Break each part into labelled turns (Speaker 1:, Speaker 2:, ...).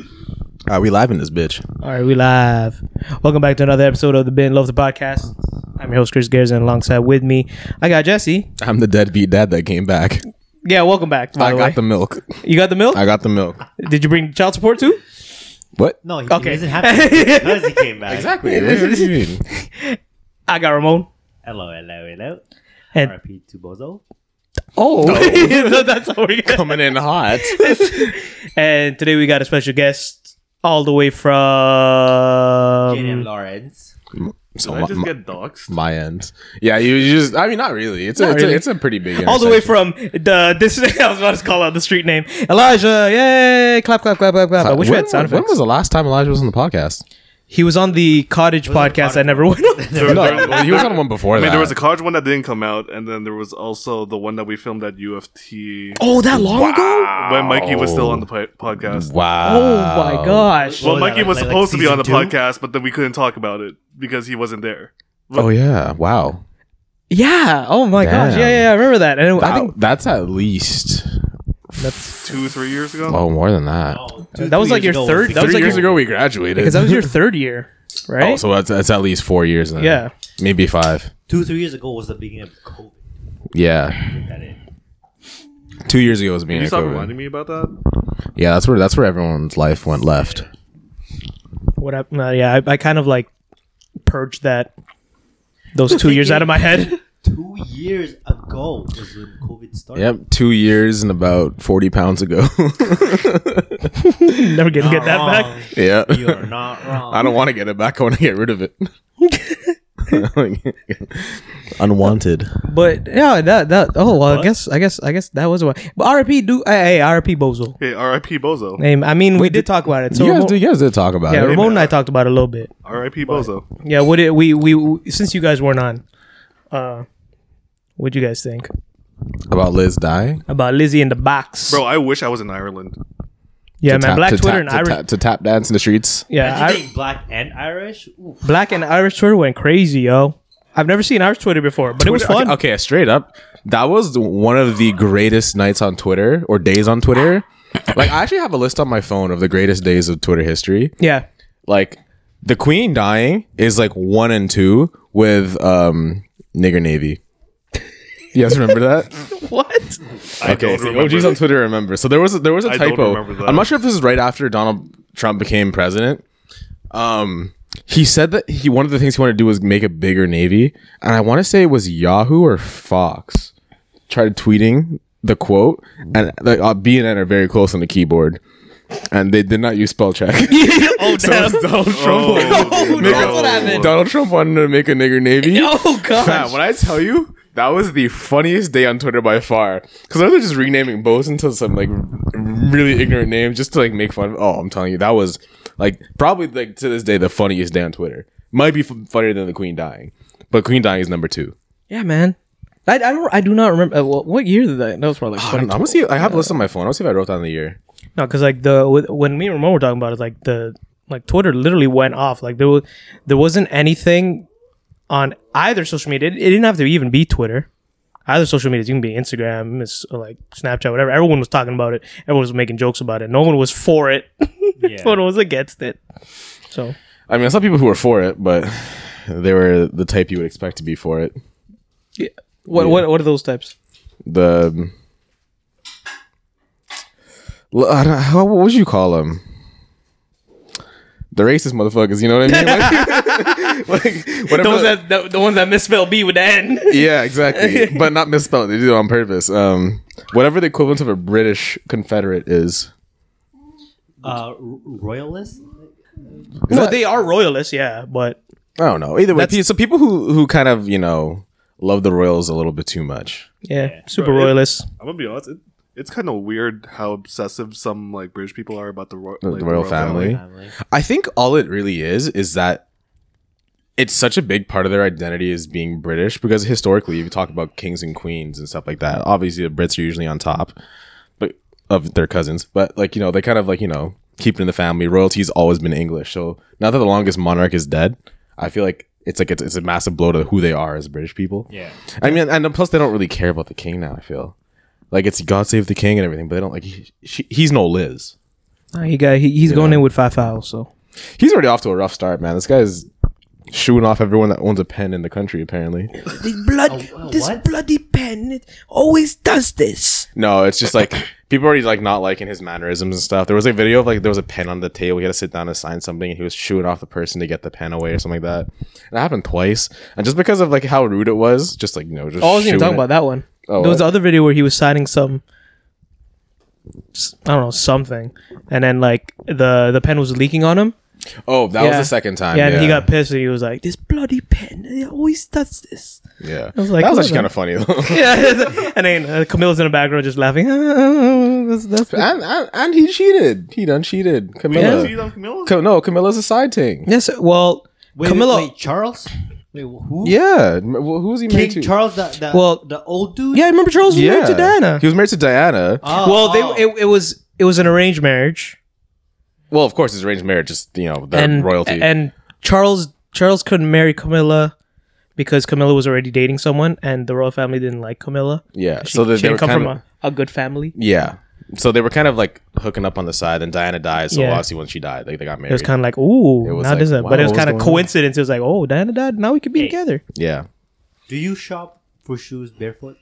Speaker 1: All right, we live in this bitch.
Speaker 2: All right, we live. Welcome back to another episode of the Ben Loves the Podcast. I'm your host Chris Garrison. Alongside with me, I got Jesse.
Speaker 1: I'm the deadbeat dad that came back.
Speaker 2: Yeah, welcome back. By
Speaker 1: I
Speaker 2: the
Speaker 1: got
Speaker 2: way,
Speaker 1: the milk.
Speaker 2: you got the milk.
Speaker 1: I got the milk.
Speaker 2: Did you bring child support too?
Speaker 1: What?
Speaker 3: No, he,
Speaker 2: Okay.
Speaker 3: he doesn't have to. because he came back.
Speaker 1: Exactly. What do you mean?
Speaker 2: I got Ramon.
Speaker 3: Hello, hello, hello.
Speaker 2: And-
Speaker 3: RP to Bozo.
Speaker 2: Oh, so that's how we got.
Speaker 1: Coming in hot.
Speaker 2: And today we got a special guest all the way from.
Speaker 3: Jaden Lawrence.
Speaker 1: So
Speaker 4: Did I
Speaker 1: my,
Speaker 4: just
Speaker 1: my-
Speaker 4: get doxxed?
Speaker 1: my end. Yeah, you just. I mean, not really. It's a, it's,
Speaker 2: really.
Speaker 1: A, it's a pretty big.
Speaker 2: all the way from the this I was about to call out the street name Elijah yay clap clap clap clap clap I wish we
Speaker 1: when,
Speaker 2: had sound
Speaker 1: when
Speaker 2: effects
Speaker 1: was the last time Elijah was on the podcast?
Speaker 2: he was on the cottage
Speaker 3: Was it
Speaker 2: podcast I
Speaker 3: cottage?
Speaker 2: never went on
Speaker 4: There- there-
Speaker 1: No, he was on one before
Speaker 4: I mean,
Speaker 1: that.
Speaker 4: there was a college one that didn't come out, and then there was also the one that we filmed at UFT
Speaker 2: oh that long ago
Speaker 4: when Mikey was still on the pi- podcast.
Speaker 1: wow.
Speaker 2: oh my
Speaker 1: Um,
Speaker 2: gosh
Speaker 4: Well,
Speaker 3: What was
Speaker 4: Mikey
Speaker 3: that,
Speaker 4: was
Speaker 3: Oh, like- like
Speaker 4: supposed to be on the
Speaker 3: season two?
Speaker 4: podcast, but then we couldn't talk about it because he wasn't there.
Speaker 1: Oh yeah. Wow.
Speaker 2: yeah oh my gosh
Speaker 1: Damn.
Speaker 2: yeah yeah, yeah I remember that and I
Speaker 1: That-
Speaker 2: think
Speaker 1: that's at least.
Speaker 4: Two, three years ago.
Speaker 1: Oh, more than that.
Speaker 3: Two,
Speaker 2: That was
Speaker 3: three
Speaker 2: like
Speaker 3: years
Speaker 2: your
Speaker 3: ago was
Speaker 2: third-
Speaker 3: the-
Speaker 2: that was
Speaker 1: Three
Speaker 2: like
Speaker 1: years
Speaker 2: your-
Speaker 1: ago, we graduated.
Speaker 2: because that was your third year right
Speaker 1: Oh, so that's, that's at least four years. Then.
Speaker 2: yeah
Speaker 1: maybe five.
Speaker 3: two, three years ago was the beginning of COVID.
Speaker 1: Yeah,
Speaker 3: That is.
Speaker 1: two years ago was being
Speaker 4: you
Speaker 1: at
Speaker 4: stop
Speaker 1: COVID.
Speaker 4: reminding me about that.
Speaker 1: Yeah, that's where that's where everyone's life went left.
Speaker 2: what I, no, yeah I, I kind of like purged that those two years out of my head
Speaker 3: Two years ago was when COVID started.
Speaker 1: Yep, two years and about forty pounds ago.
Speaker 2: never gonna
Speaker 3: You're
Speaker 2: get that back
Speaker 3: wrong.
Speaker 1: yeah,
Speaker 3: You are not wrong.
Speaker 1: I don't want to get it back. I want to get rid of it. Unwanted.
Speaker 2: But yeah, that that oh well, I
Speaker 3: What?
Speaker 2: guess I guess I guess that was one. But RP do hey, hey RP Bozo.
Speaker 4: Hey, R.I.P. Bozo.
Speaker 2: Name I mean we did talk about it. So
Speaker 1: you, guys,
Speaker 2: Ramon-
Speaker 1: did- you guys did talk about
Speaker 2: yeah,
Speaker 1: it.
Speaker 2: Ramon and I talked about it a little bit.
Speaker 4: R.I.P. Bozo.
Speaker 2: Yeah, what did we, we we since you guys weren't on, uh, what'd you guys think
Speaker 1: About Liz dying.
Speaker 2: about Lizzie in the box?
Speaker 4: Bro, I wish I was in Ireland.
Speaker 2: yeah,
Speaker 1: To
Speaker 2: man,
Speaker 1: tap-
Speaker 2: black
Speaker 1: to
Speaker 2: Twitter
Speaker 1: tap,
Speaker 2: and
Speaker 1: to
Speaker 2: Irish.
Speaker 1: tap, to tap dance in the streets.
Speaker 2: yeah,
Speaker 3: I
Speaker 2: I,
Speaker 3: think black and Irish. Ooh,
Speaker 2: black and Irish Twitter went crazy, yo. I've never seen Irish Twitter before, but it was
Speaker 1: Twitter-
Speaker 2: fun.
Speaker 1: Okay, okay, straight up, that was one of the greatest nights on Twitter or days on Twitter. Like, I actually have a list on my phone of the greatest days of Twitter history.
Speaker 2: Yeah,
Speaker 1: Like, the Queen dying is like one and two with um Nigger Navy. You guys remember that?
Speaker 2: what?
Speaker 4: I
Speaker 1: okay,
Speaker 4: don't
Speaker 1: so
Speaker 4: remember.
Speaker 1: OGs on
Speaker 4: that.
Speaker 1: Twitter remember. So there was a, there was a
Speaker 4: I don't
Speaker 1: typo.
Speaker 4: remember that.
Speaker 1: I'm not sure if this is right after Donald Trump became president. Um, he said that he one of the things he wanted to do was make a bigger navy, and I want to say it was Yahoo or Fox tried tweeting the quote, and like, uh, B and N are very close on the keyboard, and they did not use spell check.
Speaker 2: oh damn!
Speaker 1: Donald Trump.
Speaker 4: Oh,
Speaker 1: Nigger-
Speaker 4: no.
Speaker 1: Donald Trump wanted to make a nigger navy.
Speaker 2: oh
Speaker 1: Fam,
Speaker 2: god!
Speaker 1: when I tell you that was the funniest day on Twitter by far, because they're just renaming boats into some like really ignorant name just to like make fun. of Oh, I'm telling you, that was like probably like to this day the funniest day on Twitter. Might be f- funnier than the Queen dying, but Queen dying is number two.
Speaker 2: Yeah, man. I, I don't I do not remember uh, what, what year did that? That was probably like
Speaker 1: I don't know. I'm gonna see. I have a list on my phone. I'll see if I wrote down the year.
Speaker 2: No, because like the with- when me and Ramon were talking about it, like the like Twitter literally went off. Like there was there wasn't anything on either social media. It, it didn't have to even be Twitter. Either social medias, you can be Instagram, it's uh, like Snapchat, whatever. Everyone was talking about it. Everyone was making jokes about it. No one was for it.
Speaker 3: yeah.
Speaker 2: no one was against it. So
Speaker 1: I mean, I saw people who were for it, but they were the type you would expect to be for it.
Speaker 2: what what what are those types?
Speaker 1: The L- I don't- how- what would you call them? The racist motherfuckers, you know what I mean? Like, like, whatever the-
Speaker 2: that the, the ones that misspell B with the N.
Speaker 1: yeah, exactly, but not misspelled. They do it on purpose. Um, whatever the equivalent of a British Confederate is.
Speaker 3: Uh, r- royalist.
Speaker 2: no, they are royalists, yeah, but
Speaker 1: I don't know. Either way,
Speaker 2: That's-
Speaker 1: so people who who kind of you know love the royals a little bit too much.
Speaker 2: yeah, super
Speaker 4: Right.
Speaker 2: royalists.
Speaker 4: I'm gonna be honest. It, it's kind of weird how obsessive some like British people are about the, ro-
Speaker 1: The
Speaker 4: like,
Speaker 1: royal family.
Speaker 3: Family.
Speaker 1: I think all it really is is that it's such a big part of their identity is being British because historically, if you talk about kings and queens and stuff like that, obviously the Brits are usually on top, but of their cousins. But like you know, they kind of like you know keep it in the family. Royalty's always been English, so now that the longest monarch is dead, I feel like it's like it's, it's a massive blow to who they are as British people.
Speaker 3: Yeah.
Speaker 1: I mean, and plus they don't really care about the king now. I feel like it's God save the king and everything, but they don't like he, she, he's no Liz.
Speaker 2: Nah, Ah, He got he, he's going
Speaker 1: know.
Speaker 2: in with five fouls. So
Speaker 1: He's already off to a rough start, man. This guy is shooing off everyone that owns a pen in the country, apparently.
Speaker 2: this blood,
Speaker 3: Oh, oh, this what?
Speaker 2: bloody pen, it always does this.
Speaker 1: No, it's just like people already like not liking his mannerisms and stuff. There was a video of like there was a pen on the table. He had to sit down and sign something, and he was shooing off the person to get the pen away or something like that. And it happened twice, and just because of like how rude it was, just like you know, just
Speaker 2: Oh, I wasn't even
Speaker 1: shooing
Speaker 2: talking
Speaker 1: it.
Speaker 2: about that one.
Speaker 1: Oh,
Speaker 2: there was
Speaker 1: what?
Speaker 2: the other video where he was signing some, s- I don't know, something, and then like the the pen was leaking on him.
Speaker 1: Oh, that was
Speaker 2: Yeah.
Speaker 1: the second time.
Speaker 2: yeah,
Speaker 1: Yeah,
Speaker 2: and he got pissed and he was like, "This bloody pen, it always does this."
Speaker 1: yeah.
Speaker 2: was like,
Speaker 1: that was actually
Speaker 2: what the-
Speaker 1: kind of funny. though.
Speaker 2: yeah, and then uh, Camilla's in the background just laughing. that's, that's the-
Speaker 1: and, and and he cheated. He done cheated. Camilla.
Speaker 4: See, Camilla?
Speaker 1: Co- no, Camilla's a side thing.
Speaker 2: yes, well,
Speaker 3: Wait,
Speaker 2: Camilla.
Speaker 3: wait, wait, Charles? Wait, who?
Speaker 1: Yeah. M- wh- Who was he
Speaker 3: King
Speaker 1: married to?
Speaker 3: Charles, the, the,
Speaker 2: Well-
Speaker 3: the old dude?
Speaker 2: Yeah, I remember Charles was
Speaker 1: yeah.
Speaker 2: married to Diana.
Speaker 1: He was married to Diana.
Speaker 3: Oh,
Speaker 2: well,
Speaker 3: oh.
Speaker 2: they it, it was it was an arranged marriage,
Speaker 1: well, of course, it's arranged marriage. Just you know, the
Speaker 2: and
Speaker 1: royalty.
Speaker 2: and Charles Charles couldn't marry Camilla because Camilla was already dating someone, and the royal family didn't like Camilla.
Speaker 1: yeah.
Speaker 2: She,
Speaker 1: so they,
Speaker 2: she
Speaker 1: they were
Speaker 2: didn't come
Speaker 1: kind
Speaker 2: from
Speaker 1: of,
Speaker 2: a, a good family.
Speaker 1: yeah. So they were kind of like hooking up on the side, and Diana died. So
Speaker 2: Yeah.
Speaker 1: obviously, when she died, like they got
Speaker 2: It was
Speaker 1: married.
Speaker 2: kind of like, ooh,
Speaker 1: It was
Speaker 2: now
Speaker 1: like,
Speaker 2: this, is-
Speaker 1: wow,
Speaker 2: but it was
Speaker 1: what's
Speaker 2: kind of
Speaker 1: going on?
Speaker 2: coincidence. It was like, oh, Diana died. Now we could be together.
Speaker 1: yeah.
Speaker 3: Do you shop for shoes barefoot?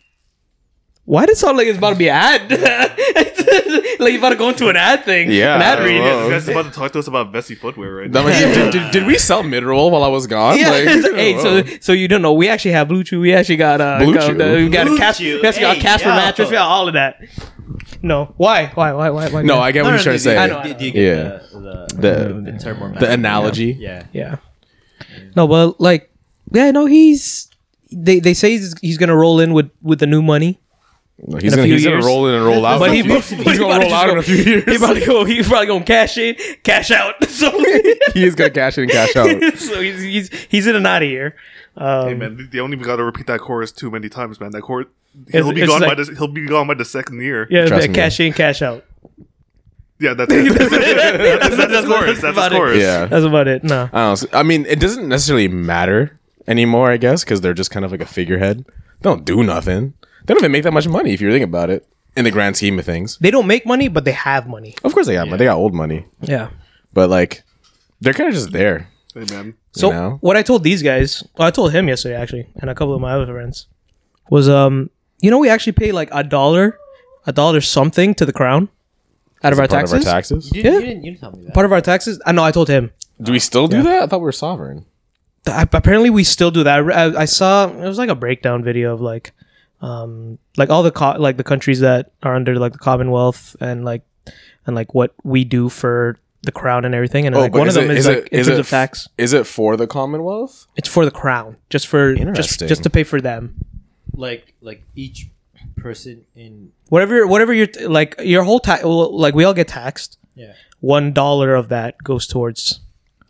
Speaker 2: Why does it sound like it's about to be an ad? like you're about to go into an ad thing.
Speaker 1: Yeah,
Speaker 2: An ad
Speaker 1: I
Speaker 2: read.
Speaker 1: know.
Speaker 4: You guys about to talk to us about Vessi footwear right
Speaker 1: Oh, That
Speaker 4: now.
Speaker 1: might- did, did- did we sell mid roll while I was gone?
Speaker 2: Yeah,
Speaker 1: Like,
Speaker 2: so, hey, so so you don't know. We actually have Blue Chew. We actually got uh,
Speaker 1: Blue
Speaker 2: got,
Speaker 1: Chew?
Speaker 2: the- we got
Speaker 3: Blue
Speaker 2: a Casper,
Speaker 3: Chew.
Speaker 2: we actually got
Speaker 3: Hey,
Speaker 2: a Casper
Speaker 3: yo.
Speaker 2: mattress. We got all of that. No, why, why, why, why, why?
Speaker 1: no, I get what you're trying to say.
Speaker 2: I know, I know.
Speaker 3: Do you get
Speaker 1: Yeah.
Speaker 3: the, the, the,
Speaker 1: The
Speaker 3: term or
Speaker 1: the analogy.
Speaker 3: Yeah.
Speaker 2: yeah, no, but like, yeah, no, he's they they say he's, he's gonna roll in with with the new money,
Speaker 1: No, He's
Speaker 2: In a
Speaker 1: gonna
Speaker 2: few
Speaker 1: he's gonna
Speaker 2: years.
Speaker 1: roll in and roll out.
Speaker 2: but he,
Speaker 1: he's gonna roll out in a few years.
Speaker 2: He's probably go, he's probably gonna cash in, cash out. So,
Speaker 1: he is gonna cash in and cash out.
Speaker 2: so he's, he's he's in and out of here. Um,
Speaker 4: Hey, man, they only got to repeat that chorus too many times, man. That chorus,
Speaker 2: It's-
Speaker 4: he'll be
Speaker 2: it's
Speaker 4: gone
Speaker 2: like-
Speaker 4: by the he'll be gone by the second year.
Speaker 2: yeah,
Speaker 1: Trust
Speaker 2: yeah,
Speaker 1: me.
Speaker 2: cash in, cash out.
Speaker 4: yeah, that's it. that's, that's, that's, his chorus. That's his
Speaker 2: about it.
Speaker 4: chorus.
Speaker 1: Yeah.
Speaker 2: That's about it. No.
Speaker 1: I don't. know. I mean, it doesn't necessarily matter anymore, I guess, because they're just kind of like a figurehead. They don't do nothing. They don't even make that much money if you think about it in the grand scheme of things.
Speaker 2: they don't make money, but they have money.
Speaker 1: Of course, they got money. They got old money,
Speaker 2: Yeah.
Speaker 1: but like, they're kind of just there.
Speaker 4: Hey, man.
Speaker 2: So
Speaker 1: You know?
Speaker 2: what I told these guys, well, I told him yesterday actually, and a couple of my other friends, was um, you know, we actually pay like a dollar, a dollar something to the crown, out of our,
Speaker 1: Part of
Speaker 2: taxes?
Speaker 1: our taxes.
Speaker 3: You, didn't-
Speaker 2: Yeah.
Speaker 3: you didn't, you didn't tell me that.
Speaker 2: Part of our taxes. I know. I told him.
Speaker 1: Do we still do that? I thought we were sovereign.
Speaker 2: Th- I, apparently, we still do that. I, I- I saw it was like a breakdown video of like, um, like all the co- like the countries that are under like the Commonwealth and like, and like what we do for the crown and everything. And like
Speaker 1: Oh, but
Speaker 2: one of them is, like in terms
Speaker 1: it
Speaker 2: of tax.
Speaker 1: f- Is it for the Commonwealth?
Speaker 2: It's for the crown, just for just
Speaker 1: Interesting.
Speaker 2: just to pay for them.
Speaker 3: Like, like each person in.
Speaker 2: Whatever, whatever your like your whole tax, well, like we all get taxed.
Speaker 3: Yeah.
Speaker 2: One dollar of that goes towards.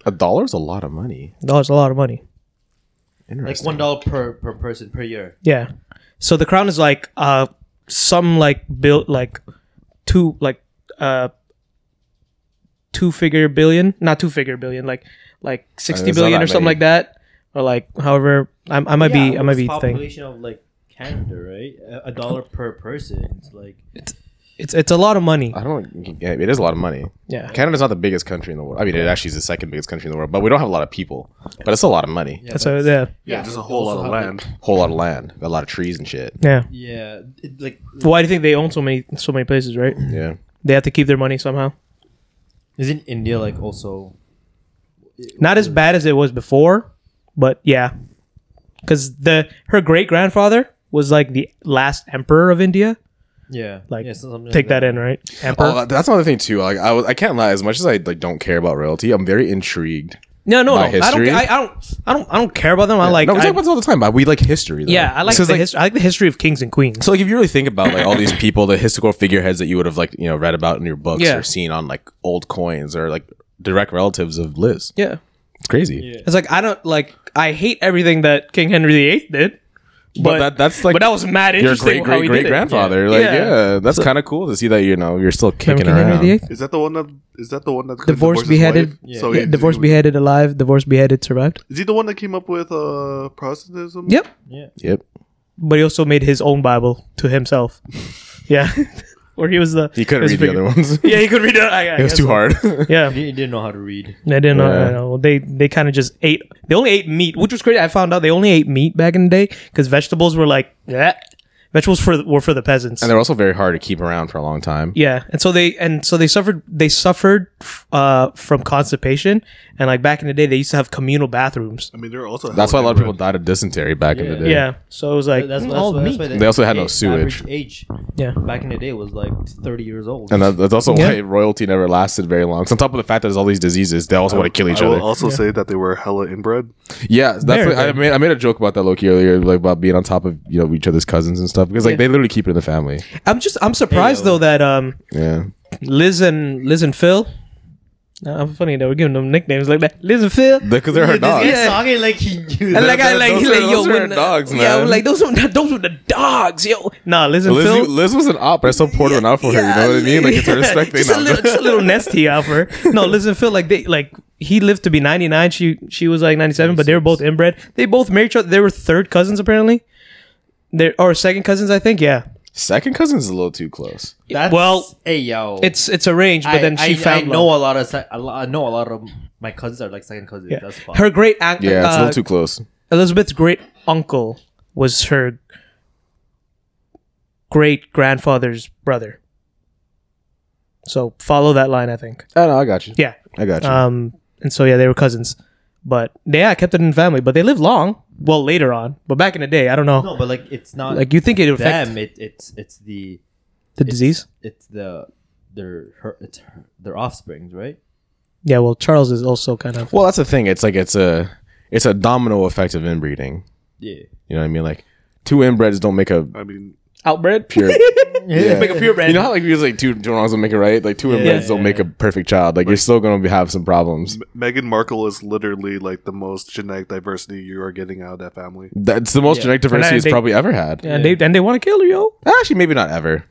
Speaker 1: A dollar's a lot of money.
Speaker 2: That's a lot of money.
Speaker 1: Interesting.
Speaker 3: Like one dollar per per person per year.
Speaker 2: Yeah. So the crown is like uh some like built like two like uh two figure billion, not two figure billion, like like sixty
Speaker 1: Uh, there's not
Speaker 2: billion
Speaker 1: that
Speaker 2: or something
Speaker 1: many.
Speaker 2: like that, or like however I, I might be I might be thing.
Speaker 3: population of like Canada, right? A, a dollar per person. It's like
Speaker 2: It's it's a lot of money.
Speaker 1: I don't. yeah, It is a lot of money.
Speaker 2: Yeah.
Speaker 1: Canada's not the biggest country in the world. I mean, it actually is the second biggest country in the world, but we don't have a lot of people. But it's a lot of money.
Speaker 3: yeah,
Speaker 2: That's a,
Speaker 3: but-
Speaker 2: yeah
Speaker 4: Yeah, just a whole
Speaker 3: also
Speaker 4: lot of
Speaker 3: have,
Speaker 4: land.
Speaker 1: Whole lot of land, a lot of trees and shit.
Speaker 2: yeah.
Speaker 3: Yeah, it, like
Speaker 2: Why do you think they own so many so many places? Right?
Speaker 1: Yeah.
Speaker 2: They have to keep their money somehow.
Speaker 3: isn't India like also?
Speaker 2: not as bad as it was before, but yeah, because the her great grandfather was like the last emperor of India.
Speaker 3: Yeah,
Speaker 2: Like,
Speaker 3: yeah, so something
Speaker 2: Take
Speaker 3: like
Speaker 2: that in, right? Emperor.
Speaker 1: Oh, that's another thing too. Like I, was, I can't lie. As much as I like don't care about royalty, I'm very intrigued.
Speaker 2: no, no, no.
Speaker 1: by
Speaker 2: I don't,
Speaker 1: history?
Speaker 2: I, I don't. I don't. I don't care about them. I like.
Speaker 1: no, we
Speaker 2: I-
Speaker 1: talk about this all the time. But we like history. Though.
Speaker 2: yeah, I like
Speaker 1: So it's
Speaker 2: the
Speaker 1: like,
Speaker 2: history. I like the history of kings and queens.
Speaker 1: so like if you really think about like all these people, the historical figureheads that you would have like you know read about in your books
Speaker 2: Yeah.
Speaker 1: or seen on like old coins or like direct relatives of Liz.
Speaker 2: Yeah,
Speaker 1: It's crazy.
Speaker 2: it's like I don't like. I hate everything that King Henry VIII did, but,
Speaker 1: But that that's like
Speaker 2: but that was mad
Speaker 1: your
Speaker 2: interesting.
Speaker 1: great
Speaker 2: how
Speaker 1: great
Speaker 2: he
Speaker 1: great
Speaker 2: did it.
Speaker 1: grandfather. Like
Speaker 2: Yeah.
Speaker 1: yeah, that's kind of cool to see that you know you're still kicking
Speaker 2: Remember King
Speaker 1: around.
Speaker 2: Henry VIII?
Speaker 4: Is that the one that is that the one that couldn't
Speaker 2: Divorced,
Speaker 4: divorce his wife?
Speaker 2: beheaded.
Speaker 3: Yeah.
Speaker 4: So
Speaker 2: Yeah,
Speaker 4: he-
Speaker 2: divorced,
Speaker 4: he-
Speaker 2: beheaded, alive. Divorced, beheaded, survived.
Speaker 4: Is he the one that came up with uh Protestantism?
Speaker 2: Yep.
Speaker 3: Yeah,
Speaker 1: Yep.
Speaker 2: but he also made his own Bible to himself. yeah, Or he was the
Speaker 1: He couldn't
Speaker 2: was
Speaker 1: read the
Speaker 2: figure-
Speaker 1: other ones.
Speaker 2: Yeah, he could read it. I, I
Speaker 1: it was
Speaker 2: guess
Speaker 1: too
Speaker 2: so.
Speaker 1: hard.
Speaker 2: Yeah,
Speaker 3: He didn't know how to read.
Speaker 2: they didn't know-
Speaker 1: Yeah.
Speaker 2: you know. They they kind of just ate. They only ate meat, which was crazy. I found out they only ate meat back in the day because vegetables were like yeah, vegetables for were for the peasants.
Speaker 1: and they're also very hard to keep around for a long time.
Speaker 2: Yeah, and so they and so they suffered they suffered uh, from constipation and like back in the day they used to have communal bathrooms.
Speaker 4: I mean, they're also
Speaker 1: That's why a lot of people
Speaker 4: died.
Speaker 1: died of dysentery back in the
Speaker 3: Yeah.
Speaker 1: day.
Speaker 2: Yeah, so it was like
Speaker 3: That's,
Speaker 2: mm,
Speaker 3: that's,
Speaker 2: all
Speaker 3: why, that's
Speaker 2: meat.
Speaker 3: why the
Speaker 1: They also had no
Speaker 3: age-
Speaker 1: sewage.
Speaker 3: average Age
Speaker 2: Yeah,
Speaker 3: back in the day was like 30 years old.
Speaker 1: And that, that's also
Speaker 2: Yeah.
Speaker 1: why royalty never lasted very long. So on top of the fact that there's all these diseases, they also want to kill each
Speaker 4: I will
Speaker 1: other.
Speaker 4: also say that they were hella inbred.
Speaker 1: yeah, that's
Speaker 2: Very
Speaker 1: what, I
Speaker 2: good.
Speaker 1: made I made a joke about that Loki earlier, like about being on top of you know each other's cousins and stuff because like
Speaker 2: Yeah.
Speaker 1: they literally keep it in the family.
Speaker 2: I'm just I'm surprised
Speaker 3: Ayo.
Speaker 2: though that um
Speaker 1: Yeah,
Speaker 2: Liz and Liz and Phil. Uh, I'm funny that we're giving them nicknames like that. Liz and Phil.
Speaker 1: because they're her
Speaker 3: Dude, this
Speaker 1: dogs.
Speaker 3: guy's talking like he knew.
Speaker 2: And like I
Speaker 1: those
Speaker 2: like,
Speaker 1: are-
Speaker 2: he like yo,
Speaker 1: those are
Speaker 2: when- uh,
Speaker 1: dogs,
Speaker 2: Yeah,
Speaker 1: man.
Speaker 2: like those were those were the dogs, yo. Nah, Liz and
Speaker 1: Liz,
Speaker 2: Phil.
Speaker 1: you- Liz was an op. That's so poured one out for her. You know what I mean? Like it's a respect thing.
Speaker 2: Just a
Speaker 1: now.
Speaker 2: little, just a little nasty out for her. No, listen, Phil, like they like he lived to be ninety nine. She she was like ninety seven, but they were both inbred. They both married each other. They were third cousins apparently. They're or second cousins, I think. Yeah,
Speaker 1: Second cousin's is a little too close.
Speaker 3: That's,
Speaker 2: Well,
Speaker 3: hey yo,
Speaker 2: it's it's arranged, but
Speaker 3: I,
Speaker 2: then she
Speaker 3: I,
Speaker 2: found
Speaker 3: I know
Speaker 2: love.
Speaker 3: a lot of se- a lot, I know a lot of my cousins are like second cousins.
Speaker 2: Yeah.
Speaker 3: That's fine.
Speaker 2: her great aunt,
Speaker 1: Yeah, it's a
Speaker 2: uh,
Speaker 1: little too close.
Speaker 2: Elizabeth's great uncle was her great grandfather's brother. So follow that line, I think.
Speaker 1: I know. I got you.
Speaker 2: Yeah.
Speaker 1: I got you.
Speaker 2: Um, and so yeah, they were cousins, but yeah, I kept it in the family. But they lived long. Well, later on, but back in the day, I don't know.
Speaker 3: no, but like it's not
Speaker 2: like you think it affect
Speaker 3: them. It, it's it's the
Speaker 2: the
Speaker 3: it's-
Speaker 2: disease?
Speaker 3: It's the their her it's her, their offsprings, right?
Speaker 2: Yeah. Well, Charles is also kind of
Speaker 1: well, that's the thing. It's like it's a it's a domino effect of inbreeding.
Speaker 3: Yeah.
Speaker 1: You know what I mean? Like two inbreds don't make a
Speaker 4: I mean,
Speaker 2: outbred.
Speaker 1: pure. Yeah.
Speaker 2: Make a purebred.
Speaker 1: You know how like we was like two two wrongs don't make it right. Like two inbreds don't make a perfect child. Like, you're still gonna be, have some problems.
Speaker 4: Meghan Markle is literally like the most genetic diversity you are getting out of that family.
Speaker 1: That's the most genetic diversity
Speaker 2: And I
Speaker 1: it's
Speaker 2: think-
Speaker 1: probably ever had. Uh,
Speaker 2: and they and they want to kill her, yo.
Speaker 1: Actually, maybe not ever.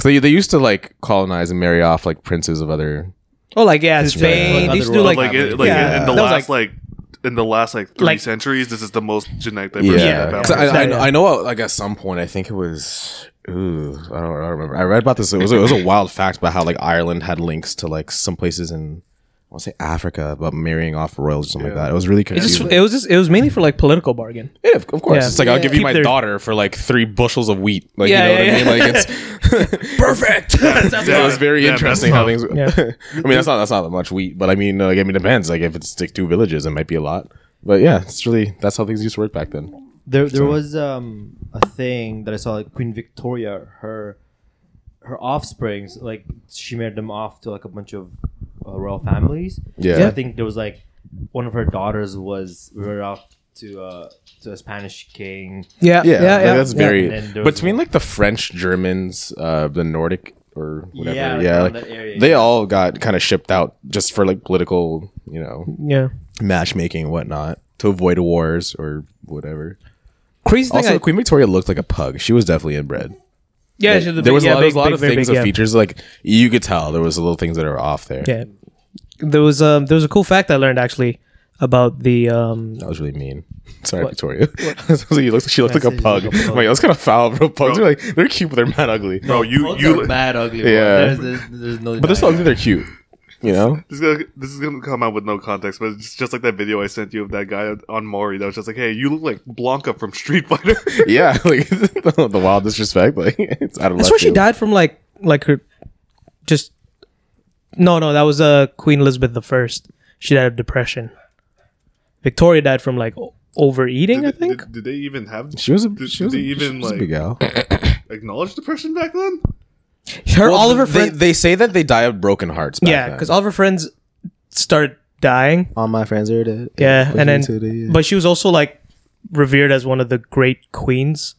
Speaker 1: So they, they used to like colonize and marry off like princes of other.
Speaker 2: Oh, like yeah, Spain.
Speaker 3: Like
Speaker 2: they used to
Speaker 3: other
Speaker 2: do like,
Speaker 3: world
Speaker 4: Like, it, like
Speaker 2: Yeah.
Speaker 4: in the
Speaker 2: That was,
Speaker 4: last like, in the last like three
Speaker 2: Like-
Speaker 4: centuries, this is the most genetic
Speaker 1: Yeah,
Speaker 4: diversity. Yeah,
Speaker 1: So
Speaker 4: family.
Speaker 1: I, I, I know. Like at some point, I think it was. Ooh, I don't, I don't remember. I read about this. It was, it was a wild fact about how like Ireland had links to like some places in I want to say Africa about marrying off royals or something like that. It was really
Speaker 2: it,
Speaker 1: confusing.
Speaker 2: just, it was just it was mainly for like political bargain.
Speaker 1: Yeah, of of course.
Speaker 2: Yeah.
Speaker 1: It's like I'll give you
Speaker 2: Keep
Speaker 1: my
Speaker 2: their-
Speaker 1: daughter for like three bushels of wheat. Like
Speaker 2: Yeah,
Speaker 1: you know
Speaker 2: yeah,
Speaker 1: what I mean? Like it's
Speaker 2: Perfect. That's- that's
Speaker 1: it
Speaker 4: Yeah.
Speaker 1: was very
Speaker 4: Yeah,
Speaker 1: interesting
Speaker 4: that's
Speaker 1: how
Speaker 4: tough.
Speaker 1: things.
Speaker 2: Yeah.
Speaker 1: I mean, that's not that's not that much wheat, but I mean, uh, like, I mean, it depends. Like if it's like two villages, it might be a lot. But yeah, it's really that's how things used to work back then.
Speaker 3: There there was um a thing that I saw like Queen Victoria her her offsprings like she married them off to like a bunch of uh, royal families.
Speaker 1: Yeah.
Speaker 3: So I think there was like one of her daughters was married off to uh to a Spanish king.
Speaker 2: Yeah, yeah, yeah.
Speaker 1: like, that's very
Speaker 3: And there was
Speaker 1: between like the French, Germans, uh, the Nordic or whatever. Yeah,
Speaker 3: Yeah, like, around
Speaker 1: like,
Speaker 3: that area,
Speaker 1: they
Speaker 3: yeah.
Speaker 1: all got kind of shipped out just for like political, you know,
Speaker 2: yeah.
Speaker 1: matchmaking and whatnot to avoid wars or whatever.
Speaker 2: Crazy thing.
Speaker 1: Also,
Speaker 2: I,
Speaker 1: Queen Victoria looked like a pug. She was definitely inbred.
Speaker 2: yeah,
Speaker 1: Yeah,
Speaker 2: she
Speaker 1: there was a
Speaker 2: yeah,
Speaker 1: lot, there was
Speaker 2: big,
Speaker 1: a lot
Speaker 2: big,
Speaker 1: of
Speaker 2: very
Speaker 1: things
Speaker 2: big,
Speaker 1: of
Speaker 2: yeah.
Speaker 1: features like you could tell there was little things that are off there.
Speaker 2: Yeah. There was um there was a cool fact I learned actually about the um
Speaker 1: That was really mean. Sorry, Victoria. you looked, she looked like a
Speaker 3: said you
Speaker 1: pug.
Speaker 3: look like a
Speaker 1: I'm
Speaker 3: pug.
Speaker 1: like that's kind of foul, bro. Pugs are like they're cute, but they're mad ugly.
Speaker 4: Bro, you
Speaker 3: Both
Speaker 4: you
Speaker 3: are bad ugly. bro.
Speaker 1: Yeah.
Speaker 3: There's, there's, there's no
Speaker 1: but they're still ugly. They're cute. You know.
Speaker 4: This is, gonna, this is gonna come out with no context, but it's just like that video I sent you of that guy on Maury that was just like, "Hey, you look like Blanca from Street Fighter."
Speaker 1: yeah, like the, the wild disrespect. Like it's out of.
Speaker 2: That's
Speaker 1: left
Speaker 2: where she
Speaker 1: field.
Speaker 2: died from like like her just No, no, that was uh Queen Elizabeth the First. She died of depression. Victoria died from like o- overeating, I
Speaker 4: did,
Speaker 2: think.
Speaker 4: did, did they even have
Speaker 1: She was a
Speaker 4: Did-
Speaker 1: she was,
Speaker 4: did
Speaker 1: a,
Speaker 4: they
Speaker 1: even, she
Speaker 4: even,
Speaker 1: was a
Speaker 4: like-
Speaker 1: big gal.
Speaker 4: acknowledged depression back then?
Speaker 2: Her all of her
Speaker 1: they,
Speaker 2: friends
Speaker 1: they say that they die of broken hearts. Back
Speaker 2: Yeah, because all of her friends started dying.
Speaker 1: all my friends are dead.
Speaker 2: Yeah, and then
Speaker 1: yeah.
Speaker 2: but she was also like revered as one of the great queens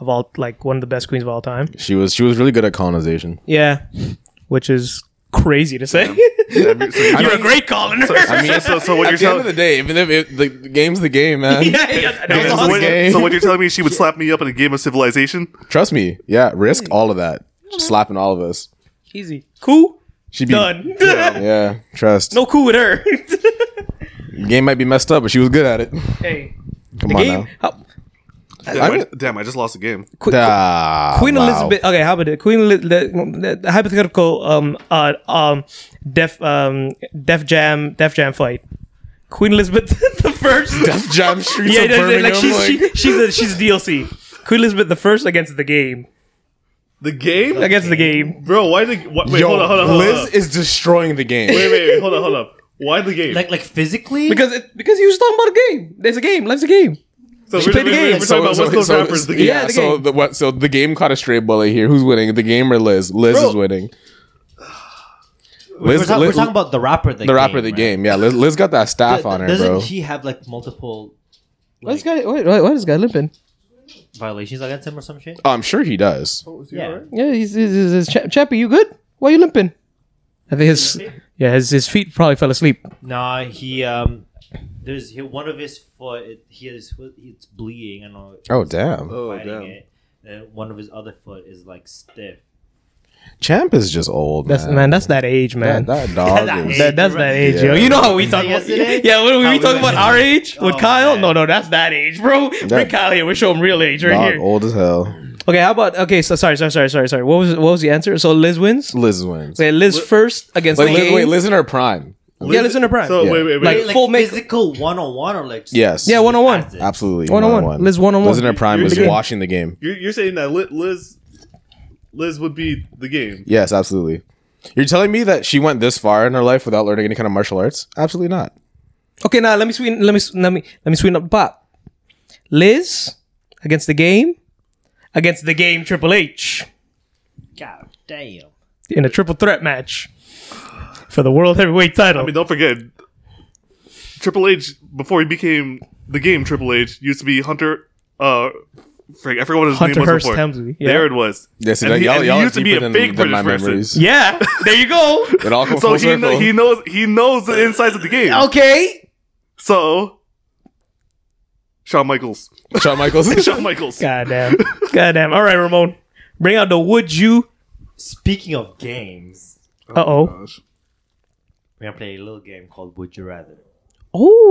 Speaker 2: of all like one of the best queens of all time.
Speaker 1: she was she was really good at colonization.
Speaker 2: Yeah. Which is crazy to say.
Speaker 4: Yeah, I mean, so you-
Speaker 2: You're a great colonist.
Speaker 4: I mean, so, so what
Speaker 1: At
Speaker 4: you're
Speaker 1: the end
Speaker 4: telling
Speaker 1: of the day, even if it, the, the game's the game, man.
Speaker 2: yeah, yeah,
Speaker 1: Yeah,
Speaker 2: that was
Speaker 4: so,
Speaker 1: awesome.
Speaker 2: awesome.
Speaker 1: what- game.
Speaker 4: when, so what you're telling me, she would slap me up in a game of Civilization?
Speaker 1: Trust me. Yeah, risk all of that. Just slapping all of us.
Speaker 2: Easy. Cool.
Speaker 1: She'd be
Speaker 2: Done.
Speaker 1: Yeah, trust.
Speaker 2: no cool with her.
Speaker 1: Game might be messed up, but she was good at it.
Speaker 2: hey.
Speaker 1: Come
Speaker 2: The
Speaker 1: on
Speaker 2: game.
Speaker 1: now.
Speaker 2: How,
Speaker 4: Damn I, damn, I just lost a game.
Speaker 2: Qu-
Speaker 1: Ah,
Speaker 2: Queen
Speaker 1: wow.
Speaker 2: Elizabeth. Okay, how about it? Queen Eli- the, the hypothetical um uh um def um def jam def jam fight. Queen Elizabeth the first.
Speaker 1: Def Jam Streets
Speaker 2: yeah,
Speaker 1: of
Speaker 2: yeah, yeah,
Speaker 1: Birmingham.
Speaker 2: like she's
Speaker 1: like-
Speaker 2: she, she's a, she's DLC. Queen Elizabeth the first against the game
Speaker 4: The game,
Speaker 2: against the game.
Speaker 4: bro. Why the? Why, wait,
Speaker 1: Yo,
Speaker 4: hold on, hold on, hold on.
Speaker 1: Liz is destroying the game.
Speaker 4: wait, wait, wait, hold on, hold on. Why the game?
Speaker 3: Like, like physically?
Speaker 2: Because it, because you was talking about a game. There's a game. Life's a game.
Speaker 4: so
Speaker 2: she
Speaker 4: we're,
Speaker 2: played the
Speaker 4: we're-
Speaker 2: game.
Speaker 4: We're talking about West Coast rappers. The game.
Speaker 1: Yeah,
Speaker 2: the
Speaker 1: so
Speaker 2: game.
Speaker 1: the what? So the game caught a stray bullet here. Who's winning? The game or Liz? Liz
Speaker 4: Bro.
Speaker 1: is winning.
Speaker 3: we're,
Speaker 1: Liz,
Speaker 3: talk-
Speaker 1: Liz-
Speaker 3: we're talking about the rapper. The,
Speaker 1: the rapper of the
Speaker 3: right?
Speaker 1: game. Yeah, Liz, Liz got that staff
Speaker 3: Th-
Speaker 1: on her,
Speaker 3: doesn't
Speaker 1: bro.
Speaker 3: he have like multiple
Speaker 2: Why is guy? Why, why, why is guy limping?
Speaker 3: violations against him or some shit?
Speaker 1: Oh, I'm sure he does.
Speaker 3: Yeah.
Speaker 2: Yeah, he's, he's, he's, he's Cha- Chappie. You good? Why you limping? I think his yeah his, his feet probably fell asleep.
Speaker 3: Nah, he um, there's he, one of his foot. It, he is it's bleeding. I don't know.
Speaker 1: Oh damn,
Speaker 4: Oh
Speaker 3: biting
Speaker 4: damn.
Speaker 3: it. And one of his other foot is like stiff.
Speaker 1: Champ is just old.
Speaker 2: That's
Speaker 1: man.
Speaker 2: man. That's that age, man.
Speaker 1: That, that dog
Speaker 3: That
Speaker 1: is.
Speaker 3: age.
Speaker 2: That, that's that age, yo.
Speaker 1: Yeah.
Speaker 2: You know how we
Speaker 3: Is
Speaker 2: talk
Speaker 3: that
Speaker 2: about
Speaker 3: yesterday?
Speaker 2: yeah. When
Speaker 3: How
Speaker 2: we
Speaker 3: we
Speaker 2: talk
Speaker 3: met
Speaker 2: about
Speaker 3: him.
Speaker 2: our age with
Speaker 3: Oh,
Speaker 2: Kyle,
Speaker 3: man.
Speaker 2: no, no, that's that oh. age, bro. Bring Kyle here. We show him real age right
Speaker 1: dog
Speaker 2: here.
Speaker 1: old as hell.
Speaker 2: Okay, how about okay? So sorry, sorry, sorry, sorry, sorry. What was what was the answer? So Liz wins.
Speaker 1: Liz wins.
Speaker 2: Okay, Liz first against
Speaker 1: Like,
Speaker 2: the
Speaker 1: Liz,
Speaker 2: game.
Speaker 1: wait, Liz in her prime.
Speaker 2: yeah, Liz in her prime.
Speaker 4: So
Speaker 1: Yeah.
Speaker 4: wait, wait,
Speaker 2: Like,
Speaker 4: wait.
Speaker 3: Like
Speaker 2: full make-
Speaker 3: physical one on one or like just-
Speaker 1: Yes.
Speaker 2: yeah, one on one.
Speaker 3: That's it.
Speaker 1: Absolutely.
Speaker 2: One on one. Liz one on one.
Speaker 1: Liz in her prime
Speaker 4: You're
Speaker 1: was
Speaker 4: the game.
Speaker 1: watching the game.
Speaker 4: you're, you're saying that Li- Liz, Liz would be the game.
Speaker 1: Yes, absolutely. You're telling me that she went this far in her life without learning any kind of martial arts? Absolutely not.
Speaker 2: Okay, now let me sweeten. Let me let me let me sweeten up the pot. Liz against the game, against the game Triple H
Speaker 3: God damn.
Speaker 2: in a triple threat match for the world heavyweight title.
Speaker 4: I mean, don't forget, Triple H before he became the game Triple H used to be Hunter. Uh, Frank, I forgot what his
Speaker 2: Hunter
Speaker 4: name was
Speaker 2: Hearst
Speaker 4: before.
Speaker 2: Helmsley, yeah.
Speaker 4: There it was.
Speaker 1: Yeah, see,
Speaker 4: And
Speaker 1: that-
Speaker 4: he-
Speaker 1: y'all,
Speaker 4: and
Speaker 1: y'all
Speaker 4: he
Speaker 1: are
Speaker 4: used to be
Speaker 1: deeper
Speaker 4: a
Speaker 1: than,
Speaker 4: big
Speaker 1: than my
Speaker 4: British person.
Speaker 1: memories.
Speaker 2: yeah, there you go.
Speaker 1: It all comes
Speaker 4: So
Speaker 1: full
Speaker 4: he,
Speaker 1: circle.
Speaker 4: kn- he knows he knows the insides of the game.
Speaker 3: Oh.
Speaker 2: Okay.
Speaker 4: So, Shawn Michaels,
Speaker 1: Shawn Michaels.
Speaker 4: Shawn Michaels.
Speaker 2: Goddamn. Goddamn. All right, Ramon, bring out the would you?
Speaker 3: Speaking of games,
Speaker 2: Uh oh.
Speaker 4: Gosh.
Speaker 3: we're gonna play a little game called Would You Rather.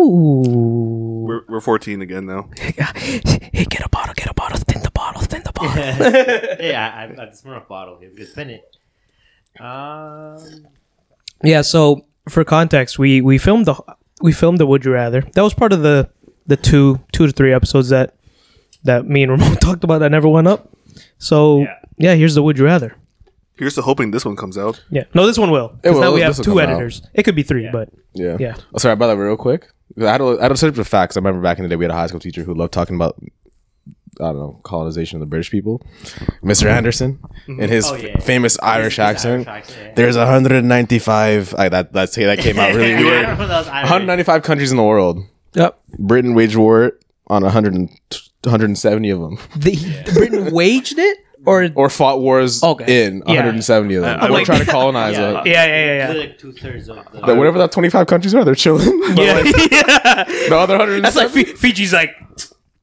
Speaker 2: Oh.
Speaker 4: We're, we're 14 again now.
Speaker 2: Hey, get a bottle. Get a bottle. Thin the bottle. Thin the bottle.
Speaker 3: yeah, I, I, I just want a bottle here because then it. Um,
Speaker 2: Yeah. So for context, we we filmed the we filmed the Would You Rather. That was part of the the two two to three episodes that that me and Ramon talked about that never went up. So yeah,
Speaker 3: Yeah.
Speaker 2: here's the Would You Rather.
Speaker 4: Here's to hoping this one comes out.
Speaker 2: Yeah. No, this one will.
Speaker 1: It
Speaker 2: Because
Speaker 1: will.
Speaker 2: now we
Speaker 1: This
Speaker 2: have
Speaker 1: will
Speaker 2: two
Speaker 1: come out.
Speaker 2: editors. It could be three, but
Speaker 1: Yeah.
Speaker 2: Yeah.
Speaker 1: Oh, sorry about that real quick. I had a, I had a subject of facts. I remember back in the day we had a high school teacher who loved talking about I don't know colonization of the British people. Mister Anderson and his
Speaker 3: Mm-hmm. Oh,
Speaker 1: f-
Speaker 3: yeah.
Speaker 1: famous Irish
Speaker 3: his Irish
Speaker 1: accent.
Speaker 3: accent.
Speaker 1: There's 195. I, that that's that came out really
Speaker 3: I
Speaker 1: weird.
Speaker 3: don't know if that was Irish.
Speaker 1: 195 countries in the world.
Speaker 2: yep.
Speaker 1: Britain waged war on 100 and t- 170 of them,
Speaker 2: The, Britain waged it, or yeah,
Speaker 1: or fought wars
Speaker 2: Okay.
Speaker 1: in
Speaker 2: Yeah.
Speaker 1: 170 of them.
Speaker 4: I- I
Speaker 1: We're
Speaker 4: would-
Speaker 1: trying to colonize
Speaker 3: Yeah.
Speaker 1: them.
Speaker 2: yeah, yeah, yeah.
Speaker 3: Like two thirds of the.
Speaker 1: That whatever that 25 countries are, they're chilling. But
Speaker 2: Yeah.
Speaker 1: like, the other 170
Speaker 2: That's like Fi- Fiji's like.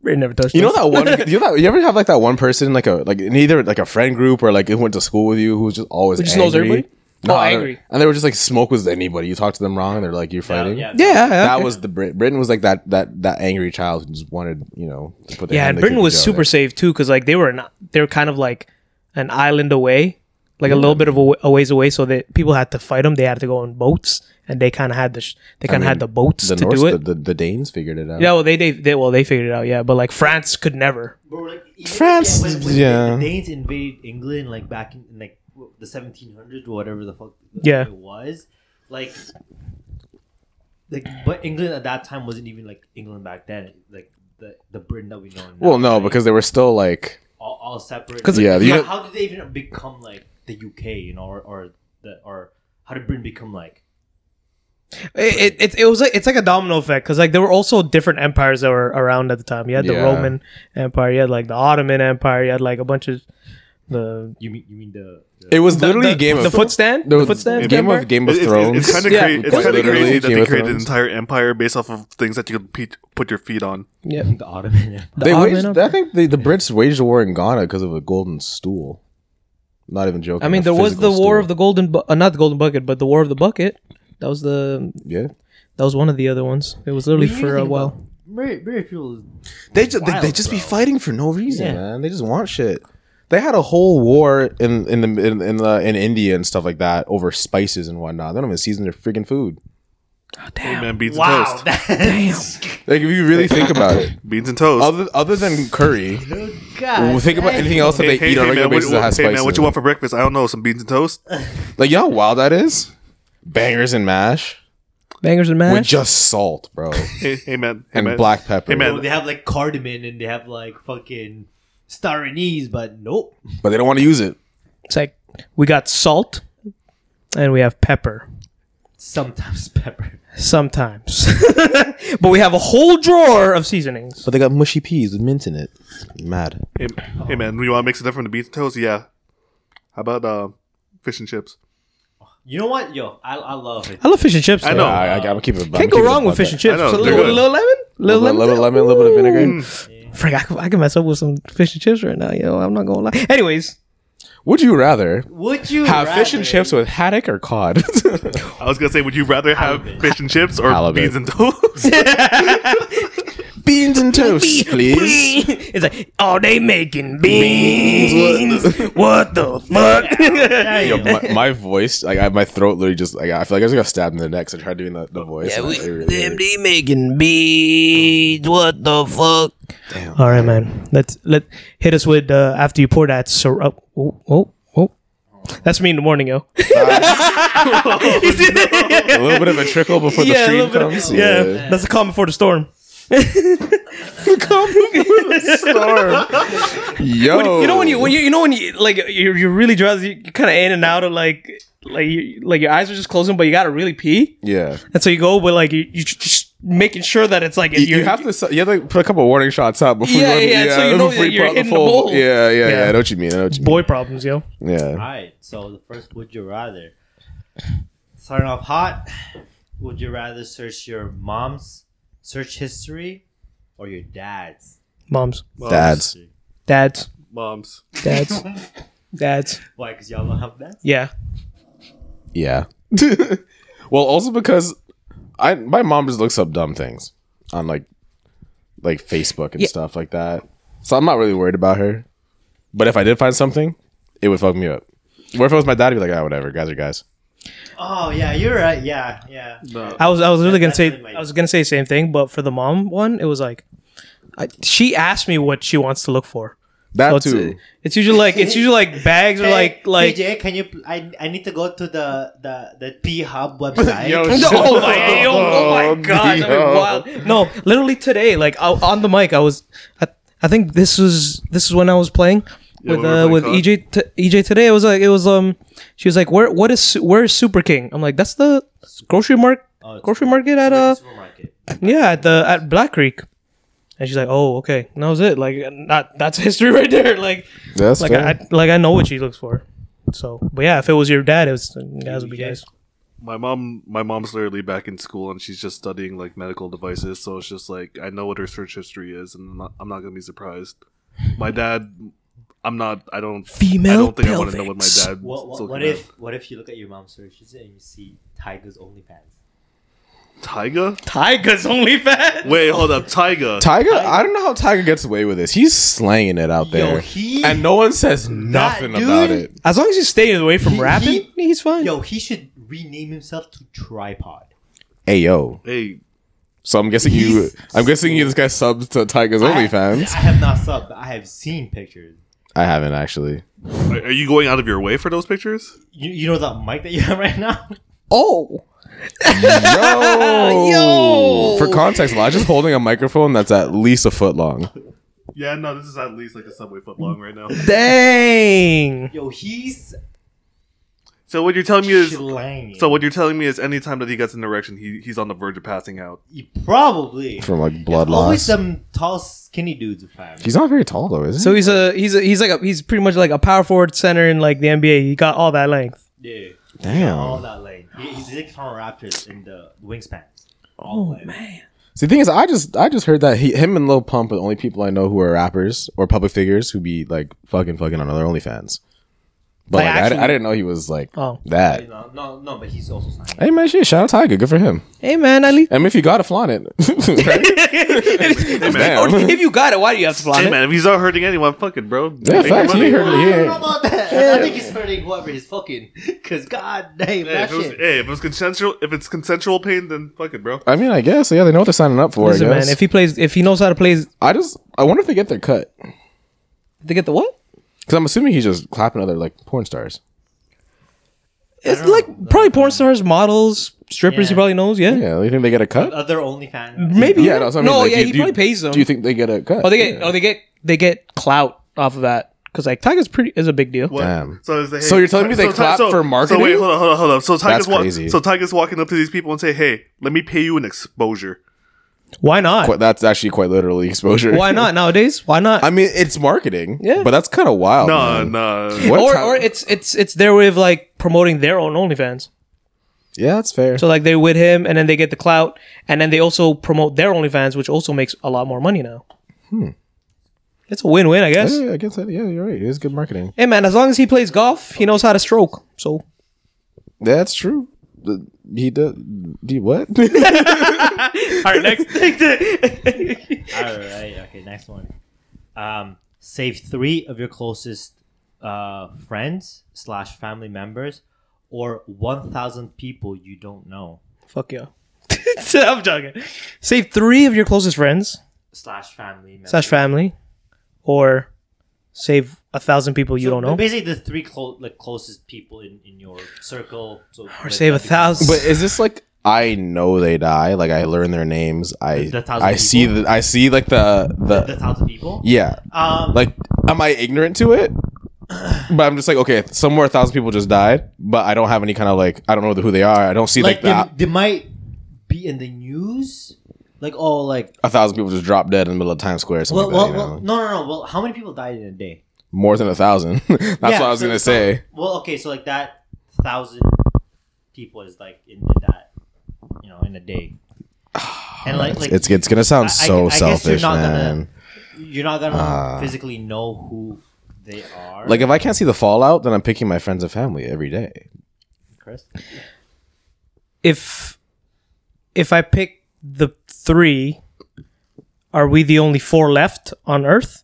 Speaker 2: Britain never touched.
Speaker 1: You know
Speaker 2: us."
Speaker 1: that one? You know that, you ever have like that one person, like a like in either like a friend group or like who went to school with you, who's just always
Speaker 2: just
Speaker 1: angry.
Speaker 2: knows everybody?
Speaker 1: No,
Speaker 2: Oh,
Speaker 1: and-
Speaker 2: angry.
Speaker 1: And they were just like smoke was anybody. You talk to them wrong, they're like you're fighting.
Speaker 3: Yeah,
Speaker 2: Yeah. yeah,
Speaker 1: That
Speaker 2: okay.
Speaker 1: was the Brit- Britain was like that that that angry child who just wanted you know to put their
Speaker 2: Yeah,
Speaker 1: hand
Speaker 2: and
Speaker 1: in the
Speaker 2: Britain
Speaker 1: cookie
Speaker 2: was
Speaker 1: jar
Speaker 2: super safe too because like they were not, they were kind of like an island away, like a little bit of a, wa- a ways away. So that people had to fight them. They had to go on boats, and they kind of had the sh- they kind of had the boats
Speaker 1: there. the
Speaker 2: to
Speaker 1: Norse
Speaker 2: do it.
Speaker 1: The, the, the Danes figured it out.
Speaker 2: yeah, well they, they they well they figured it out. Yeah, but like France could never.
Speaker 3: Bro, like, even-
Speaker 1: France,
Speaker 3: yeah, when- when
Speaker 1: yeah.
Speaker 3: The Danes invaded England like back in like w- the 1700s or whatever the fuck
Speaker 2: Yeah.
Speaker 3: it was. Like, like, but England at that time wasn't even like England back then. Like the the Britain that we know. Now,
Speaker 1: Well, no,
Speaker 3: right?
Speaker 1: because they were still like
Speaker 3: all, all separate.
Speaker 2: 'Cause,
Speaker 1: Yeah, the
Speaker 3: Like,
Speaker 1: Uni-
Speaker 3: how did they even become like the UK? You know, or, or the or how did Britain become like?
Speaker 2: It, it, it was like it's like a domino effect because like there were also different empires that were around at the time. You had the
Speaker 1: Yeah.
Speaker 2: Roman Empire, you had like the Ottoman Empire, you had like a bunch of the
Speaker 3: You mean you mean the, the
Speaker 1: it was
Speaker 2: the-
Speaker 1: literally
Speaker 2: the,
Speaker 1: a game
Speaker 2: the
Speaker 1: of
Speaker 2: footstand,
Speaker 1: there
Speaker 2: the
Speaker 1: was
Speaker 2: footstand
Speaker 1: game
Speaker 2: empire?
Speaker 1: of Game of
Speaker 4: It's-
Speaker 1: Thrones.
Speaker 4: It's, kind of
Speaker 2: Yeah.
Speaker 4: crazy. It's
Speaker 1: Quite
Speaker 4: kind of
Speaker 1: literally,
Speaker 4: crazy that
Speaker 1: Game
Speaker 4: they
Speaker 1: of
Speaker 4: created an
Speaker 1: Thrones.
Speaker 4: entire empire based off of things that you could pe- put your feet on.
Speaker 2: yeah.
Speaker 3: the Ottoman? Empire?
Speaker 2: The
Speaker 1: They
Speaker 2: Ottoman
Speaker 1: waged,
Speaker 2: Empire.
Speaker 1: I think the, the Brits waged a war in Ghana because of a golden stool. Not even joking.
Speaker 2: I mean,
Speaker 1: a
Speaker 2: there was the
Speaker 1: physical
Speaker 2: War
Speaker 1: stool.
Speaker 2: of the Golden, bu- uh, not the Golden Bucket, but the War of the Bucket. That was the
Speaker 1: yeah.
Speaker 2: that was one of the other ones. It was literally
Speaker 3: What do you
Speaker 2: for a
Speaker 3: think
Speaker 2: while.
Speaker 3: about- very, very few.
Speaker 1: They just they, they
Speaker 3: Wild,
Speaker 1: just be
Speaker 3: bro.
Speaker 1: fighting for no reason,
Speaker 3: Yeah.
Speaker 1: man. They just want shit. They had a whole war in in the in, in the in India and stuff like that over spices and whatnot. They don't even season their freaking food.
Speaker 4: Oh, Man, beans and toast.
Speaker 3: Damn.
Speaker 1: Like if you really think about it,
Speaker 4: beans and toast.
Speaker 1: other other than curry,
Speaker 3: God.
Speaker 1: well, think about anything else that they eat on a regular
Speaker 4: man,
Speaker 1: basis
Speaker 4: what,
Speaker 1: that has
Speaker 4: hey
Speaker 1: spices.
Speaker 4: man, what you want for breakfast? I don't know. Some beans and toast.
Speaker 1: Like you know how wild that is. Bangers and mash
Speaker 2: Bangers and
Speaker 1: with
Speaker 2: mash.
Speaker 1: just salt, bro,
Speaker 4: Hey, hey man. Hey,
Speaker 1: and
Speaker 4: man.
Speaker 1: black pepper.
Speaker 4: Hey, man.
Speaker 3: They have like cardamom and they have like fucking star anise, but nope.
Speaker 1: But they don't want to use it.
Speaker 2: It's like we got salt and we have pepper
Speaker 3: Sometimes pepper.
Speaker 2: sometimes, but we have a whole drawer of seasonings.
Speaker 1: But they got mushy peas with mint in it. Mad.
Speaker 4: Hey, hey, man. You want to mix it up from the beans and toast? Yeah. How about uh, fish and chips?
Speaker 3: You know what, yo? I, I love it.
Speaker 2: I love fish and chips.
Speaker 4: I
Speaker 2: though.
Speaker 4: know.
Speaker 1: I, I, I'm gonna keep it.
Speaker 2: Can't go wrong with fish and chips.
Speaker 4: I know,
Speaker 2: So a
Speaker 4: they're
Speaker 2: little,
Speaker 4: good.
Speaker 2: little lemon,
Speaker 1: A
Speaker 2: little,
Speaker 1: little,
Speaker 2: lemon,
Speaker 1: little lemon, a little bit of vinegar.
Speaker 2: Frank, I, could- I can mess up with some fish and chips right now. Yo, I'm not gonna lie. Anyways,
Speaker 1: Would you rather
Speaker 3: Would you
Speaker 1: have fish and
Speaker 3: rather-
Speaker 1: chips with haddock or cod?
Speaker 4: I was gonna say, would you rather have fish and chips or
Speaker 1: I love
Speaker 4: beans
Speaker 1: it.
Speaker 4: and toast?
Speaker 1: Beans and toast, please.
Speaker 2: it's like, oh, they making beans. What the fuck?
Speaker 1: Yo, my, my voice, like I, my throat, literally just like I feel like I just got stabbed in the neck. So I tried doing the, the voice. and it really hurt.
Speaker 2: they making beans. What the fuck? All right, man. Let's let hit us with uh, after you pour that syrup. Oh, oh, oh. That's me in the morning, yo. You see that?
Speaker 1: a little bit of a trickle before
Speaker 2: yeah,
Speaker 1: the
Speaker 2: a
Speaker 1: stream
Speaker 2: little bit of-
Speaker 1: comes.
Speaker 2: yeah, that's the calm before the storm. calm before the
Speaker 1: Yo,
Speaker 2: you know when you when you you know when you like you're you're really drowsy, you're kind of in and out of like like you, like your eyes are just closing, but you gotta really pee,
Speaker 1: yeah.
Speaker 2: and so you go, but like you you just making sure that it's like
Speaker 1: You, you have to s- you have to put a couple warning shots up before
Speaker 2: Yeah,
Speaker 1: you
Speaker 2: yeah, so you know
Speaker 1: before
Speaker 2: that you're
Speaker 1: put out
Speaker 2: hitting the bowl.
Speaker 1: Yeah, yeah, yeah,
Speaker 2: Yeah.
Speaker 1: I know what you mean. I know what you
Speaker 2: boy problems, yo.
Speaker 1: mean. Yeah.
Speaker 3: All right. So the first, would you rather? Starting off hot. Would you rather search your mom's search history or your dad's?
Speaker 2: Moms,
Speaker 1: Dads.
Speaker 2: dads,
Speaker 4: Moms.
Speaker 2: dads, dads.
Speaker 3: Why? Because y'all don't have dads.
Speaker 2: Yeah,
Speaker 1: Yeah. well, also because I my mom just looks up dumb things on like like Facebook and
Speaker 2: Yeah.
Speaker 1: stuff like that. So I'm not really worried about her. But if I did find something, it would fuck me up. Where if it was my dad, I'd be like, ah, whatever, guys are guys.
Speaker 3: Oh yeah, you're right. Yeah, yeah.
Speaker 4: No.
Speaker 2: I was I was really gonna
Speaker 3: that's
Speaker 2: say
Speaker 3: really my-
Speaker 2: I was gonna say the same thing, but for the mom one, it was like, I, she asked me what she wants to look for. So
Speaker 1: That
Speaker 2: it's,
Speaker 1: too.
Speaker 2: it's usually like it's usually like bags or
Speaker 3: Hey,
Speaker 2: like like
Speaker 3: TJ, can you? I, I need to go to the the the P Hub website.
Speaker 2: No, oh my, yo, oh my god, that'd be
Speaker 1: yo.
Speaker 2: wild. No, literally today, like I, on the mic, I was, I, I think this was this is when I was playing with
Speaker 4: when we were
Speaker 2: uh, with
Speaker 4: playing
Speaker 2: EJ t- EJ today. It was like it was um, she was like, where what is Su- where is Super King? I'm like, that's the grocery mark
Speaker 3: it's-
Speaker 2: grocery market at uh
Speaker 3: supermarket.
Speaker 2: yeah at the at Black Creek. And she's like, "Oh, okay, and that was it. Like, not that's history right there. Like,
Speaker 1: That's
Speaker 2: like
Speaker 1: fair.
Speaker 2: I, I- like I know what she looks for. So, but yeah, if it was your dad, it was guys would be
Speaker 3: EJ.
Speaker 2: guys.
Speaker 4: My mom. My mom's literally back in school and she's just studying like medical devices. So it's just like I know what her search history is, and I'm not, I'm not gonna be surprised. My
Speaker 1: Hmm.
Speaker 4: dad. I'm not. I don't. I
Speaker 2: Female
Speaker 4: don't think I want to know what my
Speaker 2: pelvics.
Speaker 4: dad.
Speaker 3: What, what, what if what if you look at your mom's searches and you see Tiger's OnlyFans?
Speaker 4: Tyga?
Speaker 2: Tiger's only fat.
Speaker 4: Wait, hold up, Tyga.
Speaker 1: Tiger, I don't know how Tiger gets away with this. He's slaying it out there,
Speaker 3: Yo, he-
Speaker 1: and no one says nothing
Speaker 3: dude-
Speaker 1: about it.
Speaker 2: As long as you stay away from
Speaker 3: He-
Speaker 2: rapping,
Speaker 3: he-
Speaker 2: he's fine.
Speaker 3: Yo, he should rename himself to Tripod.
Speaker 1: Ayo.
Speaker 4: Hey,
Speaker 1: So I'm guessing you.
Speaker 3: He's-
Speaker 1: I'm guessing you. This guy subbed to Tiger's OnlyFans.
Speaker 3: I, I have not subbed. but I have seen pictures.
Speaker 1: I haven't actually.
Speaker 4: are, are you going out of your way for those pictures?
Speaker 3: You, you know that mic that you have right now?
Speaker 2: Oh,
Speaker 1: Yo!
Speaker 2: Yo!
Speaker 1: For context, Elijah's holding a microphone that's at least a foot long.
Speaker 4: Yeah, no, this is at least like a subway foot long right now.
Speaker 2: dang!
Speaker 3: Yo, he's
Speaker 4: So what you're telling me is,
Speaker 3: slanging.
Speaker 4: so what you're telling me is, anytime that he gets an erection, he he's on the verge of passing out.
Speaker 3: He probably
Speaker 1: From like blood
Speaker 3: always
Speaker 1: loss.
Speaker 3: some tall, skinny dudes. Apparently.
Speaker 1: He's not very tall though, is he?
Speaker 2: So he's a he's a, he's like a, he's pretty much like a power forward center in like the NBA. He got all that length.
Speaker 3: Yeah. All
Speaker 1: Damn.
Speaker 3: that lane. He, he's like from Raptors in the wingspans. Oh man.
Speaker 1: See, the thing is, I just I just heard that he, him and Lil Pump are the only people I know who are rappers or public figures who be like fucking fucking on other OnlyFans. But like,
Speaker 2: Like,
Speaker 1: I-
Speaker 2: actually-
Speaker 1: I, didn't know he was like
Speaker 2: Oh.
Speaker 1: that.
Speaker 3: No, no, no, but he's also signed.
Speaker 1: Hey man, shit! Shout out Tiger, good for him.
Speaker 2: Hey man, I leave.
Speaker 1: I mean, if you got to flaunt it, Damn.
Speaker 2: Or if you got it, why do you have to fly
Speaker 4: Hey
Speaker 2: it?
Speaker 4: man, if he's not hurting anyone, fucking bro.
Speaker 1: yeah,
Speaker 4: Make your
Speaker 1: facts. He
Speaker 4: money.
Speaker 1: heard, he ain't-
Speaker 3: about that. I think he's hurting whoever he's fucking. Cause god damn,
Speaker 4: Hey, if it was, hey, if it was consensual, if it's consensual pain, then fuck it, bro.
Speaker 1: I mean, I guess yeah, they know what they're signing up for.
Speaker 2: Listen,
Speaker 1: I guess.
Speaker 2: man, if he plays, if he knows how to play, his-
Speaker 1: I just, I wonder if they get their cut
Speaker 2: they get the what?
Speaker 1: because I'm assuming he's just clapping other like porn stars.
Speaker 2: It's like probably porn stars, models, strippers. He
Speaker 3: Yeah.
Speaker 2: probably knows. Yeah.
Speaker 1: Yeah, you think they get a cut?
Speaker 3: Other OnlyFans.
Speaker 2: Maybe.
Speaker 1: Yeah, that's what I mean.
Speaker 2: no,
Speaker 1: Like,
Speaker 2: yeah,
Speaker 1: do you-
Speaker 2: he
Speaker 1: do you-
Speaker 2: probably pays them.
Speaker 1: Do you think they get a cut?
Speaker 2: oh, they get.
Speaker 1: Yeah.
Speaker 2: Oh, they get. They get clout off of that because like Tiger's pretty is a big deal.
Speaker 4: What?
Speaker 1: Damn.
Speaker 4: So, is the, hey,
Speaker 1: So you're telling me they
Speaker 4: Ti-
Speaker 1: clap for marketing?
Speaker 4: So wait, hold on, hold on, hold on. So Tiger's
Speaker 1: That's
Speaker 4: walk,
Speaker 1: crazy.
Speaker 4: so Tiger's walking up to these people and say, "Hey, let me pay you an exposure."
Speaker 2: Why not?
Speaker 1: Quite- that's actually quite literally exposure.
Speaker 2: Why not nowadays? Why not?
Speaker 1: I mean, it's marketing.
Speaker 2: Yeah.
Speaker 1: but that's kind of wild.
Speaker 4: No,
Speaker 1: man.
Speaker 4: no.
Speaker 1: What
Speaker 2: or
Speaker 1: time-
Speaker 2: or it's it's it's their way of like promoting their own OnlyFans.
Speaker 1: yeah, that's fair.
Speaker 2: So like they with him, and then they get the clout, and then they also promote their OnlyFans, which also makes a lot more money now. Hmm. It's a win-win, I guess.
Speaker 1: yeah, I guess that, yeah, you're right. It is good marketing.
Speaker 2: Hey man, as long as he plays golf, he knows how to stroke. So
Speaker 1: That's true. The- He does. He what?
Speaker 2: all right, next.
Speaker 3: All right. Okay. Next one. Um, save three of your closest uh, friends slash family members, or one thousand people you don't know
Speaker 2: Fuck yeah. I'm joking. Save three of your closest friends
Speaker 3: slash family members.
Speaker 2: slash family, or save a thousand people you
Speaker 3: So
Speaker 2: don't know,
Speaker 3: Basically, the three clo- like closest people in, in your circle. So
Speaker 2: or save a thousand.
Speaker 1: but is this like? I know they die. Like I learn their names. I
Speaker 3: The thousand
Speaker 1: I see
Speaker 3: people?
Speaker 1: the I see like the
Speaker 3: The
Speaker 1: the
Speaker 3: thousand people.
Speaker 1: yeah.
Speaker 3: Um,
Speaker 1: Like am I ignorant to it? But I'm just like okay, somewhere a thousand people just died, but I don't have any kind of like I don't know who they are. I don't see like,
Speaker 3: like
Speaker 1: that
Speaker 3: they, they might be in the news. Like oh, like
Speaker 1: a thousand people just dropped dead in the middle of Times Square. Or something
Speaker 3: well,
Speaker 1: like
Speaker 3: well,
Speaker 1: that, you
Speaker 3: well,
Speaker 1: know?
Speaker 3: no, no, no. Well, how many people died in a day?
Speaker 1: More than a thousand. That's what I was
Speaker 3: so-
Speaker 1: gonna
Speaker 3: so-
Speaker 1: say.
Speaker 3: Well, okay, so like that thousand people is like in that, you know, in a day, and like, like
Speaker 1: it's it's gonna sound
Speaker 3: I- I-
Speaker 1: so
Speaker 3: I guess you're
Speaker 1: selfish,
Speaker 3: not gonna-
Speaker 1: man.
Speaker 3: you're not gonna
Speaker 1: Ah.
Speaker 3: physically know who they are.
Speaker 1: Like if I can't see the fallout, then I'm picking my friends and family every day.
Speaker 3: Chris,
Speaker 2: if if I pick the three, are we the only four left on Earth?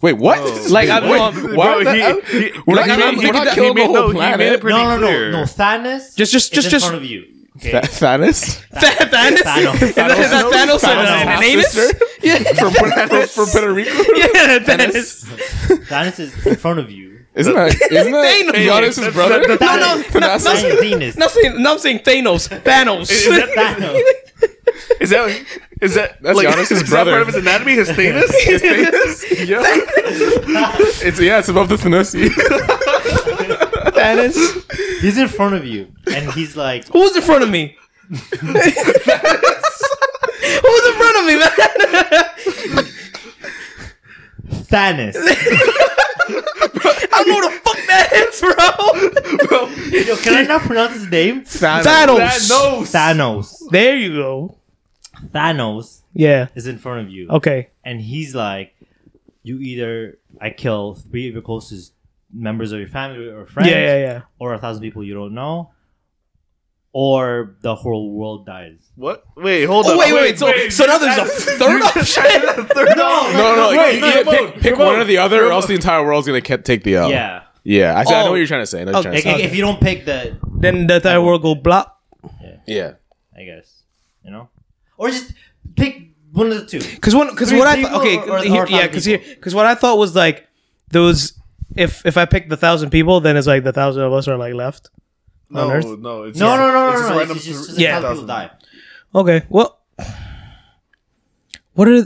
Speaker 1: Wait, what?
Speaker 2: Like, I'm-
Speaker 1: Wait,
Speaker 2: I'm-
Speaker 1: why?
Speaker 4: Bro, he-
Speaker 1: the-
Speaker 4: he-
Speaker 1: we're
Speaker 4: like,
Speaker 1: not,
Speaker 4: he-
Speaker 1: we're
Speaker 4: he-
Speaker 1: not
Speaker 4: he
Speaker 1: killing the
Speaker 4: made-
Speaker 1: whole
Speaker 4: no, he made
Speaker 1: planet.
Speaker 4: it pretty-
Speaker 3: no, no, no,
Speaker 4: clear.
Speaker 3: no, Thanos.
Speaker 2: Just- just-
Speaker 3: is
Speaker 2: just-
Speaker 3: in
Speaker 2: just-
Speaker 3: front of you.
Speaker 1: Tha-
Speaker 3: Okay.
Speaker 1: Thanos
Speaker 2: Thanos?
Speaker 3: Thanos.
Speaker 2: Is that- is that Thanos? and an anus? Yeah.
Speaker 1: from, from, from Puerto Rico.
Speaker 2: yeah, Thanos.
Speaker 3: Thanos is in front of you.
Speaker 1: Isn't that isn't that
Speaker 2: Thanos.
Speaker 1: Giannis's brother?
Speaker 2: No, no, no, no,
Speaker 1: Thanos.
Speaker 2: no,
Speaker 3: Thanos.
Speaker 2: no, I'm saying, no, I'm saying Thanos. Thanos.
Speaker 3: Thanos.
Speaker 4: Is that is that
Speaker 1: That's
Speaker 4: like,
Speaker 1: Giannis's
Speaker 4: is
Speaker 1: brother.
Speaker 4: That part of his anatomy, his penis. His penis?
Speaker 1: Yeah. it's yeah, it's above the Thanossi.
Speaker 2: Thanos.
Speaker 3: He's in front of you, and he's like,
Speaker 2: Who was in front of me? Who was in front of me, man?
Speaker 3: Thanos.
Speaker 2: I don't know who the fuck that is, bro.
Speaker 3: Yo, can I not pronounce his name?
Speaker 1: Thanos.
Speaker 3: Thanos.
Speaker 2: There you go.
Speaker 3: Thanos
Speaker 2: Yeah.
Speaker 3: is in front of you,
Speaker 2: Okay.
Speaker 3: and he's like, "You either I kill three of your closest members of your family or friends,
Speaker 2: Yeah, yeah, yeah.
Speaker 3: or a thousand people you don't know, or the whole world dies."
Speaker 4: What? Wait, hold
Speaker 2: Oh,
Speaker 4: on.
Speaker 2: wait, wait, wait. So, so now there's a third option.
Speaker 4: no,
Speaker 1: No, no,
Speaker 4: no,
Speaker 1: you- you
Speaker 4: no,
Speaker 1: pick, pick one or the other, or else the entire world's gonna ke- take the L.
Speaker 3: Yeah,
Speaker 1: yeah. I, see- I know
Speaker 2: Oh.
Speaker 1: what you're trying to say. I know what you're
Speaker 3: like,
Speaker 1: trying to
Speaker 3: if you don't pick the,
Speaker 2: Then the entire world go block.
Speaker 1: say. Yeah.
Speaker 3: I guess you know, or just pick one of the two.
Speaker 2: Because one, because
Speaker 3: Three
Speaker 2: what I thought,
Speaker 3: people
Speaker 2: okay,
Speaker 3: or- or
Speaker 2: here- yeah,
Speaker 3: thousand
Speaker 2: because here,
Speaker 3: people?
Speaker 2: because what I thought was like there was if if I picked the thousand people, then it's like the thousand of us are like left. on
Speaker 4: No,
Speaker 2: Earth?
Speaker 4: no, it's
Speaker 3: No, no,
Speaker 4: just-
Speaker 3: no,
Speaker 4: it's
Speaker 3: no,
Speaker 4: just
Speaker 3: no.
Speaker 4: random
Speaker 3: It's just,
Speaker 4: thr-
Speaker 3: just
Speaker 2: Yeah.
Speaker 3: how people die.
Speaker 2: Okay, well, what are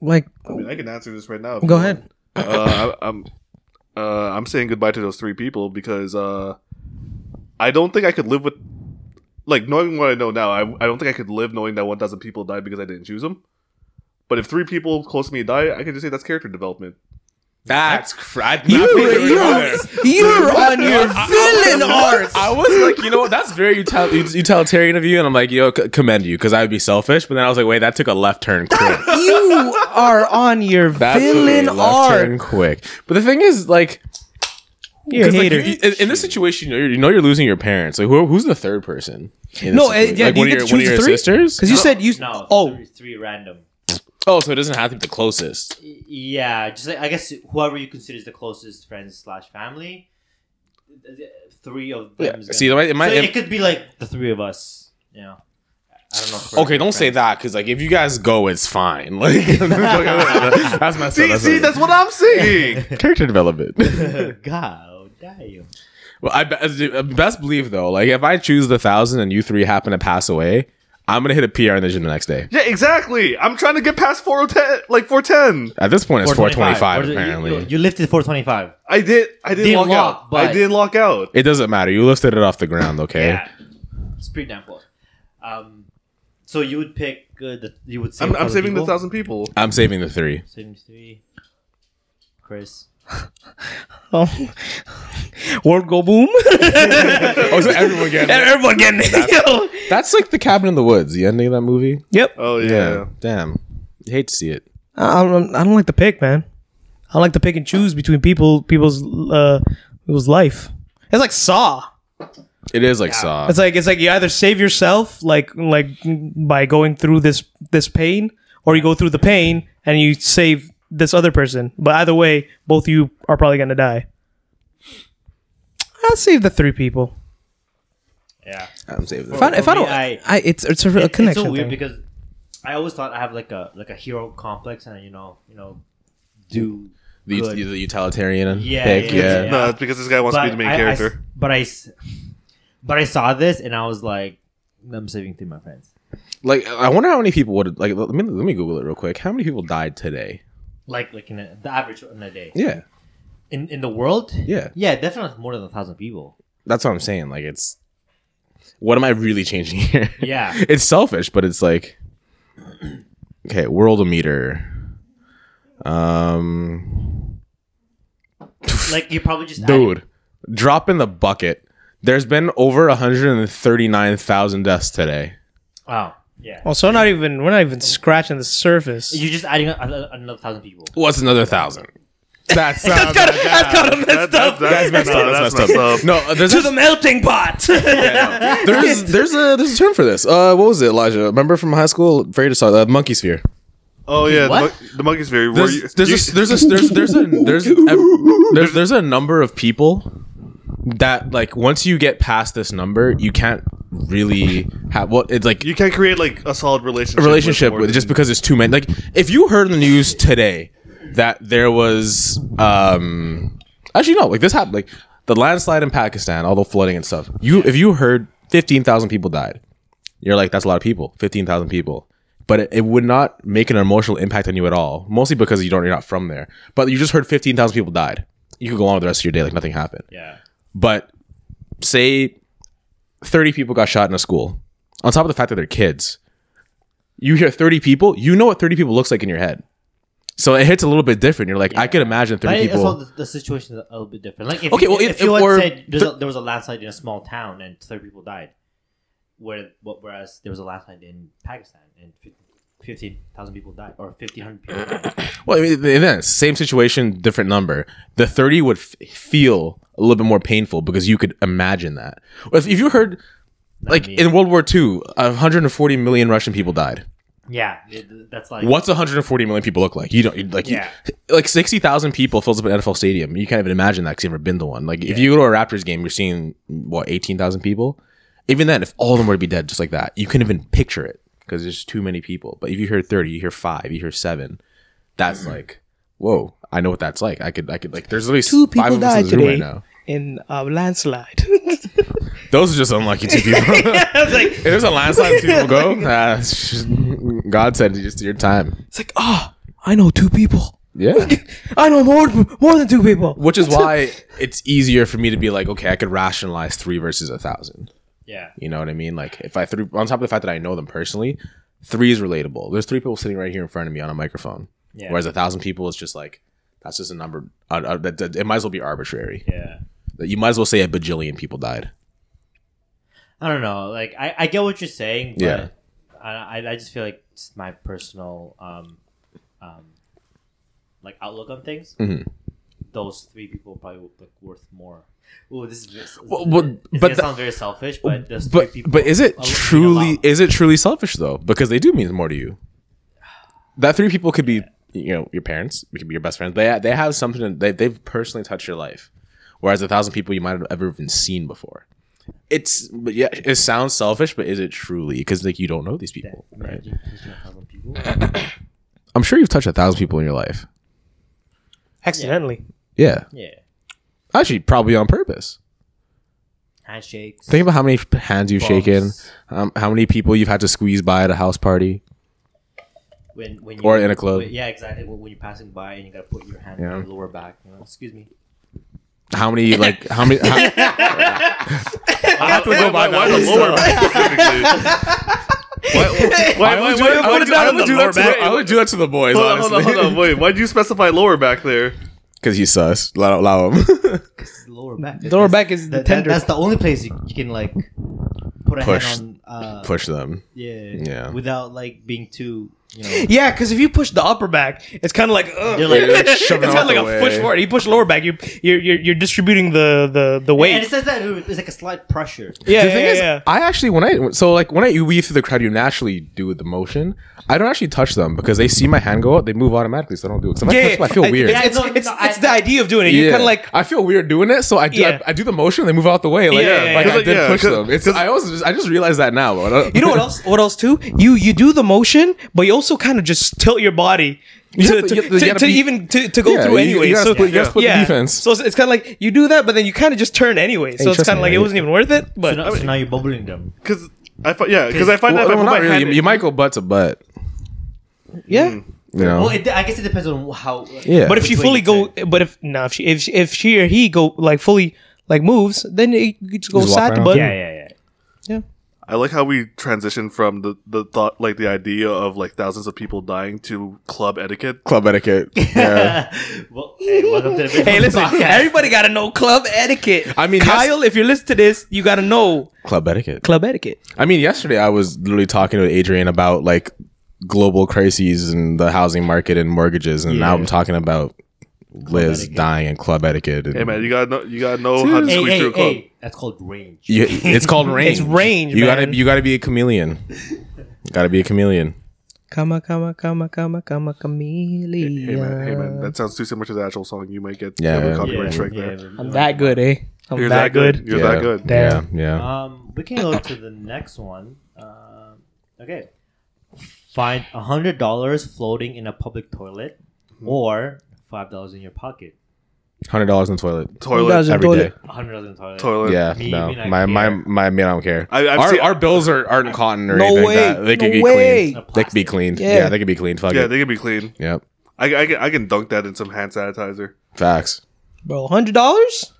Speaker 2: like?
Speaker 4: I mean, I can answer this right now. if
Speaker 2: Go
Speaker 4: you
Speaker 2: ahead.
Speaker 4: want. Uh, I, I'm, uh, I'm saying goodbye to those three people because uh, I don't think I could live with, like, knowing what I know now. I, I don't think I could live knowing that 1,000 people died because I didn't choose them. But if three people close to me die, I can just say that's character development.
Speaker 1: That's crap.
Speaker 2: You you you're on your villain art.
Speaker 1: I was like, you know what? That's very util- ut- utilitarian of you. And I'm like, yo, c- commend you because I would be selfish. But then I was like, wait, that took a left turn quick.
Speaker 2: You are on your
Speaker 1: That took a
Speaker 2: villain
Speaker 1: left
Speaker 2: art.
Speaker 1: turn quick. But the thing is, like,
Speaker 2: You're a
Speaker 1: 'Cause, like,
Speaker 2: hater.
Speaker 1: you- in, in this situation, you know, you're, you know you're losing your parents. Like, who, who's the third person? in this
Speaker 2: No, uh,
Speaker 1: situation?
Speaker 2: yeah,
Speaker 1: like
Speaker 2: do you
Speaker 1: one of
Speaker 2: get
Speaker 1: your,
Speaker 2: to
Speaker 1: one of
Speaker 2: choose
Speaker 1: your
Speaker 2: three?
Speaker 1: sisters.
Speaker 2: Because you said you.
Speaker 3: No,
Speaker 2: oh,
Speaker 3: three, three random.
Speaker 1: Oh, so it doesn't have to be the closest.
Speaker 3: Y- Yeah, just like I guess whoever you consider is the closest friends slash family. th- th- Three of them.
Speaker 1: Yeah.
Speaker 3: is
Speaker 1: See, it
Speaker 3: gonna-
Speaker 1: might. It might
Speaker 3: so
Speaker 1: it-
Speaker 3: it could be like the three of us. You know, I don't know. if we're
Speaker 1: okay, don't say
Speaker 3: friends.
Speaker 1: that because like if you guys go, it's fine. Like that's my
Speaker 4: See, see, that's what I'm saying.
Speaker 1: character development.
Speaker 3: God damn.
Speaker 1: well, I be- uh, best believe though, like if I choose the thousand and you three happen to pass away, I'm gonna hit a PR in the gym the next day.
Speaker 4: yeah, exactly. I'm trying to get past 410, like 410.
Speaker 1: At this point, it's four
Speaker 3: 425.
Speaker 1: twenty-five.
Speaker 3: Or the-
Speaker 1: Apparently,
Speaker 3: You, you lifted 425.
Speaker 4: I did. I didn't,
Speaker 3: Didn't
Speaker 4: lock,
Speaker 3: lock,
Speaker 4: out.
Speaker 3: but-
Speaker 4: I didn't lock out.
Speaker 1: it doesn't matter. You lifted it off the ground. Okay.
Speaker 3: Yeah. It's pretty damn close. Um, so you would pick uh, the. You would save
Speaker 4: I'm, I'm
Speaker 3: 1,000
Speaker 4: saving the
Speaker 3: people?
Speaker 4: thousand people.
Speaker 1: I'm saving the three.
Speaker 3: Saving three. Chris.
Speaker 2: oh. world go boom.
Speaker 1: Oh, so everyone gets it.
Speaker 2: Everyone getting it. Yo.
Speaker 1: That's like the cabin in the woods. The ending of that movie.
Speaker 2: Yep.
Speaker 4: Oh yeah.
Speaker 1: Damn. You hate to see it.
Speaker 2: I, I don't I don't like to pick, man. I like to pick and choose between people, people's, uh, people's life. It's like Saw.
Speaker 1: It is like Saw.
Speaker 2: It's like it's like you either save yourself, like like by going through this this pain, or you go through the pain and you save this other person. But either way, both you are probably gonna die. I'll save the three people.
Speaker 3: Yeah.
Speaker 1: I'm saving.
Speaker 2: If I, if I don't,
Speaker 3: For me,
Speaker 2: I, it's it's a, real connection
Speaker 3: It's so weird
Speaker 2: thing.
Speaker 3: because I always thought I have like a like a hero complex and you know you know do
Speaker 1: The,
Speaker 3: good.
Speaker 1: the utilitarian
Speaker 3: Yeah,
Speaker 1: pick.
Speaker 3: yeah,
Speaker 1: Yeah.
Speaker 3: yeah.
Speaker 4: No, that's because this guy wants to be the main
Speaker 3: I, I s-
Speaker 4: character.
Speaker 3: but I s- but I saw this and I was like I'm saving three of my friends
Speaker 1: Like, I wonder how many people would like. Let me let me Google it real quick. How many people died today?
Speaker 3: like like in a, the average in a day
Speaker 1: Yeah,
Speaker 3: in in the world
Speaker 1: Yeah.
Speaker 3: yeah definitely more than a thousand people
Speaker 1: that's what I'm saying. Like, it's what am I really changing here?
Speaker 3: Yeah.
Speaker 1: it's selfish, but it's like okay, worldometer. Um,
Speaker 3: like you probably just
Speaker 1: dude, drop in the bucket. There's been over 139,000 deaths today.
Speaker 3: wow oh, yeah
Speaker 2: Well, so not even we're not even scratching the surface.
Speaker 3: you're just adding a, a, another thousand people
Speaker 1: What's another thousand? That's uh, that's
Speaker 2: got that's got messed up
Speaker 4: That's messed up. That's messed up.
Speaker 1: No, uh, there's
Speaker 2: to the melting pot.
Speaker 1: there's there's a there's a term for this. Uh, what was it, Elijah? Remember from high school? Afraid of saw the monkey sphere.
Speaker 4: Oh yeah, the,
Speaker 3: What?
Speaker 4: mon- the monkey's very. were you-
Speaker 1: There's there's a, there's a, there's there's a there's a, there's there's a number of people that like once you get past this number, you can't really have what it's like
Speaker 4: you can't create like a solid relationship.
Speaker 1: a relationship
Speaker 4: more
Speaker 1: with
Speaker 4: than-
Speaker 1: just because it's too many. Like if you heard in the news today that there was um actually no, like this happened like the landslide in Pakistan, all the flooding and stuff. You if you heard 15,000 people died. You're like that's a lot of people, 15,000 people. But it, it would not make an emotional impact on you at all, mostly because you don't you're not from there. But you just heard 15,000 people died. You could go on with the rest of your day like nothing happened.
Speaker 3: yeah
Speaker 1: But say 30 people got shot in a school, on top of the fact that they're kids, you hear 30 people, you know what 30 people looks like in your head. So it hits a little bit different. You're like, I could imagine 30
Speaker 3: But
Speaker 1: people.
Speaker 3: also the, the situation is a little bit different. Like if
Speaker 1: Okay,
Speaker 3: you,
Speaker 1: well,
Speaker 3: if,
Speaker 1: if-
Speaker 3: you
Speaker 1: if-
Speaker 3: had
Speaker 1: or
Speaker 3: said there's a, there was a landslide in a small town and thirty people died, where what- whereas there was a landslide in Pakistan and fifteen thousand people died or fifteen hundred people. died.
Speaker 1: well, I mean, then same situation, different number. The 30 would f- feel a little bit more painful because you could imagine that. Or If, if you heard, like
Speaker 3: me.
Speaker 1: in World War II, 140 million Russian people died.
Speaker 3: Yeah, it- that's like
Speaker 1: What's 140 million people look like? You don't you, like
Speaker 3: Yeah.
Speaker 1: you, like 60,000 people fills up an NFL stadium. You can't even imagine that because you've never been to one. Like if you go to a Raptors game, you're seeing what 18,000 people. Even then, if all of them were to be dead just like that, you couldn't even picture it because there's too many people. But if you hear 30, you hear five, you hear seven, that's like whoa. I know what that's like. I could I could like there's at least
Speaker 2: Two
Speaker 1: five
Speaker 2: people
Speaker 1: of us in
Speaker 2: died
Speaker 1: this room
Speaker 2: today
Speaker 1: right now.
Speaker 2: in a landslide.
Speaker 1: Those are just unlucky two people.
Speaker 2: I was like,
Speaker 1: if there's a landslide, two people go. Ah, it's just- God said it's just your time.
Speaker 2: It's like, ah, I know two people.
Speaker 1: Yeah.
Speaker 2: I know more more than two people.
Speaker 1: Which is why it's easier for me to be like, okay, I could rationalize three versus a thousand.
Speaker 3: yeah.
Speaker 1: You know what I mean? Like if I three on top of the fact that I know them personally, three is relatable. There's three people sitting right here in front of me on a microphone.
Speaker 3: Yeah.
Speaker 1: Whereas a thousand people is just like that's just a number. Uh, uh, that, that- it might as well be arbitrary.
Speaker 3: Yeah,
Speaker 1: You might as well say a bajillion people died.
Speaker 3: I don't know. Like I, I get what you're saying. But
Speaker 1: Yeah.
Speaker 3: I, I I just feel like it's my personal um um like outlook on things.
Speaker 1: Mhm.
Speaker 3: those three people probably would like worth more. Ooh, this is. This,
Speaker 1: Well, but-
Speaker 3: it's
Speaker 1: but
Speaker 3: gonna
Speaker 1: the-
Speaker 3: sound very selfish, but those three
Speaker 1: But
Speaker 3: people.
Speaker 1: but is it
Speaker 3: are worth a
Speaker 1: truly
Speaker 3: lot.
Speaker 1: is it truly selfish though? Because they do mean more to you. That three people could be you know your parents, it could be your best friends. They they have something they they've personally touched your life, whereas a thousand people you might have ever even seen before. It's but yeah, it sounds selfish, but is it truly? Because like you don't know these people, right?
Speaker 3: Imagine touching a thousand people.
Speaker 1: I'm sure you've touched a thousand people in your life.
Speaker 2: accidentally.
Speaker 1: Yeah,
Speaker 3: Yeah,
Speaker 1: actually, probably on purpose.
Speaker 3: handshakes.
Speaker 1: Think about how many hands you've shaken,
Speaker 3: bumps.
Speaker 1: um, how many people you've had to squeeze by at a house party.
Speaker 3: when when you,
Speaker 1: Or in a club.
Speaker 3: when- yeah, exactly. When, when you're passing by and you gotta put your hand
Speaker 1: Yeah.
Speaker 3: on your lower back. You know, excuse me.
Speaker 1: How many like how many? How,
Speaker 4: I have to go by why the lower back specifically? Why, why, why, why, why,
Speaker 1: would
Speaker 4: would you
Speaker 1: I
Speaker 4: add
Speaker 1: would
Speaker 4: the
Speaker 1: do
Speaker 4: lower
Speaker 1: that to the- I
Speaker 4: back?
Speaker 1: would do that to the boys,
Speaker 4: Hold on, hold on, hold on,
Speaker 1: honestly.
Speaker 4: wait. Why'd you specify lower back there?
Speaker 1: Because he's sus. Allow, allow him.
Speaker 3: It's the lower back.
Speaker 2: The lower back is
Speaker 3: That-
Speaker 2: the
Speaker 3: that-
Speaker 2: tender.
Speaker 3: that's the only place you, you can like put a
Speaker 1: Push.
Speaker 3: hand on. Uh,
Speaker 1: Push them.
Speaker 3: Yeah.
Speaker 1: Yeah.
Speaker 3: Without like being too. You know,
Speaker 2: yeah, because if you push the upper back, it's kind of like ugh.
Speaker 3: You're like, you're
Speaker 1: shoving
Speaker 2: it's
Speaker 1: it
Speaker 2: kind
Speaker 1: out
Speaker 2: of like
Speaker 1: the
Speaker 2: a
Speaker 1: way.
Speaker 2: push forward. You push lower back, you're you're you're, you're distributing the the the
Speaker 3: And it
Speaker 2: weight.
Speaker 3: says that it's like a slight pressure.
Speaker 2: Yeah,
Speaker 1: the
Speaker 2: yeah,
Speaker 1: thing
Speaker 2: yeah,
Speaker 1: is,
Speaker 2: yeah.
Speaker 1: I actually when I so like when I weave through the crowd, you naturally do the motion. I don't actually touch them because they see my hand go up, they move automatically, so I don't do it. So if I touch them, I feel
Speaker 2: It-
Speaker 1: weird.
Speaker 2: It's, it's,
Speaker 3: Yeah, no,
Speaker 2: it's-
Speaker 3: no,
Speaker 2: it's
Speaker 3: I-
Speaker 2: the idea of doing it. You're
Speaker 1: Yeah.
Speaker 2: kind of like
Speaker 1: I feel weird doing it, so I do
Speaker 2: Yeah.
Speaker 1: I, I do the motion, they move out the way. Like,
Speaker 2: Yeah, yeah,
Speaker 1: like
Speaker 2: yeah.
Speaker 1: I did
Speaker 4: Yeah,
Speaker 1: push
Speaker 4: 'cause-
Speaker 1: them. It's I also just I just realized that now. but I don't-
Speaker 2: you know what else? What else too? You you do the motion, but you also kind of just tilt your body to,
Speaker 1: have to-
Speaker 2: to,
Speaker 1: you have to- you
Speaker 2: to-
Speaker 1: gotta
Speaker 2: to
Speaker 1: be-
Speaker 2: even to, to go
Speaker 1: Yeah,
Speaker 2: through
Speaker 1: you- you
Speaker 2: anyway.
Speaker 1: gotta
Speaker 2: so
Speaker 1: split- you gotta split the defense.
Speaker 2: So it's, it's kind of like you do that, but then you kind of just turn anyway. So it's
Speaker 1: trust
Speaker 2: kind
Speaker 1: me,
Speaker 2: of like it
Speaker 1: I-
Speaker 2: wasn't even worth it. But
Speaker 3: So now, so now you're bubbling them.
Speaker 4: Because I fi- yeah, because I find
Speaker 1: Well,
Speaker 4: that if I
Speaker 1: well,
Speaker 4: put my
Speaker 1: not really.
Speaker 4: hand,
Speaker 1: You, you might go butt to butt.
Speaker 2: yeah.
Speaker 3: mm.
Speaker 1: You know?
Speaker 3: Well, it, I guess it depends on how.
Speaker 1: Oh.
Speaker 3: uh,
Speaker 1: Yeah.
Speaker 2: But if she
Speaker 3: Which way
Speaker 2: fully
Speaker 3: you
Speaker 2: go, but if no, if she if she, if she or he go like fully like moves, then it you just go
Speaker 1: Just walk
Speaker 2: side to
Speaker 1: around.
Speaker 2: butt.
Speaker 3: Yeah, yeah, yeah.
Speaker 4: I like how we transition from the, the thought, like the idea of like thousands of people dying to club etiquette.
Speaker 1: Club etiquette. Yeah.
Speaker 3: Well, hey, welcome to the
Speaker 2: Hey, listen, everybody gotta know club etiquette.
Speaker 1: I mean, yes-
Speaker 2: Kyle, if you're listening to this, you gotta know
Speaker 1: Club etiquette.
Speaker 2: club etiquette.
Speaker 1: I mean, yesterday I was literally talking to Adrian about like global crises and the housing market and mortgages, and now I'm talking about Liz
Speaker 3: etiquette.
Speaker 1: dying and club etiquette. And
Speaker 4: Hey man, you gotta know, you gotta know how to
Speaker 3: Hey,
Speaker 4: squeeze
Speaker 3: hey,
Speaker 4: through a club.
Speaker 3: hey, that's called range.
Speaker 1: You- it's called range.
Speaker 2: It's range,
Speaker 1: You
Speaker 2: man.
Speaker 1: gotta you gotta be a chameleon. gotta be a chameleon.
Speaker 2: Kama kama kama kama kama
Speaker 4: Hey man, hey man,
Speaker 2: chameleon.
Speaker 4: that sounds too similar to the actual song. You might get
Speaker 1: Yeah,
Speaker 4: get a
Speaker 1: yeah.
Speaker 4: copyright
Speaker 3: Yeah,
Speaker 4: strike
Speaker 3: yeah,
Speaker 4: there.
Speaker 2: I'm that good, eh? I'm
Speaker 4: You're
Speaker 2: that, good.
Speaker 4: You're
Speaker 1: yeah.
Speaker 4: that good.
Speaker 2: Damn. Uh,
Speaker 1: Yeah, yeah.
Speaker 3: Um, we can go to the next one. Um, okay, find a hundred dollars floating in a public toilet, or five dollars in your pocket.
Speaker 1: Hundred dollars in the toilet
Speaker 4: Toilet,
Speaker 2: Doesn't-
Speaker 1: every
Speaker 2: toilet.
Speaker 1: day.
Speaker 3: A hundred dollars in the toilet.
Speaker 4: toilet.
Speaker 1: Yeah,
Speaker 3: Me,
Speaker 1: no,
Speaker 3: me not
Speaker 1: my, my
Speaker 3: care.
Speaker 1: my man, I don't care.
Speaker 4: I, I've
Speaker 1: our
Speaker 4: seen,
Speaker 1: our bills are aren't cotton or
Speaker 2: No
Speaker 1: anything
Speaker 2: way.
Speaker 1: like that. They could
Speaker 2: No
Speaker 1: be
Speaker 2: way.
Speaker 1: cleaned. They could be cleaned. Yeah,
Speaker 2: Yeah.
Speaker 1: they could be cleaned. Fuck
Speaker 4: yeah,
Speaker 1: it.
Speaker 4: they can be clean.
Speaker 1: yep.
Speaker 4: I, I, can, I can dunk that in some hand sanitizer.
Speaker 1: Facts.
Speaker 2: Bro, hundred dollars?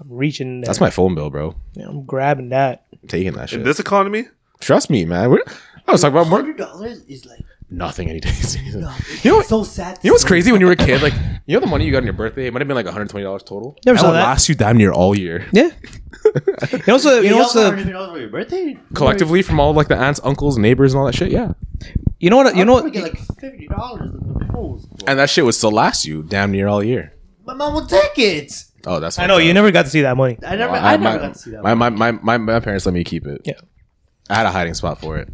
Speaker 2: I'm reaching in there.
Speaker 1: That's my phone bill, bro.
Speaker 2: Yeah, I'm grabbing that.
Speaker 1: I'm taking that shit.
Speaker 4: In this economy,
Speaker 1: Trust me, man. We're, I was talking about more
Speaker 3: Hundred dollars is like
Speaker 1: nothing any day. you know, what,
Speaker 3: so sad.
Speaker 1: you know what's crazy when you were a kid? Like, you know the money you got on your birthday? It might have been like $120 total.
Speaker 2: Never saw
Speaker 1: would
Speaker 2: that.
Speaker 1: last you damn near all year.
Speaker 2: Yeah. and also, you
Speaker 3: You
Speaker 2: know,
Speaker 3: also
Speaker 2: also,
Speaker 3: hundred dollars for your birthday.
Speaker 1: Collectively from all like the aunts, uncles, neighbors, and all that shit. Yeah.
Speaker 2: you know what? You know
Speaker 3: I
Speaker 2: what?
Speaker 3: get like fifty dollars in the polls.
Speaker 1: And that shit would still last you damn near all year.
Speaker 3: My mom will take it.
Speaker 1: Oh, that's
Speaker 2: I know you never got to see that money.
Speaker 3: I never, I,
Speaker 1: I,
Speaker 3: never
Speaker 1: my,
Speaker 3: got to see that.
Speaker 1: my,
Speaker 3: one.
Speaker 1: my, my, my, my parents let me keep it.
Speaker 2: Yeah.
Speaker 1: I had a hiding spot for it.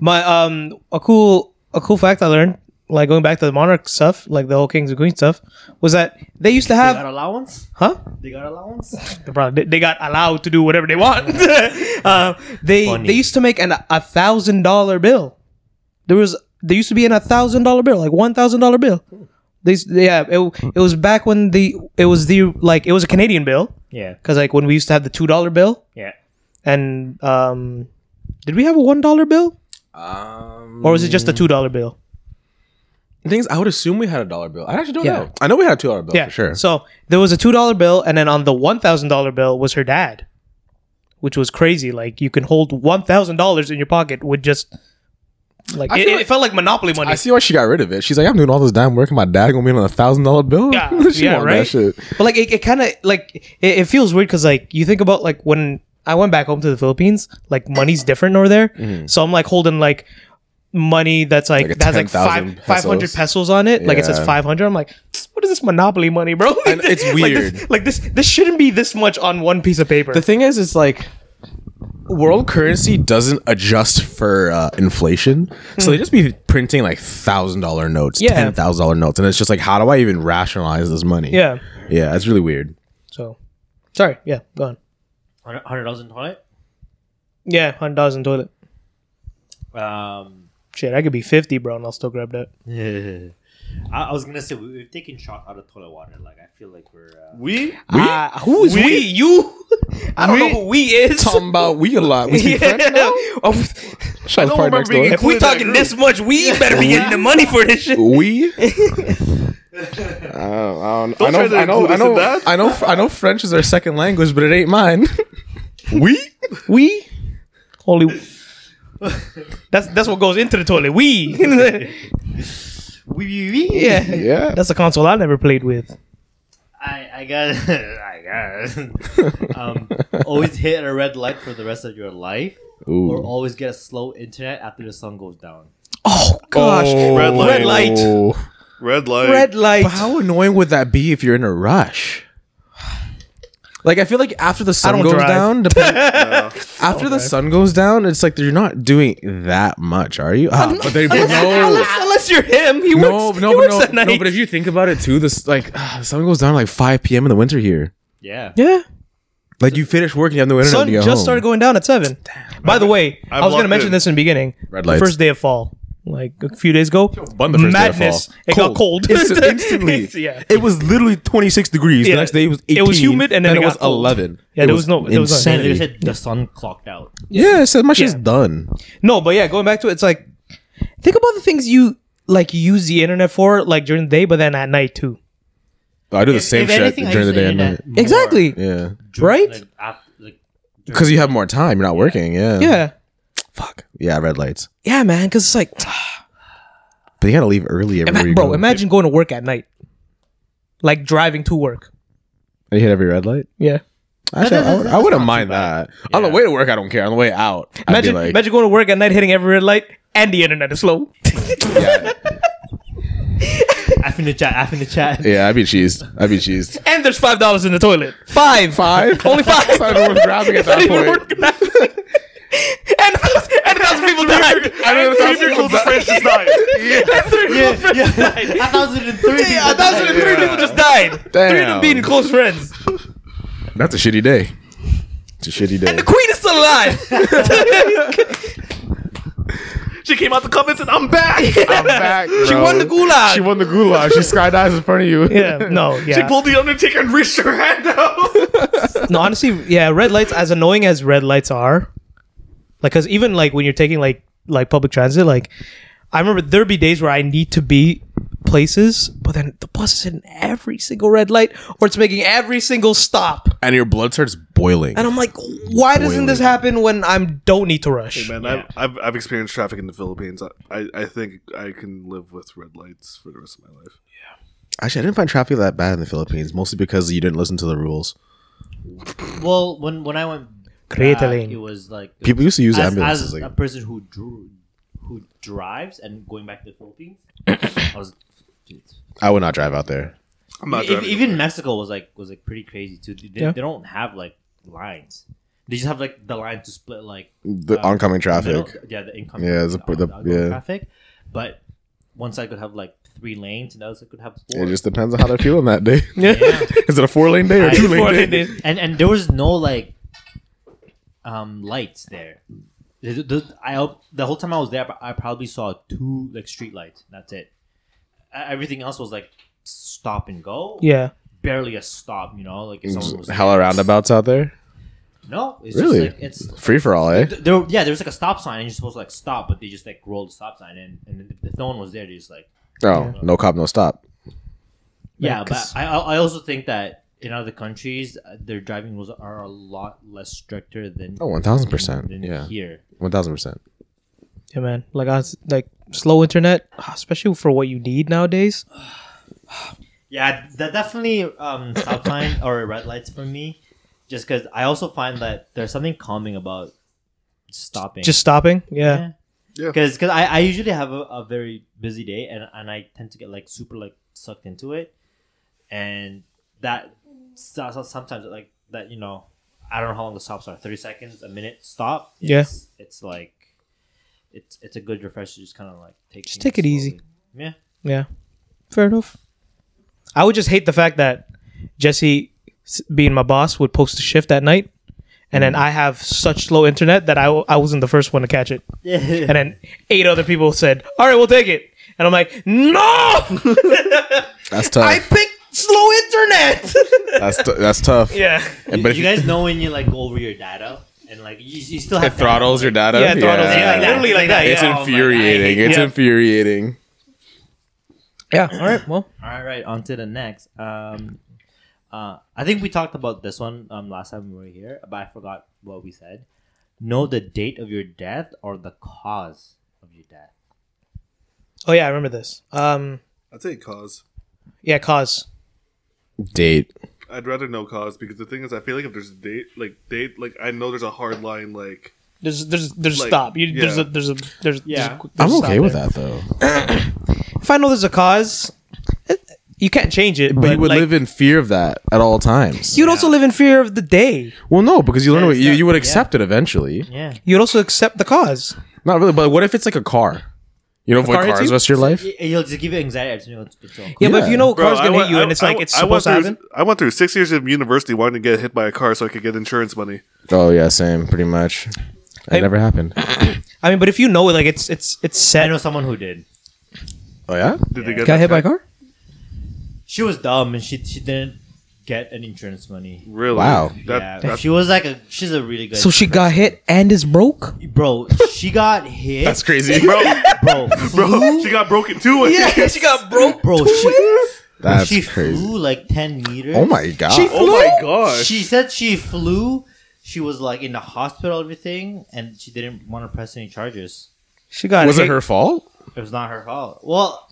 Speaker 2: My um, a cool a cool fact I learned, like going back to the monarch stuff, like the whole kings and queens stuff, was that they used to
Speaker 3: They
Speaker 2: have,
Speaker 3: got allowance.
Speaker 2: huh?
Speaker 3: They got allowance.
Speaker 2: They probably- they- they got allowed to do whatever they want. uh, they
Speaker 3: Funny.
Speaker 2: they used to make an a thousand dollar bill. There was there used to be an a thousand dollar bill, like one thousand dollar bill. These yeah, it, it was back when the it was the like it was a Canadian bill
Speaker 3: yeah,
Speaker 2: because like when we used to have the two dollar bill
Speaker 3: yeah.
Speaker 2: and um, did we have a one dollar bill
Speaker 1: Um,
Speaker 2: or was it just a two dollar bill?
Speaker 1: things I would assume we had a dollar bill. I actually don't
Speaker 2: Yeah.
Speaker 1: know. I know we had a two dollar bill
Speaker 2: Yeah,
Speaker 1: for sure.
Speaker 2: So there was a two dollar bill, and then on the one thousand dollar bill was her dad, which was crazy. Like you can hold one thousand dollars in your pocket with just like
Speaker 1: I
Speaker 2: it,
Speaker 1: feel
Speaker 2: it felt like Monopoly money.
Speaker 1: I see why she got rid of it. She's like, I'm doing all this damn work, and my dad gonna be on a thousand dollar bill.
Speaker 2: Yeah,
Speaker 1: she
Speaker 2: yeah,
Speaker 1: want that
Speaker 2: right?
Speaker 1: shit.
Speaker 2: But like it, it kind of like it, it feels weird because like you think about like when I went back home to the Philippines, like money's different over there. So I'm like holding like money that's like,
Speaker 1: Mm-hmm. Like a
Speaker 2: that's like
Speaker 1: 10,000
Speaker 2: five five hundred
Speaker 1: pesos.
Speaker 2: pesos on it. Like it says
Speaker 1: Yeah.
Speaker 2: five hundred. I'm like, what is this monopoly money, bro?
Speaker 1: And it's
Speaker 2: Like this-
Speaker 1: weird.
Speaker 2: Like this, this, shouldn't be this much on one piece of paper.
Speaker 1: The thing is, it's like world currency doesn't adjust for uh, inflation, so
Speaker 4: Hmm.
Speaker 1: they just be printing like thousand dollar notes,
Speaker 2: Yeah.
Speaker 1: ten thousand dollar notes, and it's just like, how do I even rationalize this money?
Speaker 2: yeah.
Speaker 1: yeah, it's really weird.
Speaker 2: So, sorry. Yeah, go on.
Speaker 3: hundred dollars in toilet.
Speaker 2: Yeah, hundred dollars in toilet.
Speaker 3: Um,
Speaker 2: Shit, I could be fifty, bro, and I'll still grab that.
Speaker 3: I, I was gonna say we, we've taken shot out of toilet water. Like I feel like we're. Uh,
Speaker 4: We
Speaker 1: We
Speaker 2: Uh, who is we?
Speaker 4: We-
Speaker 2: You? I don't know who we is.
Speaker 1: talking about we a lot. We
Speaker 2: Yeah.
Speaker 1: speak French now.
Speaker 2: Oh,
Speaker 1: Sean's
Speaker 4: don't
Speaker 1: part
Speaker 4: remember
Speaker 1: next
Speaker 4: being
Speaker 1: door.
Speaker 2: if we
Speaker 4: Include that
Speaker 2: talking
Speaker 4: group.
Speaker 2: this much, we better be getting the money for this shit.
Speaker 1: We. I don't, I don't, I
Speaker 4: Don't
Speaker 1: know. I
Speaker 4: try to
Speaker 1: know.
Speaker 4: include
Speaker 1: I
Speaker 4: us in
Speaker 1: know,
Speaker 4: that.
Speaker 1: I know. I know. French is our second language, but it ain't mine. we.
Speaker 2: We holy. That's that's what goes into the toilet. We
Speaker 3: we, we, we.
Speaker 2: yeah
Speaker 1: Yeah.
Speaker 2: That's a console I never played with.
Speaker 3: I, I got. I got. um, always hit a red light for the rest of your life, or
Speaker 1: Ooh.
Speaker 3: always get a slow internet after the sun goes down.
Speaker 2: Oh gosh,
Speaker 4: red light.
Speaker 2: Red light.
Speaker 4: red light.
Speaker 2: Red light.
Speaker 1: But how annoying would that be if you're in a rush? Like I feel like after the sun
Speaker 2: don't
Speaker 1: goes
Speaker 2: drive.
Speaker 1: down, depend-
Speaker 4: Yeah.
Speaker 1: after the sun goes down, it's like you're not doing that much, are you? Ah, but they, no,
Speaker 2: Unless, unless you're him, he
Speaker 1: no,
Speaker 2: works.
Speaker 1: no,
Speaker 2: he
Speaker 1: but
Speaker 2: works
Speaker 1: no,
Speaker 2: at night.
Speaker 1: no. But if you think about it too, this like ah, the sun goes down at like 5 p.m. in the winter here.
Speaker 3: Yeah.
Speaker 2: yeah,
Speaker 1: Like you finish work, you have no internet.
Speaker 2: sun
Speaker 1: to get
Speaker 2: just
Speaker 1: home.
Speaker 2: started going down at seven. By the way, i
Speaker 4: I'm
Speaker 2: was gonna
Speaker 4: locked
Speaker 2: mention
Speaker 4: in.
Speaker 2: this in the beginning.
Speaker 1: Red
Speaker 2: The
Speaker 1: lights.
Speaker 2: First day of fall, like a few days ago.
Speaker 1: Bun the first day to
Speaker 2: madness.
Speaker 1: fall.
Speaker 2: It got cold
Speaker 1: Instant- instantly.
Speaker 2: yeah.
Speaker 1: It was literally 26 degrees.
Speaker 2: Yeah.
Speaker 1: The next day it was 18.
Speaker 2: It was humid and then it
Speaker 1: it was
Speaker 2: got cold.
Speaker 1: 11.
Speaker 2: Yeah,
Speaker 1: It
Speaker 2: there was no- there was no-
Speaker 3: And they
Speaker 1: insanity.
Speaker 3: said the sun clocked out.
Speaker 1: Yeah, so much is
Speaker 2: Yeah.
Speaker 1: done.
Speaker 2: No, but yeah, going back to it, it's like think about the things you like use the internet for, like during the day, but then at night too.
Speaker 1: I do the same
Speaker 3: If
Speaker 1: shit
Speaker 3: anything, I
Speaker 1: during the
Speaker 3: use
Speaker 1: day and night.
Speaker 3: internet more
Speaker 2: Exactly.
Speaker 1: Yeah.
Speaker 3: during-
Speaker 2: Right?
Speaker 3: like, after- like, during-
Speaker 1: Because you have more time. You're not working. Yeah.
Speaker 2: Yeah.
Speaker 1: Fuck. Yeah, red lights.
Speaker 2: Yeah, man. Because it's like,
Speaker 1: But you gotta leave early everywhere
Speaker 2: ima-
Speaker 1: you
Speaker 2: bro,
Speaker 1: go.
Speaker 2: imagine going to work at night, like driving to work.
Speaker 1: you hit every red light.
Speaker 2: Yeah.
Speaker 1: Actually,
Speaker 3: that-
Speaker 1: I, would-
Speaker 3: that's
Speaker 1: I wouldn't
Speaker 3: not
Speaker 1: mind
Speaker 3: too bad.
Speaker 1: that. On the
Speaker 3: Yeah.
Speaker 1: way to work, I don't care. On the way out, I'd be
Speaker 2: Imagine,
Speaker 1: like-
Speaker 2: imagine going to work at night, hitting every red light, and the internet is slow.
Speaker 1: Yeah,
Speaker 3: F in the chat. F in the chat.
Speaker 1: yeah, I'd be cheesed. I'd be cheesed.
Speaker 2: and there's five dollars in the toilet. Five.
Speaker 1: Five.
Speaker 2: Only five.
Speaker 1: It's not even worth grabbing at
Speaker 2: Not
Speaker 1: that
Speaker 2: even
Speaker 1: point.
Speaker 2: worth grabbing. and and a thousand people died.
Speaker 1: I don't know.
Speaker 4: Three people just finished this night.
Speaker 2: And three people
Speaker 3: Yeah, yeah.
Speaker 2: died.
Speaker 3: A thousand and three.
Speaker 2: Yeah, a thousand and three people just died. Three of them
Speaker 1: Damn.
Speaker 2: being close friends.
Speaker 1: That's a shitty day. It's a shitty day.
Speaker 2: And the queen is still alive.
Speaker 4: She came out the comments and I'm back.
Speaker 1: I'm back,
Speaker 2: she
Speaker 1: bro.
Speaker 2: won the gulag.
Speaker 1: She won the goulash. She skydives in front of you.
Speaker 2: yeah, no, yeah.
Speaker 4: She pulled the Undertaker and reached her hand out.
Speaker 2: no, honestly, yeah, red lights, as annoying as red lights are, like, cause even like when you're taking like like public transit, like, I remember there'd be days where I need to be places, but then the bus is in every single red light, or it's making every single stop,
Speaker 1: And your blood starts boiling.
Speaker 2: and I'm like, why doesn't this
Speaker 1: Boiling.
Speaker 2: happen when I don't need to rush?
Speaker 4: Man, I've, I've I've experienced traffic in the Philippines. I, I I think I can live with red lights for the rest of my life.
Speaker 1: Actually, I didn't find traffic that bad in the Philippines, mostly because you didn't listen to the rules.
Speaker 3: Well, when when I went,
Speaker 2: Create a
Speaker 3: back,
Speaker 2: lane.
Speaker 3: It was like
Speaker 1: People used to use
Speaker 3: as,
Speaker 1: ambulances.
Speaker 3: as
Speaker 1: like,
Speaker 3: a person who drew, who drives and going back to the Philippines. I was. dude,
Speaker 1: I would not drive out there.
Speaker 4: I'm not
Speaker 3: ev-
Speaker 4: driving.
Speaker 3: even Mexico was like was like pretty crazy too. They,
Speaker 2: Yeah.
Speaker 3: they don't have like lines. They just have like the line to split like
Speaker 1: The
Speaker 3: Uh,
Speaker 1: oncoming
Speaker 3: middle-
Speaker 1: traffic.
Speaker 3: yeah, the incoming.
Speaker 1: Yeah, it's a-
Speaker 3: the,
Speaker 1: the-
Speaker 3: outgoing
Speaker 1: yeah.
Speaker 3: traffic. But one side could have like three lanes, and the other side could have four.
Speaker 1: It just depends on how they're feeling that day.
Speaker 3: yeah.
Speaker 1: Is it a four lane day or
Speaker 3: I-
Speaker 1: two
Speaker 2: Before they
Speaker 1: lane day?
Speaker 2: did.
Speaker 3: and and there was no like um lights there. The, the- I hope- the whole time I was there, I probably saw two like street lights. That's it. E- Everything else was like stop and go.
Speaker 2: Yeah.
Speaker 3: barely a stop. You know, like if someone was
Speaker 1: Hella roundabouts out there.
Speaker 3: no, it's
Speaker 1: Really?
Speaker 3: just like it's
Speaker 1: Free for all, eh?
Speaker 3: Th- there, yeah, there was like a stop sign, and you're supposed to like stop, but they just like rolled the stop sign, and and if no one was there, they just like
Speaker 1: Oh, no cop, no stop.
Speaker 3: yeah.
Speaker 2: Like,
Speaker 3: but
Speaker 2: 'cause-
Speaker 3: I I I also think that in other countries, uh, their driving rules are a lot less stricter than
Speaker 1: Oh, 1000%.
Speaker 3: than
Speaker 1: Yeah,
Speaker 3: here.
Speaker 1: 1000%.
Speaker 2: Yeah, man. Like, I was, like slow internet, especially for what you need nowadays.
Speaker 3: Yeah, that definitely um stop sign or red lights for me, just because I also find that there's something calming about stopping.
Speaker 2: Just stopping. Yeah.
Speaker 4: Yeah.
Speaker 3: because because I, I usually have a, a very busy day and and I tend to get like super like sucked into it, and that so- so- sometimes like that you know I don't know how long the stops are thirty seconds a minute stop
Speaker 2: Yeah.
Speaker 3: it's, it's like it's it's a good refresher just kind of like take
Speaker 2: Just
Speaker 3: things
Speaker 2: take it easy.
Speaker 3: slowly. yeah
Speaker 2: Yeah, fair enough. I would just hate the fact that Jesse, s- being my boss, would post a shift at night, and then I have such slow internet that I, w- I wasn't the first one to catch it, and then eight other people said, "All right, we'll take it," and I'm like, "No,
Speaker 1: That's
Speaker 2: I
Speaker 1: tough.
Speaker 2: picked slow internet."
Speaker 1: That's t- that's tough.
Speaker 2: yeah,
Speaker 1: And, but if
Speaker 3: you guys know when you like go over your data and like you, you still have
Speaker 1: it throttles your data.
Speaker 2: yeah, it throttles-
Speaker 3: Yeah,
Speaker 2: yeah,
Speaker 3: like that.
Speaker 2: literally like that.
Speaker 3: It's
Speaker 1: It's
Speaker 2: Yeah.
Speaker 3: in- Oh my God.
Speaker 1: infuriating. It's
Speaker 2: Yeah.
Speaker 1: infuriating.
Speaker 2: yeah. All right. Well,
Speaker 3: All right, on to the next. Um, uh, I think we talked about this one um, last time we were here, but I forgot what we said. Know the date of your death or the cause of your death.
Speaker 2: oh yeah, I remember this. Um,
Speaker 4: I'd say cause.
Speaker 2: yeah, cause.
Speaker 1: Date.
Speaker 4: I'd rather know cause because the thing is, I feel like if there's a date, like date, like I know there's a hard line. Like
Speaker 2: There's there's there's
Speaker 4: Like,
Speaker 2: stop. You, There's
Speaker 4: yeah.
Speaker 2: a there's a there's
Speaker 3: Yeah.
Speaker 2: there's a- there's
Speaker 1: I'm
Speaker 2: a
Speaker 1: okay
Speaker 2: stop
Speaker 1: with
Speaker 2: there.
Speaker 1: that though.
Speaker 2: If I know there's a cause, it- you can't change it. But,
Speaker 1: But you would
Speaker 2: like,
Speaker 1: live in fear of that at all times.
Speaker 2: You'd also live in fear of the day.
Speaker 1: well, no, because you learn what
Speaker 3: it's
Speaker 1: you,
Speaker 3: not-
Speaker 1: you would
Speaker 3: yeah.
Speaker 1: accept it eventually.
Speaker 3: Yeah.
Speaker 2: You'd also accept the cause.
Speaker 1: Not really, but what if it's like a car? You don't avoid
Speaker 2: car hits
Speaker 1: cars
Speaker 2: you?
Speaker 1: the rest of your life.
Speaker 3: It'll just give you anxiety. It's, you know, it's, it's all
Speaker 2: Yeah, but if
Speaker 1: Yeah.
Speaker 2: you know a car's
Speaker 4: I
Speaker 2: gonna
Speaker 4: went-
Speaker 2: hit you and it's like
Speaker 4: I-
Speaker 2: it's
Speaker 4: I went
Speaker 2: supposed to
Speaker 4: through-
Speaker 2: happen,
Speaker 4: I went through six years of university wanting to get hit by a car so I could get insurance money.
Speaker 1: Oh yeah, same, pretty much. It
Speaker 2: Hey.
Speaker 1: never happened.
Speaker 2: I mean, but if you know like it's it's it's
Speaker 3: I
Speaker 2: set.
Speaker 3: know someone who did.
Speaker 1: Oh yeah.
Speaker 4: Did they get
Speaker 2: Got
Speaker 4: that
Speaker 2: hit by a
Speaker 4: check?
Speaker 2: car?
Speaker 3: She was dumb and she she didn't get an insurance money.
Speaker 4: Really?
Speaker 1: Wow.
Speaker 4: That,
Speaker 3: yeah,
Speaker 4: that's-
Speaker 3: she was like a she's a really good.
Speaker 2: So she got hit and is broke.
Speaker 3: bro. She got hit.
Speaker 1: That's crazy,
Speaker 4: bro,
Speaker 3: bro.
Speaker 4: bro, she got broken too.
Speaker 2: she got broke.
Speaker 3: Bro, she,
Speaker 1: That's
Speaker 3: she
Speaker 1: crazy.
Speaker 3: flew like ten meters.
Speaker 1: Oh my god.
Speaker 2: She-
Speaker 4: Oh my gosh.
Speaker 3: She said she flew. She was like in the hospital, everything, and she didn't want to press any charges.
Speaker 2: She got
Speaker 1: was
Speaker 2: hit.
Speaker 1: it her fault?
Speaker 3: It was not her fault. Well,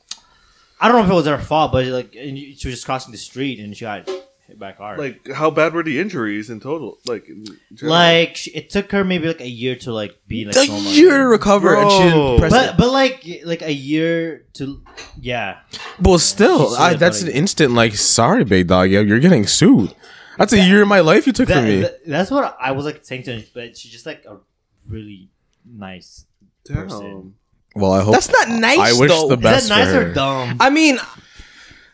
Speaker 3: I don't know if it was her fault, but like and you- she was just crossing the street and she got hit by a car.
Speaker 4: like, how bad were the injuries in total? Like, in general?
Speaker 3: like she, it took her maybe like a year to like be like
Speaker 1: A
Speaker 3: normal.
Speaker 1: year to recover, and she
Speaker 4: Bro.
Speaker 1: didn't press
Speaker 3: But but like like a year to yeah.
Speaker 1: it. Well, still,
Speaker 3: She
Speaker 1: I,
Speaker 3: said,
Speaker 1: that's an
Speaker 3: like-
Speaker 1: instant. Like, sorry, big dog, yo, you're getting sued. That's a year of my life you took
Speaker 3: That-
Speaker 1: from me.
Speaker 3: that- that's what I was like saying to her, but she's just like a really nice.
Speaker 4: damn.
Speaker 3: person.
Speaker 1: well, I hope
Speaker 2: That's not nice.
Speaker 1: I wish
Speaker 2: though.
Speaker 1: the best
Speaker 3: Is that nice
Speaker 1: for her.
Speaker 3: or dumb?
Speaker 2: I mean,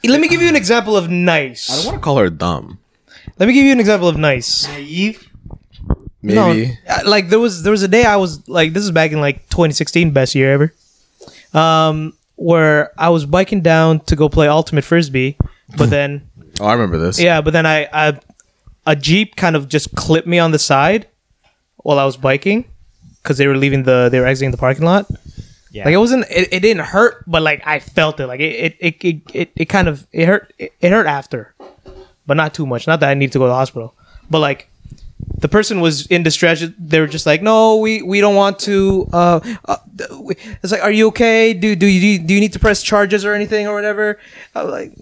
Speaker 2: let me give you an example of
Speaker 1: I
Speaker 2: nice.
Speaker 1: don't want to call her dumb.
Speaker 2: Let me give you an example of nice.
Speaker 3: Naive.
Speaker 1: Maybe.
Speaker 2: No, uh, like there was there was a day I was like this is back in like 2016, best year ever. Um, where I was biking down to go play ultimate frisbee, but then
Speaker 1: Oh, I remember this.
Speaker 2: yeah, but then I, I a jeep kind of just clipped me on the side while I was biking because they were leaving the they were exiting the parking lot.
Speaker 3: Yeah.
Speaker 2: Like it wasn't it, it didn't hurt, but like I felt it. Like it it it it, it, it kind of it hurt it, it hurt after. But not too much. Not that I need to go to the hospital. But like the person was in distress. They were just like, "No, we, we don't want to." Uh, uh, th- we- it's like, "Are you okay? Do do you do you need to press charges or anything or whatever?" I was like,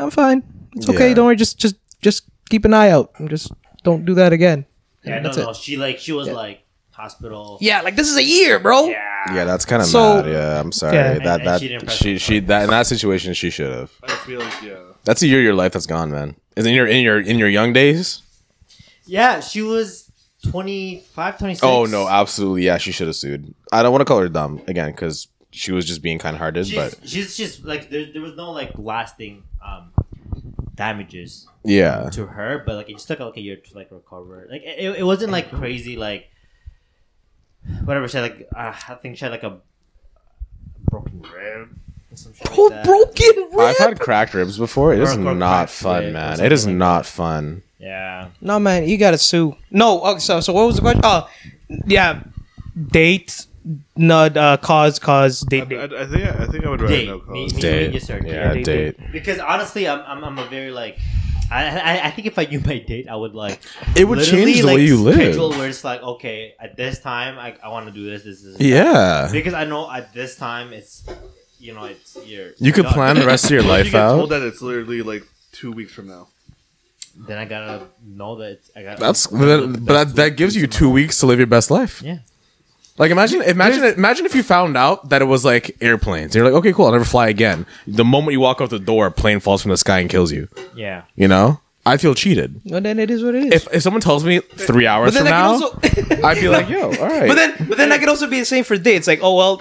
Speaker 2: "I'm fine. It's okay.
Speaker 1: Yeah.
Speaker 2: Don't worry. Just just just keep an eye out. And just don't do that again."
Speaker 3: Yeah,
Speaker 2: And
Speaker 3: no,
Speaker 2: that's
Speaker 3: no.
Speaker 2: it.
Speaker 3: She like she was like hospital.
Speaker 2: Yeah, like this is a year, bro.
Speaker 3: Yeah.
Speaker 1: Yeah, that's kind of
Speaker 2: So-
Speaker 1: mad. Yeah, I'm sorry.
Speaker 2: Yeah.
Speaker 1: That
Speaker 3: And- and
Speaker 1: that
Speaker 3: she didn't press
Speaker 1: she
Speaker 3: the
Speaker 1: she that in that situation she should have.
Speaker 4: I feel like yeah.
Speaker 1: That's a year of your life that's gone, man. Is in your in your in your young days?
Speaker 3: Yeah, she was 25, 26.
Speaker 1: Oh no, absolutely. Yeah, she should have sued. I don't want to call her dumb again because she was just being kind hearted.
Speaker 3: she's,
Speaker 1: But
Speaker 3: she's just like there, there was no like lasting um damages
Speaker 1: yeah,
Speaker 3: to her, but like it just took like a year to like recover. Like it, it- it wasn't like crazy like whatever she had like uh, I think she had like a broken rib or some shit
Speaker 2: Bro,
Speaker 3: like that.
Speaker 2: broken
Speaker 1: I've
Speaker 2: rib.
Speaker 1: had cracked ribs before. It
Speaker 3: Or-
Speaker 1: is
Speaker 3: or
Speaker 1: not
Speaker 3: cracked rib
Speaker 1: fun,
Speaker 3: or
Speaker 1: man. It
Speaker 3: something
Speaker 1: is
Speaker 3: like
Speaker 1: not fun.
Speaker 3: Yeah.
Speaker 2: no, man, you gotta sue. No. Okay, so so what was the question? Oh, yeah, date. Not uh, cause, cause, date,
Speaker 4: I,
Speaker 2: date.
Speaker 4: I think I think I would rather
Speaker 3: Date.
Speaker 4: know
Speaker 3: Me, me,
Speaker 4: cause.
Speaker 3: me,
Speaker 1: Date,
Speaker 3: yes, sir.
Speaker 1: yeah,
Speaker 2: date,
Speaker 1: date.
Speaker 3: Because honestly, I'm, I'm, I'm a very like, I, I, I think if I knew my date, I would like.
Speaker 1: It would
Speaker 3: literally,
Speaker 1: change the
Speaker 3: like,
Speaker 1: way you
Speaker 3: Schedule
Speaker 1: live.
Speaker 3: where it's like, okay, at this time, I, I want to do this, this, this. this.
Speaker 1: Yeah,
Speaker 3: Because I know at this time, it's, you know, it's your.
Speaker 1: you could plan the rest of your
Speaker 4: If you
Speaker 1: life
Speaker 4: get told
Speaker 1: out.
Speaker 4: that it's literally like two weeks from now.
Speaker 3: Then I gotta know that it's, I got.
Speaker 1: That's but that, that gives you two weeks to live your best life.
Speaker 3: Yeah.
Speaker 1: Like imagine, imagine, imagine if you found out that it was like airplanes. You're like, okay, cool, I'll never fly again. The moment you walk out the door, a plane falls from the sky and kills you.
Speaker 3: Yeah.
Speaker 1: You know, I feel cheated.
Speaker 2: Well, then it is what it is.
Speaker 1: If, if someone tells me three hours
Speaker 2: then
Speaker 1: from
Speaker 2: I
Speaker 1: now,
Speaker 2: can also-
Speaker 1: I'd be like, yo, all right,
Speaker 2: but then, but then that could also be the same for day. It's like, oh well,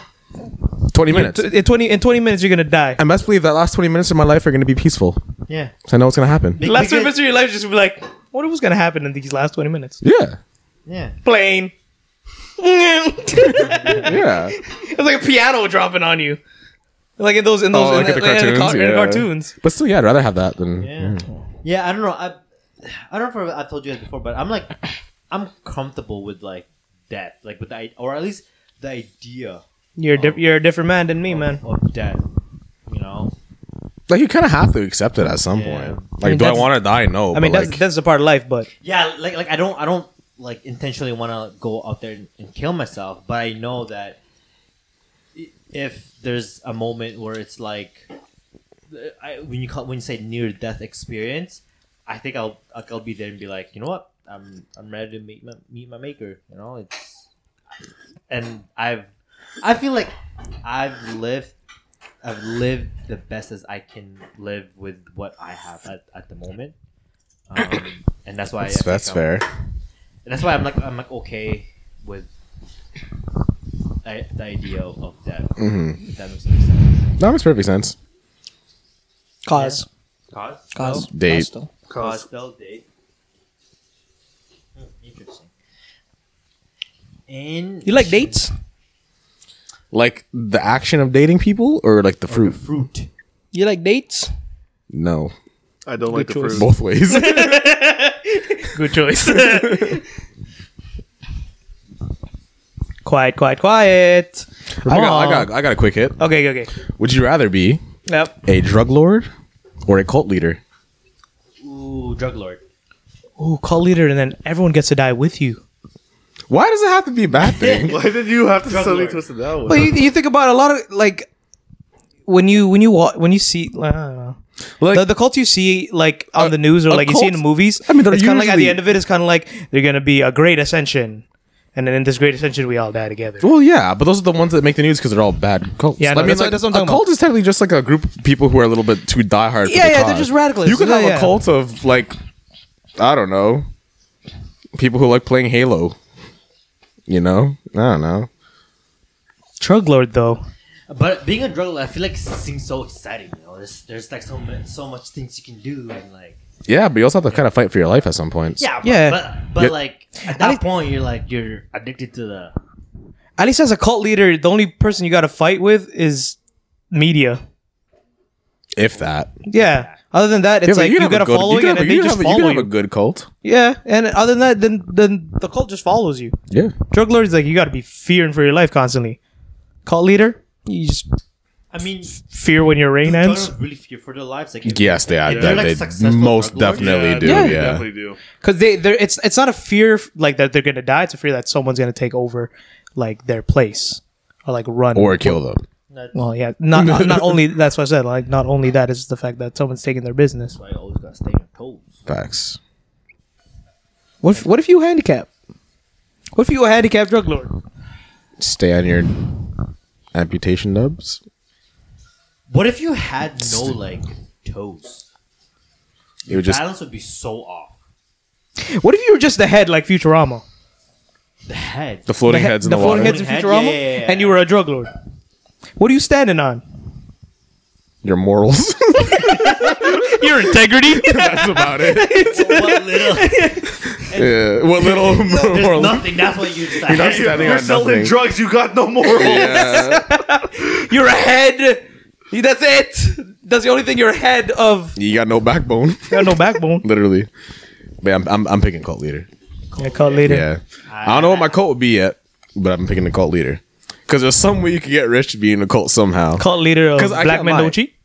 Speaker 1: twenty minutes.
Speaker 2: t- in twenty in twenty minutes you're gonna die.
Speaker 1: I must believe that last twenty minutes of my life are going to be peaceful.
Speaker 3: Yeah.
Speaker 1: 'Cause I know what's going to happen.
Speaker 3: Be-
Speaker 2: last twenty minutes
Speaker 3: because-
Speaker 2: of your life just be like, what was gonna happen in these last twenty minutes?
Speaker 1: yeah,
Speaker 3: Yeah.
Speaker 2: Plane. it's
Speaker 1: yeah.
Speaker 2: like a piano dropping on you, like in those in those
Speaker 1: Oh,
Speaker 2: in
Speaker 1: like at the
Speaker 2: in
Speaker 1: cartoons,
Speaker 2: in the
Speaker 1: yeah.
Speaker 2: cartoons.
Speaker 1: But still, yeah, I'd rather have that than
Speaker 3: Yeah. Yeah, I don't know. I I don't know if I've told you guys before, but I'm like I'm comfortable with like death, like with the i- or at least the idea
Speaker 2: You're a diff- you're a different man than me, man.
Speaker 3: of death. You know.
Speaker 1: like you kind of have to accept it at some
Speaker 3: Yeah.
Speaker 1: point. Like,
Speaker 2: I mean,
Speaker 1: do I
Speaker 2: that's-
Speaker 1: want to die? No.
Speaker 2: I
Speaker 1: Oh, but,
Speaker 2: mean, that's
Speaker 1: like,
Speaker 2: that's a part of life, but
Speaker 3: Yeah, like like I don't I don't like intentionally want to go out there and, and kill myself, but I know that i- if there's a moment where it's like I, when you call when you say near death experience, I think I'll like, I'll be there and be like, you know what, I'm I'm ready to meet my meet my maker. You know, it's and I've I feel like I've lived. I've lived the best as I can live with what I have at, at the moment, um, and that's why I
Speaker 1: that's,
Speaker 3: think
Speaker 1: that's
Speaker 3: I'm-
Speaker 1: fair.
Speaker 3: and that's why I'm like I'm like okay with I, the idea of that.
Speaker 1: Mhm.
Speaker 3: If that makes any sense.
Speaker 1: That makes perfect sense.
Speaker 2: cause
Speaker 3: Cause
Speaker 2: cause
Speaker 1: Date.
Speaker 2: cause though.
Speaker 4: Cause
Speaker 3: date. Hmm, interesting. And
Speaker 2: You like dates?
Speaker 1: Like the action of dating people, or like the fruit?
Speaker 3: fruit.
Speaker 2: You like dates?
Speaker 1: No,
Speaker 4: I don't like the
Speaker 2: choice.
Speaker 4: fruit.
Speaker 1: both ways.
Speaker 2: Good choice. quiet, quiet, quiet.
Speaker 1: I got, I got, I got a quick hit.
Speaker 2: Okay, okay, okay.
Speaker 1: Would you rather be
Speaker 2: Yep.
Speaker 1: a drug lord or a cult leader?
Speaker 3: Ooh, drug lord.
Speaker 2: Ooh, call leader, and then everyone gets to die with you.
Speaker 1: Why does it have to be a bad thing?
Speaker 4: Why did you have to suddenly
Speaker 3: lord.
Speaker 4: twist it that
Speaker 2: But
Speaker 4: way?
Speaker 2: you, you think about a lot of like when you when you wa- when you see like, I don't know.
Speaker 1: like,
Speaker 2: the, the cult you see like on
Speaker 1: A-
Speaker 2: the news or
Speaker 1: a
Speaker 2: like you see in the
Speaker 1: cult-
Speaker 2: movies.
Speaker 1: I mean, they're
Speaker 2: it's kind of like at the
Speaker 1: usually-
Speaker 2: end of it, it's kind of like they're gonna be a great ascension, and then in this great ascension, we all die together.
Speaker 1: well, yeah, but those are the ones that make the news because they're all bad cults.
Speaker 2: Yeah, no,
Speaker 1: I mean,
Speaker 2: that's what-
Speaker 1: like,
Speaker 2: that's what I'm
Speaker 1: a
Speaker 2: talking
Speaker 1: cult is technically just like a group of people who are a little bit too diehard. for
Speaker 2: Yeah,
Speaker 1: the
Speaker 2: yeah, they're
Speaker 1: cause.
Speaker 2: just radicalists.
Speaker 1: You could
Speaker 2: Yeah,
Speaker 1: have
Speaker 2: yeah.
Speaker 1: a cult of like, I don't know, people who like playing Halo. You know, I don't know.
Speaker 2: Drug lord though.
Speaker 3: But being a drug lord, I feel like seems so exciting. You know, there's there's like so much so much things you can do and like
Speaker 1: Yeah, but you also have to kind of fight for your life at some point.
Speaker 3: yeah but-
Speaker 2: Yeah.
Speaker 3: But, but
Speaker 1: Yeah.
Speaker 3: like at
Speaker 2: I
Speaker 3: that
Speaker 2: think-
Speaker 3: point, you're like you're addicted to the
Speaker 2: At least as a cult leader, the only person you got to fight with is media.
Speaker 1: if that.
Speaker 2: Yeah. Other than that, it's
Speaker 1: Yeah, but
Speaker 2: like you,
Speaker 1: can have
Speaker 2: got a
Speaker 1: good-
Speaker 2: following
Speaker 1: can
Speaker 2: and
Speaker 1: have a-
Speaker 2: then they
Speaker 1: you can
Speaker 2: just
Speaker 1: have a- you
Speaker 2: follow
Speaker 1: can
Speaker 2: you.
Speaker 1: have a good cult.
Speaker 2: Yeah, and other than that, then then the cult just follows you.
Speaker 1: Yeah.
Speaker 2: Drug lord is like you got to be fearing for your life constantly. Cult leader, you just
Speaker 3: I mean,
Speaker 2: fear when your reign
Speaker 3: Children
Speaker 2: ends
Speaker 3: really fear for their lives. Like,
Speaker 1: Yes, they are.
Speaker 3: They're
Speaker 1: They,
Speaker 3: like
Speaker 1: they
Speaker 3: successful
Speaker 1: most
Speaker 3: drug lords.
Speaker 1: definitely do. Yeah.
Speaker 4: Yeah, they definitely do.
Speaker 2: because they they it's it's not a fear f- like that they're gonna die. It's a fear that someone's gonna take over like their place or like run
Speaker 1: Or kill them.
Speaker 3: That's
Speaker 2: Well, yeah, not not only that's what I said. Like not only that is the fact that someone's taking their business.
Speaker 3: why I always gotta stay on toes.
Speaker 1: Facts.
Speaker 2: What if, what if you were handicapped? What if you were a handicapped drug lord?
Speaker 1: Stay on your uh, amputation nubs.
Speaker 3: What if you had no like toes?
Speaker 1: It would just
Speaker 3: Balance would be so off.
Speaker 2: What if you were just the head like Futurama?
Speaker 3: The head.
Speaker 1: the floating
Speaker 2: he-
Speaker 1: heads in
Speaker 2: the
Speaker 1: the, water.
Speaker 2: floating heads in
Speaker 3: Head,
Speaker 2: Futurama,
Speaker 3: yeah, yeah, yeah.
Speaker 2: and you were a drug lord. What are you standing on?
Speaker 1: Your morals.
Speaker 2: Your integrity.
Speaker 1: That's about it.
Speaker 3: what little?
Speaker 1: Yeah. What little
Speaker 3: There's
Speaker 1: morals?
Speaker 3: nothing. That's what you decide.
Speaker 1: not standing
Speaker 4: You're
Speaker 1: on
Speaker 4: selling
Speaker 1: nothing.
Speaker 4: drugs. You got no morals.
Speaker 2: you're a head. That's it. That's the only thing. You're a head of.
Speaker 1: You got no backbone,
Speaker 2: Got no backbone.
Speaker 1: literally. But yeah, I'm, I'm I'm picking cult leader.
Speaker 2: Yeah, call later.
Speaker 1: Yeah. I don't know what my cult would be yet, but I'm picking the cult leader. Because there's some way you could get rich being a cult somehow.
Speaker 2: Cult leader of
Speaker 1: 'Cause I
Speaker 2: Black
Speaker 1: can't
Speaker 2: Men
Speaker 1: lie.
Speaker 2: Don't Cheat.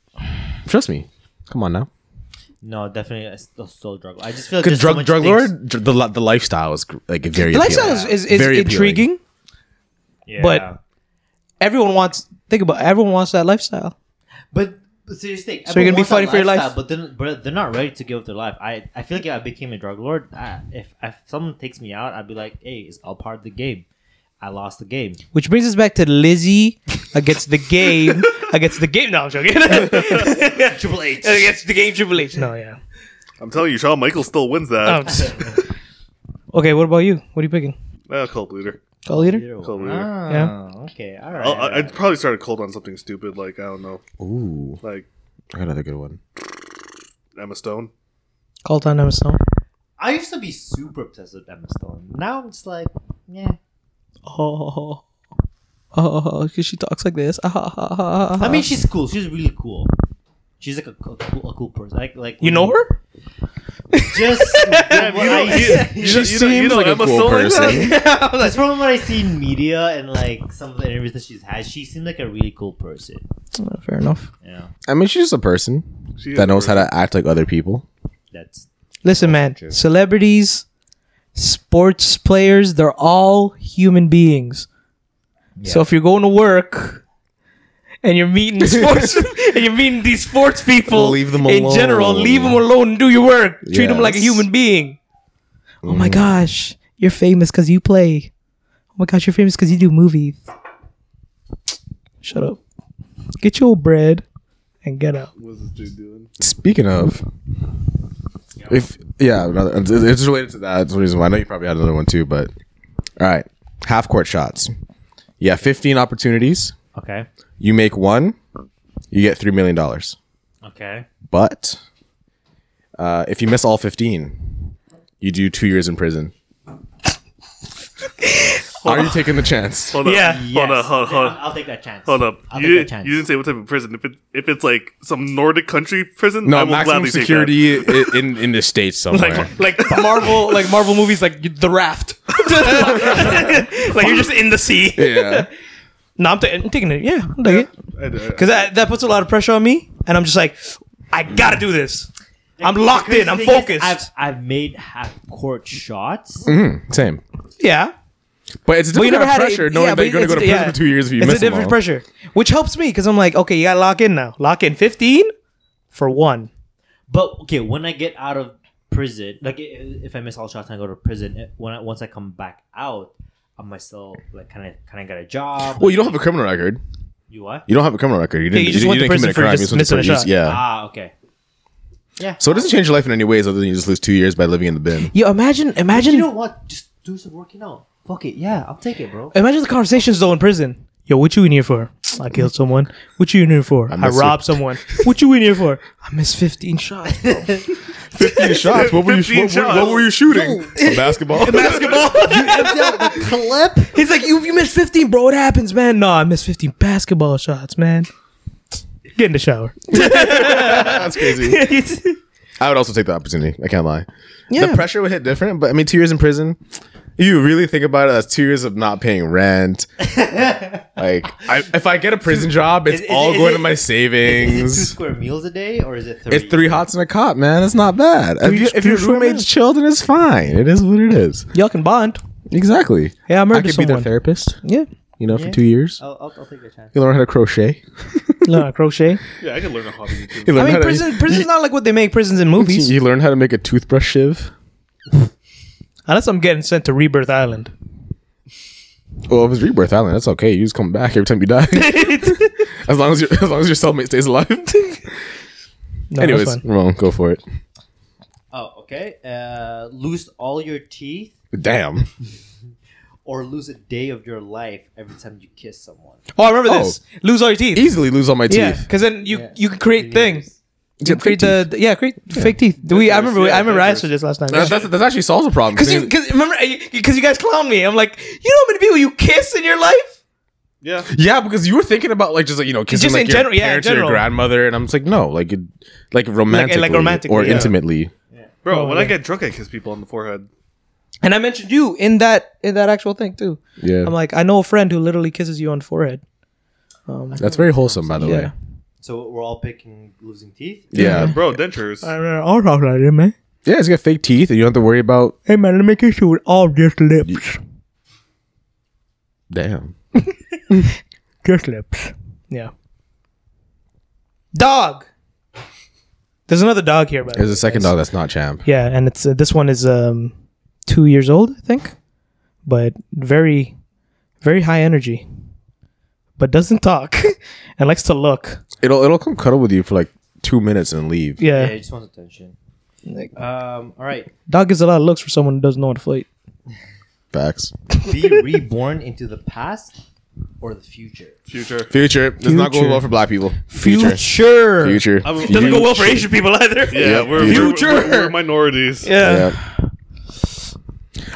Speaker 1: Trust me. Come on now.
Speaker 3: No, definitely. I still, still drug. lord. I just feel like
Speaker 1: Because
Speaker 3: there's so
Speaker 1: drug, drug
Speaker 3: much things-
Speaker 1: lord, dr- the, li- the lifestyle is gr- like very.
Speaker 2: The lifestyle
Speaker 1: appealing.
Speaker 2: is, is, is
Speaker 1: Very appealing.
Speaker 2: intriguing.
Speaker 3: Yeah.
Speaker 2: but- Everyone wants. Think about. it, Everyone wants that lifestyle.
Speaker 3: but. but Seriously,
Speaker 2: So you're gonna be fighting
Speaker 3: everyone wants that
Speaker 2: for your life?
Speaker 3: lifestyle, but then, but they're not ready to give up their life. I, I feel like if I became a drug lord, I, if if someone takes me out, I'd be like, hey, it's all part of the game. I lost the game.
Speaker 2: Which brings us back to Lizzie against the game. against the game. No, I'm joking.
Speaker 3: Triple H.
Speaker 2: against the game Triple H. No, yeah.
Speaker 4: I'm telling you, Shawn Michaels still wins
Speaker 2: Oh,
Speaker 4: that.
Speaker 2: pfft. okay, what about you? What are you picking?
Speaker 4: Eh, cult leader.
Speaker 2: Call leader?
Speaker 4: Cult leader.
Speaker 3: Oh. Ah,
Speaker 2: Yeah.
Speaker 3: Okay. All right.
Speaker 4: I'll, I- I'd probably start a cult on something stupid, like I don't know,
Speaker 1: Ooh,
Speaker 4: like
Speaker 1: I got another good one.
Speaker 4: Emma Stone.
Speaker 2: Call time Emma Stone.
Speaker 3: I used to be super obsessed with Emma Stone. Now I'm just like, yeah.
Speaker 2: Oh. Oh, because she talks like this.
Speaker 3: I mean, she's cool. She's really cool. She's like a, co- a cool, a cool person. Like, like
Speaker 2: you know her?
Speaker 3: Just
Speaker 4: Yeah,
Speaker 3: what
Speaker 4: you know,
Speaker 3: I
Speaker 4: you,
Speaker 3: see-
Speaker 4: you know- you know- you
Speaker 1: seems
Speaker 4: know
Speaker 1: like a
Speaker 4: Emma
Speaker 1: cool
Speaker 4: Stone like that?
Speaker 1: person.
Speaker 3: just from what I see in media and like some of the interviews that she's had, she seemed like a really cool person.
Speaker 2: Uh, Fair enough.
Speaker 3: You know,
Speaker 1: I mean, she's just a person
Speaker 4: She is
Speaker 1: that
Speaker 4: a
Speaker 1: knows how
Speaker 4: person.
Speaker 1: to act like other people.
Speaker 3: that's
Speaker 2: Listen, man, celebrities, sports players, they're all human beings. So if you're going to work and you're meeting sports and you're meeting these sports people
Speaker 1: Leave them
Speaker 2: in general,
Speaker 1: alone.
Speaker 2: leave them alone and do your work. Treat them like a
Speaker 1: Yes. Mm-hmm.
Speaker 2: human being. Oh my gosh, you're famous because you play. Oh my gosh, you're famous because you do movies. Shut up. Get your bread and get out.
Speaker 4: What's this dude doing?
Speaker 1: Speaking of, if yeah, another, it's it's related to that. That's the reason why I know you probably had another one too. But all right, half court shots. Yeah, fifteen opportunities.
Speaker 3: okay.
Speaker 1: You make one, you get three million dollars.
Speaker 3: Okay.
Speaker 1: But uh, if you miss all fifteen, you do two years in prison. Are you taking the chance?
Speaker 4: Hold up.
Speaker 2: Yeah.
Speaker 4: Hold up. Hold, hold,
Speaker 3: I'll take that chance.
Speaker 4: hold up.
Speaker 3: I'll
Speaker 4: You,
Speaker 3: take that
Speaker 4: didn't-
Speaker 3: chance.
Speaker 4: you didn't say what type of prison. If it if it's like some Nordic country prison, I
Speaker 1: No,
Speaker 4: will
Speaker 1: maximum
Speaker 4: gladly take that.
Speaker 1: security i- in in the states somewhere.
Speaker 2: Like Marvel, like Marvel movies, like The Raft. like you're just in the sea.
Speaker 1: yeah,
Speaker 2: No, I'm, ta- I'm taking it. Yeah, I'm taking it.
Speaker 4: I do-
Speaker 2: Because that, that puts a lot of pressure on me. And I'm just like, I gotta do this. I'm locked in. I'm
Speaker 3: The thing is,
Speaker 2: focused.
Speaker 3: I've, I've made half court shots.
Speaker 1: Mhm, same.
Speaker 2: yeah.
Speaker 1: But it's a
Speaker 2: But you
Speaker 1: different
Speaker 2: never
Speaker 1: kind of
Speaker 2: had
Speaker 1: pressure
Speaker 2: it,
Speaker 1: knowing
Speaker 2: yeah,
Speaker 1: that
Speaker 2: but
Speaker 1: you're going to
Speaker 2: it's
Speaker 1: go to
Speaker 2: a-
Speaker 1: prison
Speaker 2: yeah.
Speaker 1: for two years if you
Speaker 2: It's a
Speaker 1: miss them
Speaker 2: different
Speaker 1: all.
Speaker 2: pressure, which helps me because I'm like, okay, you gotta lock in now. Lock in 15 for one.
Speaker 3: But okay, when I get out of prison, like i- if I miss all shots and I go to prison, it- when I, once I come back out, I'm myself like kind of kind of got a job.
Speaker 1: Well, you don't have a criminal record.
Speaker 3: you what?
Speaker 1: You don't have a criminal record. You didn't,
Speaker 2: you just
Speaker 1: you
Speaker 2: went to
Speaker 1: didn't commit
Speaker 2: prison
Speaker 1: a
Speaker 2: for
Speaker 1: crime.
Speaker 2: just
Speaker 1: You just went to
Speaker 2: missing a
Speaker 1: prison.
Speaker 2: shot.
Speaker 1: Yeah.
Speaker 3: Ah, okay. Yeah.
Speaker 1: So it doesn't change your life in any ways other than you just lose two years by living in the bin.
Speaker 2: Yeah, imagine, imagine,
Speaker 3: You know what? Just do some working out. Fuck it. Yeah, I'll take it, bro.
Speaker 2: imagine the conversations though in prison. Yo, what you in here for? I killed someone. What you in here for? I,
Speaker 1: miss you.
Speaker 2: robbed someone. What you in here for? I missed 15 shots.
Speaker 1: 15 shots. What were you,
Speaker 4: 15
Speaker 1: what, were-
Speaker 4: shots.
Speaker 1: what were you shooting? Some basketball?
Speaker 2: basketball. He's like, you, you missed 15, bro. It happens, man. No, I missed 15 basketball shots, man. Get in the shower.
Speaker 1: That's crazy.
Speaker 2: yeah.
Speaker 1: I would also take the opportunity. I can't lie. The pressure would hit different, but I mean, two years in prison, if you really think about it, that's two years of not paying rent. like, I, if I get a prison job, it's
Speaker 3: Is- is
Speaker 1: all
Speaker 3: it- is
Speaker 1: going
Speaker 3: it-
Speaker 1: to my
Speaker 3: Is it two
Speaker 1: savings.
Speaker 3: square meals a day or is it three?
Speaker 1: It's three hots and a cop, man. It's not bad. If, you, if your
Speaker 2: three square
Speaker 1: roommate's
Speaker 2: meals.
Speaker 1: chilled, then it's fine. It is what it is.
Speaker 2: Y'all can bond.
Speaker 1: Exactly.
Speaker 2: Yeah, I
Speaker 1: I
Speaker 2: murdered
Speaker 1: could be
Speaker 2: someone.
Speaker 1: their therapist,
Speaker 2: yeah.
Speaker 1: you know, for
Speaker 3: Yeah.
Speaker 1: two years.
Speaker 3: I'll, I'll, I'll take the chance.
Speaker 1: You learn how to crochet.
Speaker 2: No, crochet.
Speaker 4: Yeah, I can learn a hobby. too.
Speaker 1: You learn
Speaker 2: I
Speaker 1: how
Speaker 2: mean,
Speaker 1: to-
Speaker 2: prison. Prison's not like what they make prisons in
Speaker 1: you,
Speaker 2: movies.
Speaker 1: you learn how to make a toothbrush shiv.
Speaker 2: Unless I'm getting sent to Rebirth Island.
Speaker 1: Well, if it's Rebirth Island, that's okay. You just come back every time you die, as long as your as long as your cellmate stays alive.
Speaker 2: No, that's
Speaker 1: Anyways,
Speaker 2: fine.
Speaker 1: Ramon, go for it.
Speaker 3: Oh, okay. Uh, lose all your teeth
Speaker 1: Damn.
Speaker 3: or lose a day of your life every time you kiss someone.
Speaker 2: Oh, I remember
Speaker 1: Oh.
Speaker 2: this. Lose all your teeth.
Speaker 1: Easily lose all my
Speaker 2: Yeah,
Speaker 1: teeth.
Speaker 2: because then you
Speaker 3: Yeah.
Speaker 2: you can create
Speaker 3: Three
Speaker 2: things.
Speaker 3: years.
Speaker 2: You can create the yeah, create fake teeth. Do we? I remember.
Speaker 4: yeah,
Speaker 2: I remember. I
Speaker 4: dangerous.
Speaker 2: answered this last time.
Speaker 1: That, that's, that's actually solves a problem.
Speaker 2: Because you, because remember, because you guys clown me. I'm like, you know how many people you kiss in your life?
Speaker 4: Yeah,
Speaker 1: yeah, because you were thinking about like just like you know kissing
Speaker 2: Just
Speaker 1: like
Speaker 2: in
Speaker 1: your
Speaker 2: general- yeah, in
Speaker 1: parents or
Speaker 2: general.
Speaker 1: your grandmother, and I'm just like no, like it- like romantically,
Speaker 2: romantically,
Speaker 1: or
Speaker 2: yeah.
Speaker 1: intimately.
Speaker 4: bro.
Speaker 2: Oh,
Speaker 4: when I
Speaker 2: yeah.
Speaker 4: get drunk, I kiss people on the forehead.
Speaker 2: And I mentioned you in that in that actual thing too.
Speaker 1: Yeah,
Speaker 2: I'm like, I know a friend who literally kisses you on the forehead.
Speaker 1: that's very wholesome, by the way.
Speaker 3: So we're all picking losing teeth.
Speaker 1: Yeah, yeah.
Speaker 4: Bro, dentures.
Speaker 2: I'll talk like it, man.
Speaker 1: It's got fake teeth, and you don't have to worry about.
Speaker 2: Hey man, let me kiss you with all just lips,
Speaker 1: Damn.
Speaker 2: just lips. Yeah. Dog. There's another dog here, by the
Speaker 1: There's
Speaker 2: way,
Speaker 1: a second
Speaker 2: guys.
Speaker 1: dog that's not champ.
Speaker 2: Yeah, and it's uh, this one is um two years old, I think, but very, very high energy, but doesn't talk and likes to look.
Speaker 1: It'll it'll come cuddle with you for like two minutes and leave.
Speaker 2: Yeah.
Speaker 3: Yeah, he just wants attention.
Speaker 2: Like-
Speaker 3: Um, all right.
Speaker 2: Dog gives a lot of looks for someone who doesn't know how to fight.
Speaker 1: Facts.
Speaker 3: Be reborn into the past or the future.
Speaker 4: Future.
Speaker 1: Future does not go
Speaker 2: Future.
Speaker 1: well for black people.
Speaker 2: Future.
Speaker 1: Future.
Speaker 4: I'm-
Speaker 1: Future.
Speaker 4: doesn't go
Speaker 2: well for Asian people either.
Speaker 4: Yeah,
Speaker 1: Yep.
Speaker 4: we're,
Speaker 1: Future.
Speaker 4: We're, we're, we're minorities.
Speaker 2: Yeah.
Speaker 1: Yeah.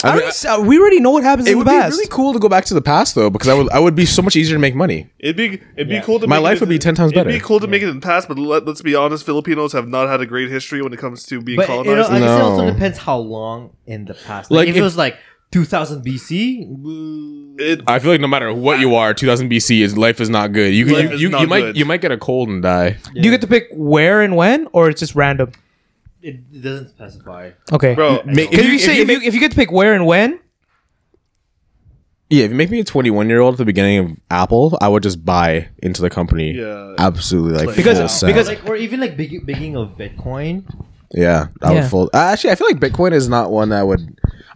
Speaker 2: I
Speaker 1: I mean,
Speaker 2: already s- we already know what happens
Speaker 1: it
Speaker 2: in the
Speaker 1: would be
Speaker 2: past.
Speaker 1: really cool to go back to the past though, because I would I would be so much easier to make money.
Speaker 4: It'd be it'd
Speaker 3: Yeah.
Speaker 4: be cool to
Speaker 1: My
Speaker 4: make
Speaker 1: life
Speaker 4: it
Speaker 1: would be 10 times better.
Speaker 4: It'd be cool to make it in the past, but let, us be honest, Filipinos have not had a great history when it comes to being
Speaker 3: But you know,
Speaker 4: colonized.
Speaker 3: I guess it also
Speaker 1: No.
Speaker 3: depends how long in the past. Like,
Speaker 1: Like,
Speaker 3: if, it
Speaker 1: if-
Speaker 3: was like 2000 BC, woo.
Speaker 4: it,
Speaker 1: I feel like no matter what you are, 2000 BC is life is not good. You
Speaker 4: Life
Speaker 1: you,
Speaker 4: is
Speaker 1: you,
Speaker 4: not
Speaker 1: you might
Speaker 4: good.
Speaker 1: you might get a cold and die.
Speaker 2: Do you get to pick where and when, or it's just random?
Speaker 3: it doesn't specify.
Speaker 2: Okay.
Speaker 4: bro,
Speaker 1: Make-
Speaker 2: Because you, say if you,
Speaker 1: make-
Speaker 2: if you get to pick where and when,
Speaker 1: yeah, if you make me a 21 year old at the beginning of Apple, I would just buy into the company.
Speaker 4: Yeah.
Speaker 1: absolutely, like
Speaker 4: Because-
Speaker 1: full send.
Speaker 2: because-
Speaker 3: like, or even like big, beginning of Bitcoin.
Speaker 1: Yeah, I
Speaker 2: Yeah.
Speaker 1: would fold. uh, Actually, I feel like Bitcoin is not one that would.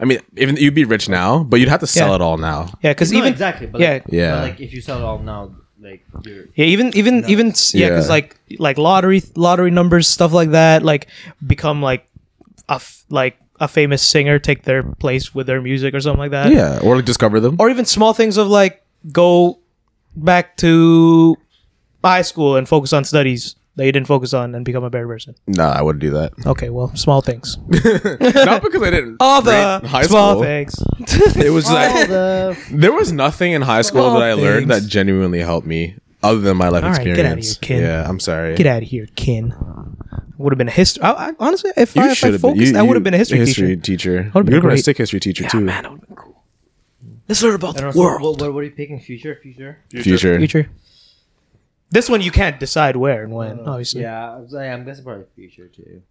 Speaker 1: I mean, even you'd be rich now, but you'd have to sell
Speaker 2: Yeah.
Speaker 1: it all now.
Speaker 2: yeah, because
Speaker 3: No,
Speaker 2: even
Speaker 3: exactly, but
Speaker 2: yeah.
Speaker 3: like,
Speaker 1: Yeah.
Speaker 3: but like if you sell it all now, like you're
Speaker 2: yeah, even even even s- yeah, because
Speaker 1: Yeah.
Speaker 2: like like lottery lottery numbers stuff like that, like become like a f- like a famous singer take their place with their music or something like that.
Speaker 1: Yeah, or like discover them.
Speaker 2: or even small things of like go back to high school and focus on studies that you didn't focus on and become a better person.
Speaker 1: no, I wouldn't do that.
Speaker 2: Okay, well, small things.
Speaker 1: not because I didn't.
Speaker 2: All the
Speaker 1: great in high
Speaker 2: small
Speaker 1: school.
Speaker 2: things.
Speaker 1: It was like
Speaker 3: the
Speaker 1: there was nothing in high school
Speaker 2: Small
Speaker 1: that I learned
Speaker 2: things.
Speaker 1: that genuinely helped me, other than my life
Speaker 2: All right, get outta
Speaker 1: experience.
Speaker 2: here, kid.
Speaker 1: Yeah, I'm sorry.
Speaker 2: Get out of here, kin. Would have been a history. I, I, honestly, if I, if I
Speaker 1: should've been-
Speaker 2: focused, I
Speaker 1: you-
Speaker 2: would have been a history, teacher.
Speaker 1: teacher.
Speaker 2: been
Speaker 1: You would have been a
Speaker 2: great.
Speaker 1: sick history teacher too.
Speaker 2: Man, that would have been cool. Let's learn about
Speaker 3: I
Speaker 2: the
Speaker 3: don't know, so
Speaker 2: world.
Speaker 3: what, what, what are you picking? Future, future.
Speaker 1: Future.
Speaker 2: Future. This one you can't decide where and when, obviously.
Speaker 3: Yeah, I was like, I'm guessing probably future too.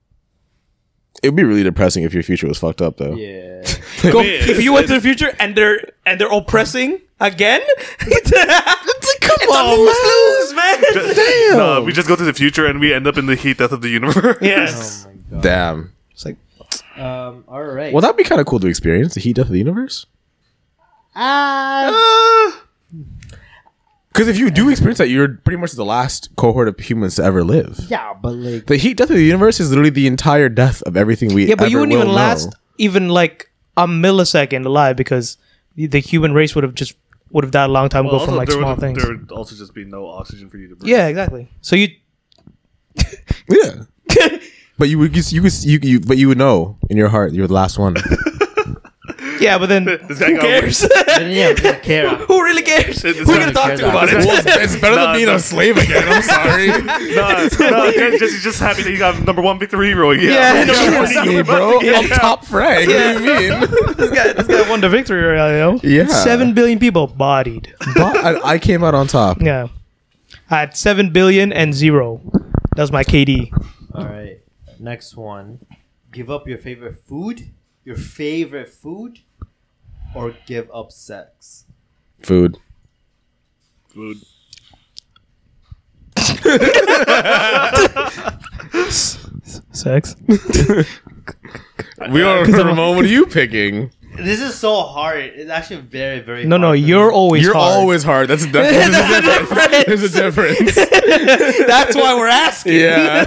Speaker 1: It would be really depressing if your future was fucked up though.
Speaker 3: Yeah,
Speaker 2: Go,
Speaker 4: mean,
Speaker 2: if you went to the future and they're and they're oppressing again, it's like, come on, lose, man.
Speaker 4: Damn. No, uh, we just go to the future and we end up in the heat death of the universe.
Speaker 2: Yes.
Speaker 3: oh my god.
Speaker 1: Damn.
Speaker 2: It's like
Speaker 3: Um, all right.
Speaker 1: Well, that'd be kind of cool to experience the heat death of the universe.
Speaker 2: Uh,
Speaker 3: Ah,
Speaker 1: Because if you do experience that, you're pretty much the last cohort of humans to ever live.
Speaker 3: yeah, but like
Speaker 1: The heat death of the universe is literally the entire death of everything we.
Speaker 2: yeah, but you
Speaker 1: ever
Speaker 2: wouldn't even
Speaker 1: will know.
Speaker 2: last even like a millisecond alive because the- the human race would have just would have died a long time
Speaker 4: Well,
Speaker 2: ago
Speaker 1: Oh
Speaker 2: from like
Speaker 4: there
Speaker 2: small
Speaker 4: would,
Speaker 2: things.
Speaker 4: There would also just be no oxygen for you to breathe.
Speaker 2: Yeah, exactly. So you
Speaker 1: Yeah. But you would, you, could, you, you, but you would know in your heart you're the last one.
Speaker 2: yeah, but then
Speaker 4: This guy
Speaker 2: who
Speaker 4: got
Speaker 2: cares?
Speaker 3: then, yeah, we don't care.
Speaker 2: who really cares? Who are
Speaker 4: This
Speaker 2: we
Speaker 4: guy
Speaker 2: gonna
Speaker 4: doesn't
Speaker 2: talk
Speaker 3: care
Speaker 2: to about
Speaker 4: about
Speaker 2: it?
Speaker 4: it.
Speaker 1: it's better
Speaker 4: than being a
Speaker 1: slave again. I'm sorry.
Speaker 4: no, no, just, just, just happy that you got number one victor hero.
Speaker 2: Yeah,
Speaker 4: Yeah,
Speaker 2: number one
Speaker 1: hey, bro, I'm
Speaker 4: Yeah.
Speaker 1: top Frank. What do you mean?
Speaker 2: this guy, this guy won the victory. You know?
Speaker 1: Yeah.
Speaker 2: seven billion people bodied.
Speaker 1: But I, I came out on top.
Speaker 2: Yeah. I had 7 billion and zero. That's my KD.
Speaker 3: All right, next one. Give up your favorite food, your favorite food, or give up sex.
Speaker 1: Food.
Speaker 4: Food.
Speaker 2: Sex.
Speaker 1: We are
Speaker 2: I'm-
Speaker 1: Ramon. What are you picking?
Speaker 3: This is so hard. It's actually very, very.
Speaker 2: No,
Speaker 3: hard
Speaker 2: no,
Speaker 3: for
Speaker 2: you're
Speaker 3: me.
Speaker 2: always
Speaker 1: You're
Speaker 2: hard.
Speaker 1: always hard. That's a,
Speaker 2: That's the
Speaker 1: difference. There's a difference.
Speaker 2: That's why we're asking.
Speaker 1: Yeah.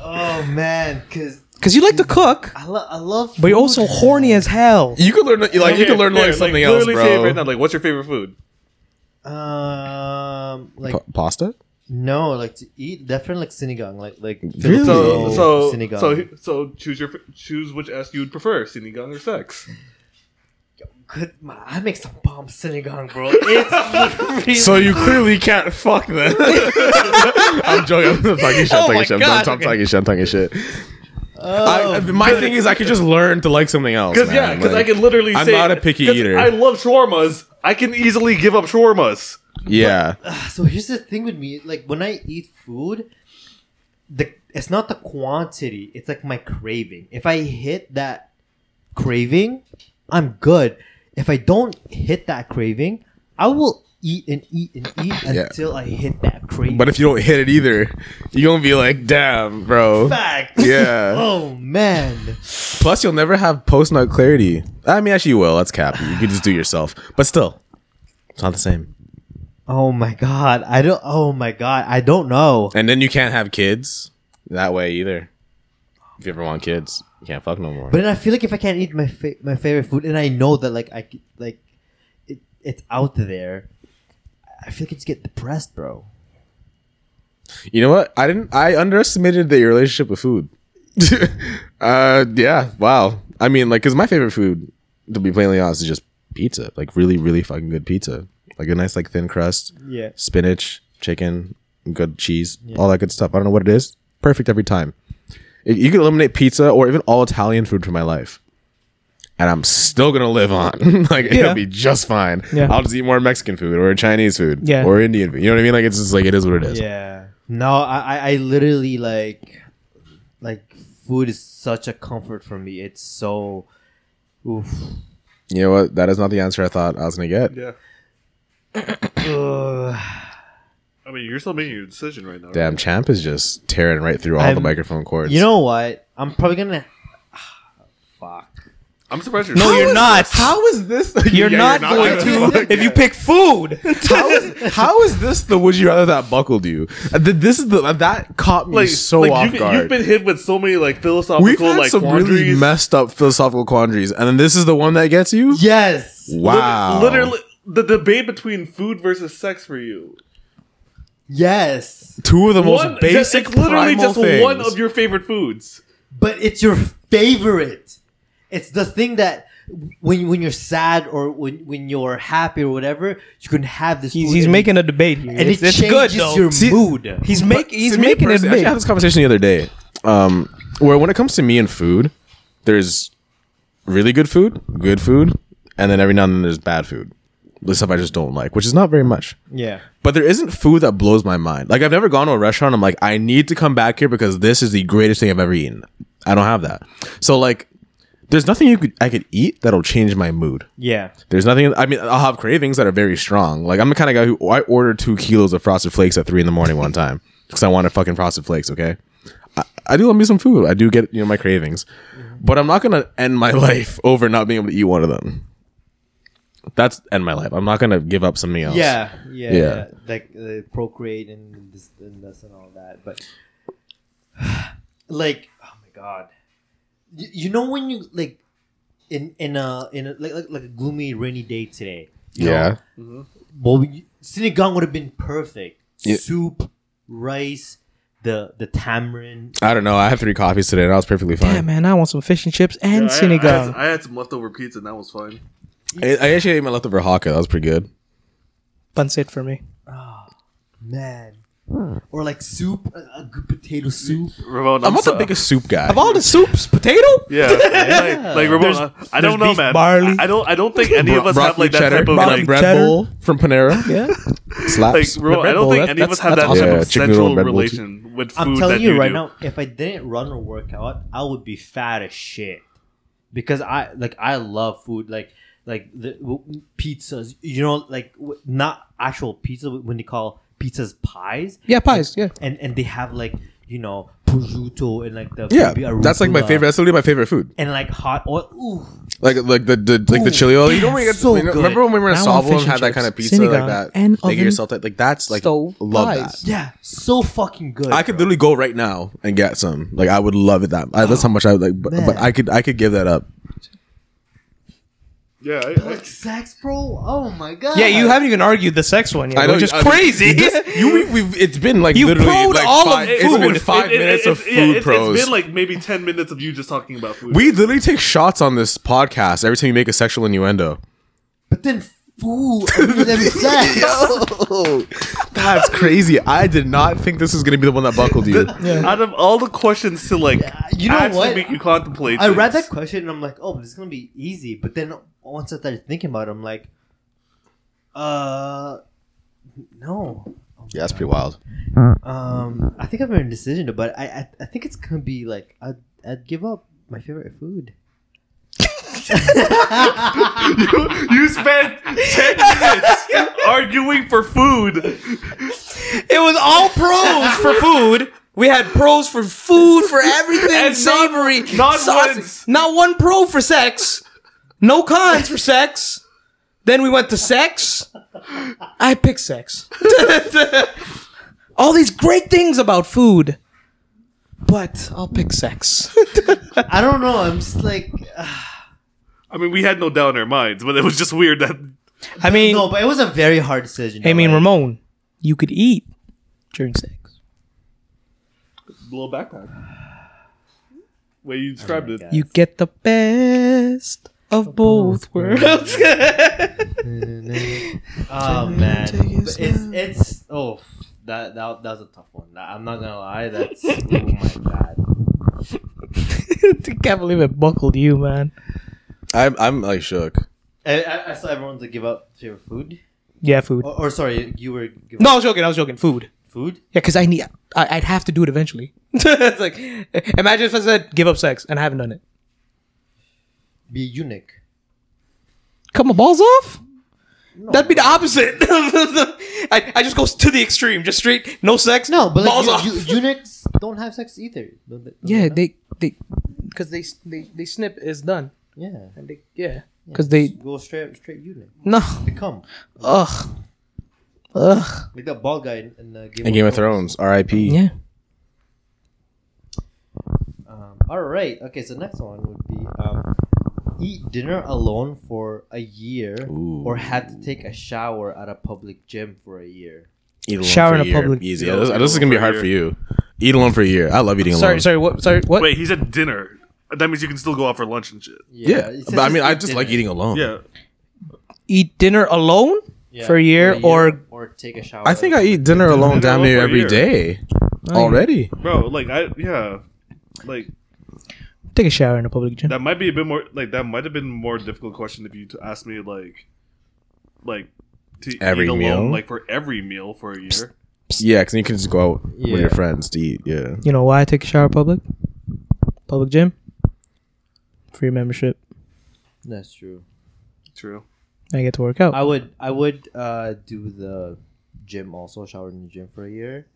Speaker 3: Oh man, because
Speaker 2: Cuz you like to cook,
Speaker 3: I, lo- I love.
Speaker 2: but you're
Speaker 3: food.
Speaker 2: also horny as hell.
Speaker 1: You could learn like you could learn
Speaker 4: Here,
Speaker 1: like something else,
Speaker 4: literally say it
Speaker 1: bro.
Speaker 4: right now, like, what's your favorite food?
Speaker 3: Um, like
Speaker 1: Pa- pasta?
Speaker 3: no, like to eat definitely like sinigang, like like
Speaker 1: Really?
Speaker 4: So,
Speaker 1: Ooh,
Speaker 4: so,
Speaker 3: sinigang.
Speaker 4: so, so, choose your choose which S you'd prefer, sinigang or sex.
Speaker 3: good. ma- I make some bomb sinigang, bro. It's really
Speaker 1: So you clearly can't fuck them. I'm joking. I'm talking shit. I'm talking
Speaker 2: Oh my
Speaker 1: shit. I'm
Speaker 2: God,
Speaker 1: talking- I'm
Speaker 2: okay.
Speaker 1: talking shit. I'm talking shit. I,
Speaker 3: Oh,
Speaker 1: my thing is, I could just learn to like something else.
Speaker 4: Because yeah,
Speaker 1: man.
Speaker 4: because
Speaker 1: Like,
Speaker 4: I can literally.
Speaker 1: I'm
Speaker 4: say,
Speaker 1: not a picky
Speaker 4: 'cause
Speaker 1: eater.
Speaker 4: I love shawarmas. I can easily give up shawarmas.
Speaker 1: Yeah,
Speaker 3: so here's the thing with me like when i eat food the it's not the quantity it's like my craving if i hit that craving i'm good if i don't hit that craving i will eat and eat and eat
Speaker 1: Yeah.
Speaker 3: until I hit that crazy
Speaker 1: But if you don't hit it either, you're gonna be like, damn, bro.
Speaker 3: fact.
Speaker 1: Yeah.
Speaker 3: Oh man.
Speaker 1: Plus, you'll never have post nut clarity. I mean, actually, you will. That's cap. You could just do it yourself. But still, it's not the same.
Speaker 3: Oh my god. I don't. Oh my god. I don't know.
Speaker 1: And then you can't have kids that way either. If you ever want kids, you can't fuck no more.
Speaker 3: But then I feel like if I can't eat my fa- my favorite food, and I know that like I c- like it, it's out there, I feel like I just get depressed, bro.
Speaker 1: you know what? I didn't. I underestimated the, your relationship with food. uh, yeah. Wow. I mean, like, cause my favorite food, to be plainly honest, is just pizza. Like, really, really fucking good pizza. Like a nice, like thin crust.
Speaker 3: Yeah.
Speaker 1: spinach, chicken, good cheese, all that good stuff. I don't know what it is. Perfect every time. If You could eliminate pizza or even all Italian food from my life. And I'm still gonna live on. like
Speaker 2: Yeah.
Speaker 1: it'll be just fine.
Speaker 2: Yeah.
Speaker 1: I'll just eat more Mexican food or Chinese food.
Speaker 2: Yeah.
Speaker 1: Or Indian food. You know what I mean? Like it's just like it is what it is.
Speaker 3: Yeah. No, I I- I literally like like food is such a comfort for me. It's so. Oof.
Speaker 1: You know what? That is not the answer I thought I was gonna get.
Speaker 4: Yeah.
Speaker 3: Ugh.
Speaker 4: I mean, you're still making your decision right now. right?
Speaker 1: Damn, Champ is just tearing right through all the
Speaker 3: I'm-
Speaker 1: microphone cords.
Speaker 3: You know what? I'm probably gonna. Fuck.
Speaker 4: I'm surprised you're.
Speaker 2: No, you're not.
Speaker 1: how is this?
Speaker 2: You're,
Speaker 1: Yeah,
Speaker 2: not going to if you pick food.
Speaker 1: How is, how is this the would you rather that buckled you? Uh, th- This is the that caught me
Speaker 4: Like
Speaker 1: so
Speaker 4: like,
Speaker 1: off
Speaker 4: you've,
Speaker 1: guard.
Speaker 4: you've been hit with so many like philosophical
Speaker 1: We've had
Speaker 4: like
Speaker 1: some
Speaker 4: quandaries.
Speaker 1: really messed up philosophical quandaries, and then this is the one that gets you.
Speaker 3: Yes.
Speaker 4: Lit-
Speaker 1: Wow,
Speaker 4: Literally, the debate between food versus sex for you.
Speaker 3: Yes.
Speaker 1: two of the most
Speaker 4: One,
Speaker 1: basic,
Speaker 4: just, it's literally
Speaker 1: primal
Speaker 4: just
Speaker 1: things.
Speaker 4: one of your favorite foods.
Speaker 3: but it's your favorite. It's the thing that when when you're sad or when when you're happy or whatever, you can have this.
Speaker 2: He's,
Speaker 3: food
Speaker 2: he's
Speaker 3: and
Speaker 2: making a debate here.
Speaker 3: it, and it
Speaker 2: it's, it's
Speaker 3: changes
Speaker 2: good though.
Speaker 3: your
Speaker 1: See-
Speaker 3: mood.
Speaker 2: he's
Speaker 1: But
Speaker 2: making he's
Speaker 1: to me
Speaker 2: making a
Speaker 1: personally- actually, I had
Speaker 2: debate.
Speaker 1: this conversation the other day, um, where when it comes to me and food, there's really good food, good food, and then every now and then there's bad food, the stuff I just don't like, which is not very much.
Speaker 3: Yeah,
Speaker 1: But there isn't food that blows my mind. Like I've never gone to a restaurant. I'm like, I need to come back here because this is the greatest thing I've ever eaten. I don't have that. So like, there's nothing you could I could eat that'll change my mood.
Speaker 3: yeah,
Speaker 1: There's nothing. I mean, I'll have cravings that are very strong. Like I'm the kind of guy who I ordered two kilos of frosted flakes at three in the morning one time because I wanted fucking frosted flakes. Okay, I, I do love me some food. I do get you know my cravings, but I'm not gonna end my life over not being able to eat one of them. That's end my life. I'm not gonna give up something else.
Speaker 3: yeah, yeah,
Speaker 1: Yeah.
Speaker 3: Like uh, procreate and this and this and all that. But like, oh my god, you, you know when you like in in a in a, like, like like a gloomy rainy day today. you know,
Speaker 1: Yeah.
Speaker 3: Well, we- sinigang would have been perfect.
Speaker 1: Yeah.
Speaker 3: Soup, rice, the the tamarind.
Speaker 1: I don't know. I had three coffees today, and I was perfectly fine.
Speaker 2: Yeah, man, I want some fish and chips and
Speaker 4: Yeah, I- I, had,
Speaker 2: sinigang.
Speaker 4: I had some leftover pizza, and that was fine.
Speaker 1: I, I actually ate my leftover haka. That was pretty good.
Speaker 2: Pancit for me.
Speaker 3: Man. Or like soup, a, a good potato soup.
Speaker 4: Ramon,
Speaker 1: I'm, not
Speaker 4: so-
Speaker 1: the biggest soup guy.
Speaker 2: Of all the soups, potato.
Speaker 4: Yeah, like, like Ramon,
Speaker 2: There's-
Speaker 4: I- I
Speaker 2: there's
Speaker 4: don't know,
Speaker 2: beef
Speaker 4: man.
Speaker 2: barley.
Speaker 4: I don't. I don't think any of us have like that type of
Speaker 1: and
Speaker 2: broccoli
Speaker 1: a
Speaker 4: like.
Speaker 1: bread
Speaker 2: cheddar.
Speaker 1: bowl from Panera.
Speaker 2: Yeah,
Speaker 4: Like,
Speaker 1: Slaps.
Speaker 4: Ramon,
Speaker 2: Red
Speaker 4: I
Speaker 2: Bull,
Speaker 4: don't think
Speaker 2: that's-
Speaker 4: any of
Speaker 2: that's-
Speaker 4: us
Speaker 2: that's
Speaker 4: have that
Speaker 1: awesome.
Speaker 4: type
Speaker 1: Yeah,
Speaker 4: of
Speaker 1: chicken noodle
Speaker 4: central
Speaker 1: and Red Bull too.
Speaker 4: relation with food.
Speaker 3: I'm telling
Speaker 4: that
Speaker 3: you
Speaker 4: you
Speaker 3: right
Speaker 4: do.
Speaker 3: now, if I didn't run or work out, I would be fat as shit. Because I like I love food, like like the w- pizzas. You know, like w- not actual pizza but when they call pizzas pies,
Speaker 2: yeah, pies. Yeah,
Speaker 3: and and they have like you know prosciutto and like the baby
Speaker 1: Yeah, that's like my
Speaker 3: arugula
Speaker 1: favorite. That's literally my favorite food.
Speaker 3: and like hot oil. Ooh,
Speaker 1: Like like the, the like the
Speaker 3: Ooh,
Speaker 1: chili oil. You
Speaker 3: that's
Speaker 1: don't really get
Speaker 3: so
Speaker 1: you know,
Speaker 3: good.
Speaker 1: remember when we were in
Speaker 2: Now I want
Speaker 1: Salvo and
Speaker 2: fish and
Speaker 1: had that kind of
Speaker 2: chips,
Speaker 1: pizza like
Speaker 2: sinigang,
Speaker 1: that.
Speaker 2: and
Speaker 1: Make it
Speaker 2: oven
Speaker 1: yourself. That like that's like
Speaker 2: stove
Speaker 1: love
Speaker 2: pies.
Speaker 1: that.
Speaker 3: Yeah, so fucking good.
Speaker 1: I could
Speaker 3: bro.
Speaker 1: literally go right now and get some. Like I would love it that. I, that's how much I would like. But,
Speaker 3: Man.
Speaker 1: but I could I could give that up.
Speaker 4: Yeah, I,
Speaker 3: But
Speaker 4: I,
Speaker 3: like sex, bro. Oh my god.
Speaker 2: yeah. You haven't even argued the sex one yet,
Speaker 1: I know,
Speaker 2: which is
Speaker 1: I-
Speaker 2: crazy.
Speaker 1: You we, we've it's been like
Speaker 2: You
Speaker 1: literally
Speaker 2: probed
Speaker 1: like
Speaker 2: all of
Speaker 1: five, It's
Speaker 2: food.
Speaker 1: been five
Speaker 4: it- it-
Speaker 1: minutes of
Speaker 4: it's- yeah,
Speaker 1: food
Speaker 4: it's-
Speaker 1: pros.
Speaker 4: It's been like maybe ten minutes of you just talking about food.
Speaker 1: We literally take shots on this podcast every time you make a sexual innuendo.
Speaker 3: But then fool other than sex.
Speaker 2: Oh
Speaker 1: That's crazy. I did not think this was gonna be the one that buckled you.
Speaker 4: Out of all the questions to like,
Speaker 3: you know
Speaker 4: actually
Speaker 3: what?
Speaker 4: make you contemplate.
Speaker 3: I read
Speaker 4: things.
Speaker 3: that question and I'm like, oh, this is gonna be easy. But then once I started thinking about it, I'm like, uh, no.
Speaker 1: Yeah, that's pretty wild.
Speaker 3: Um, I think I'm indecision, but I, I I think it's gonna be like I'd I'd give up my favorite food.
Speaker 4: you, you spent 10 minutes arguing for food.
Speaker 2: It was all pros for food. We had pros for food, for everything
Speaker 4: And not-
Speaker 2: savory.
Speaker 4: not
Speaker 2: sausage.
Speaker 4: once.
Speaker 2: Not one pro for sex. No cons for sex. Then we went to sex. I picked sex. all these great things about food. But I'll pick sex.
Speaker 3: I don't know. I'm just like
Speaker 4: I mean, we had no doubt in our minds, but it was just weird that
Speaker 2: I mean,
Speaker 3: no, but it was a very hard decision.
Speaker 2: I mean,
Speaker 3: like,
Speaker 2: Ramon, you could eat during sex.
Speaker 4: little backpack. Way you described it.
Speaker 2: You get the best of both worlds.
Speaker 3: Oh man,
Speaker 2: Take it
Speaker 3: But it's it's oh that that that was a tough one. That- I'm not gonna lie. That's oh my god.
Speaker 2: can't believe it buckled you, man.
Speaker 1: I'm I'm like shook.
Speaker 3: I, I, I saw everyone to give up favorite food.
Speaker 2: Yeah, food.
Speaker 3: Or, or sorry, you were give
Speaker 2: Oh. No,
Speaker 3: up
Speaker 2: I was joking. I was joking. Food.
Speaker 3: food.
Speaker 2: Yeah, because I need. I, I'd have to do it eventually. it's like, imagine if I said give up sex and I haven't done it.
Speaker 3: Be a eunuch.
Speaker 2: Cut my balls off. That'd be the opposite. I, I just go to the extreme, just straight, no sex,
Speaker 3: No, but
Speaker 2: balls
Speaker 3: like
Speaker 2: off.
Speaker 3: you, you, eunuchs don't have sex either. Don't they- don't
Speaker 2: yeah,
Speaker 3: they,
Speaker 2: they they because they, they they snip is done,
Speaker 3: yeah.
Speaker 2: and they yeah because they
Speaker 3: go straight straight eunuch.
Speaker 2: no
Speaker 3: They come
Speaker 2: ugh ugh
Speaker 3: like that bald guy in, in uh, Game,
Speaker 1: In Game of Thrones, R.I.P.
Speaker 2: yeah.
Speaker 3: Um, all right. Okay. So next one would be um, eat dinner alone for a year, or had to take a shower at a public gym for a year.
Speaker 1: Eat alone
Speaker 2: Shower
Speaker 1: for
Speaker 2: in a
Speaker 1: year.
Speaker 2: public-
Speaker 1: Easy.
Speaker 4: Eat
Speaker 1: this,
Speaker 4: alone-
Speaker 1: this is
Speaker 4: eat
Speaker 1: gonna be
Speaker 4: alone
Speaker 1: hard
Speaker 4: for a
Speaker 1: for you. Eat alone for a year. I love eating alone.
Speaker 2: Sorry, sorry. What? Sorry, what?
Speaker 4: Wait, he's at dinner. That means you can still go out for lunch and shit.
Speaker 1: Yeah,
Speaker 3: it says
Speaker 1: but I mean,
Speaker 3: eat
Speaker 1: I just like
Speaker 3: dinner.
Speaker 1: eating alone.
Speaker 4: Yeah.
Speaker 2: Eat dinner alone
Speaker 3: Yeah,
Speaker 2: for a year, or
Speaker 3: or take a shower.
Speaker 1: I think I eat dinner alone
Speaker 4: alone
Speaker 1: damn near
Speaker 4: for a
Speaker 1: every
Speaker 4: year.
Speaker 1: day
Speaker 2: Oh,
Speaker 1: already.
Speaker 4: Bro, like, I, yeah. Like,
Speaker 2: take a shower in a public gym.
Speaker 4: that might be a bit more, like, that might have been a more difficult question if you to ask me, like, like, to
Speaker 1: Every
Speaker 4: eat alone,
Speaker 1: meal?
Speaker 4: like, for every meal for a year.
Speaker 1: Yeah, because you can just go out
Speaker 3: Yeah.
Speaker 1: with your friends to eat. Yeah.
Speaker 2: You know why I take a shower public? Public gym? Free membership.
Speaker 3: That's true.
Speaker 4: True.
Speaker 2: I get to work out.
Speaker 3: I would. I would uh, do the gym also. Shower in the gym for a year.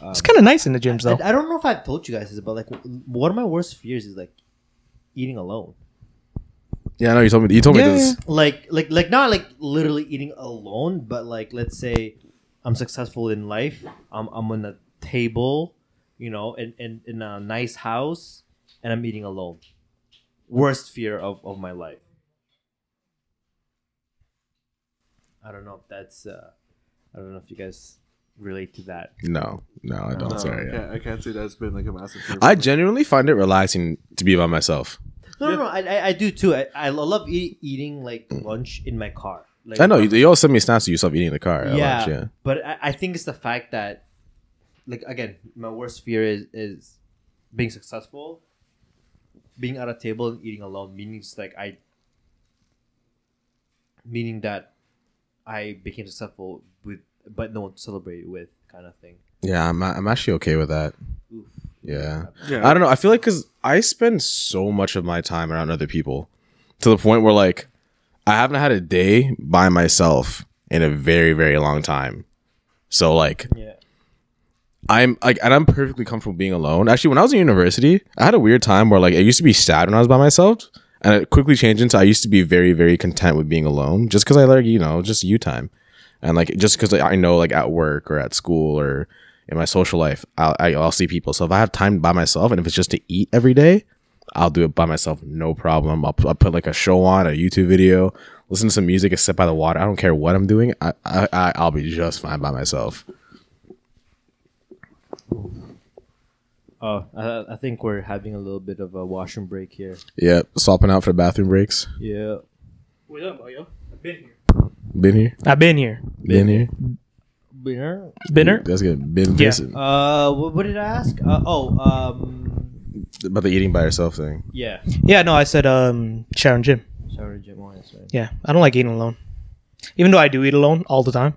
Speaker 2: it's kind of nice in the gyms though.
Speaker 3: I, I don't know if I've told you guys this, but like, w- one of my worst fears is like eating alone.
Speaker 1: Yeah, I know you told me. You told
Speaker 2: Yeah,
Speaker 1: me this.
Speaker 3: like like like not like literally eating alone but like let's say i'm successful in life i'm, I'm on a table you know in, in in a nice house and i'm eating alone worst fear of, of my life i don't know if that's uh i don't know if you guys relate to that
Speaker 1: No, no, I don't. sorry.
Speaker 4: Uh, I, can't, I can't say that's been, like, a massive fear
Speaker 1: I
Speaker 4: for me.
Speaker 1: genuinely find it relaxing to be by myself.
Speaker 3: no no, no I, I i do too i, I love eat, eating like lunch in my car like
Speaker 1: I know you, you all send me snaps of yourself eating in the car. at
Speaker 3: yeah,
Speaker 1: lunch, yeah.
Speaker 3: but I, I think it's the fact that like again my worst fear is is being successful being at a table and eating alone meaning it's like i meaning that i became successful with but no one to celebrate with kind of thing
Speaker 1: Yeah, I'm I'm actually okay with that.
Speaker 3: Oof.
Speaker 1: Yeah.
Speaker 4: Yeah.
Speaker 1: I don't know. I feel like because I spend so much of my time around other people to the point where like I haven't had a day by myself in a very very long time. So like
Speaker 3: yeah
Speaker 1: I'm like and I'm perfectly comfortable being alone. Actually, when I was in university, I had a weird time where like it used to be sad when I was by myself, and it quickly changed into I used to be very very content with being alone just because I like you know just you time, and like just because I know like at work or at school or in my social life I'll, I- I'll see people. So if I have time by myself and if it's just to eat every day, I'll do it by myself no problem. I'll, pu- I'll put like a show on a YouTube video, listen to some music, and sit by the water. I don't care what I'm doing. I I I- I'll be just fine by myself.
Speaker 3: oh I, I think we're having a little bit of a washroom break here
Speaker 1: Yep, swapping out for the bathroom breaks.
Speaker 3: yeah
Speaker 1: Been here.
Speaker 2: I've been here.
Speaker 1: Been here.
Speaker 2: Been here?
Speaker 1: That's good. Been
Speaker 2: Yeah.
Speaker 1: visit-
Speaker 3: uh what, what did i ask uh, oh um
Speaker 1: about the eating by yourself thing.
Speaker 3: yeah
Speaker 2: Yeah, no, I said um shower and gym.
Speaker 3: sorry jim Morris, right?
Speaker 2: Yeah. I don't like eating alone. Even though I do eat alone all the time.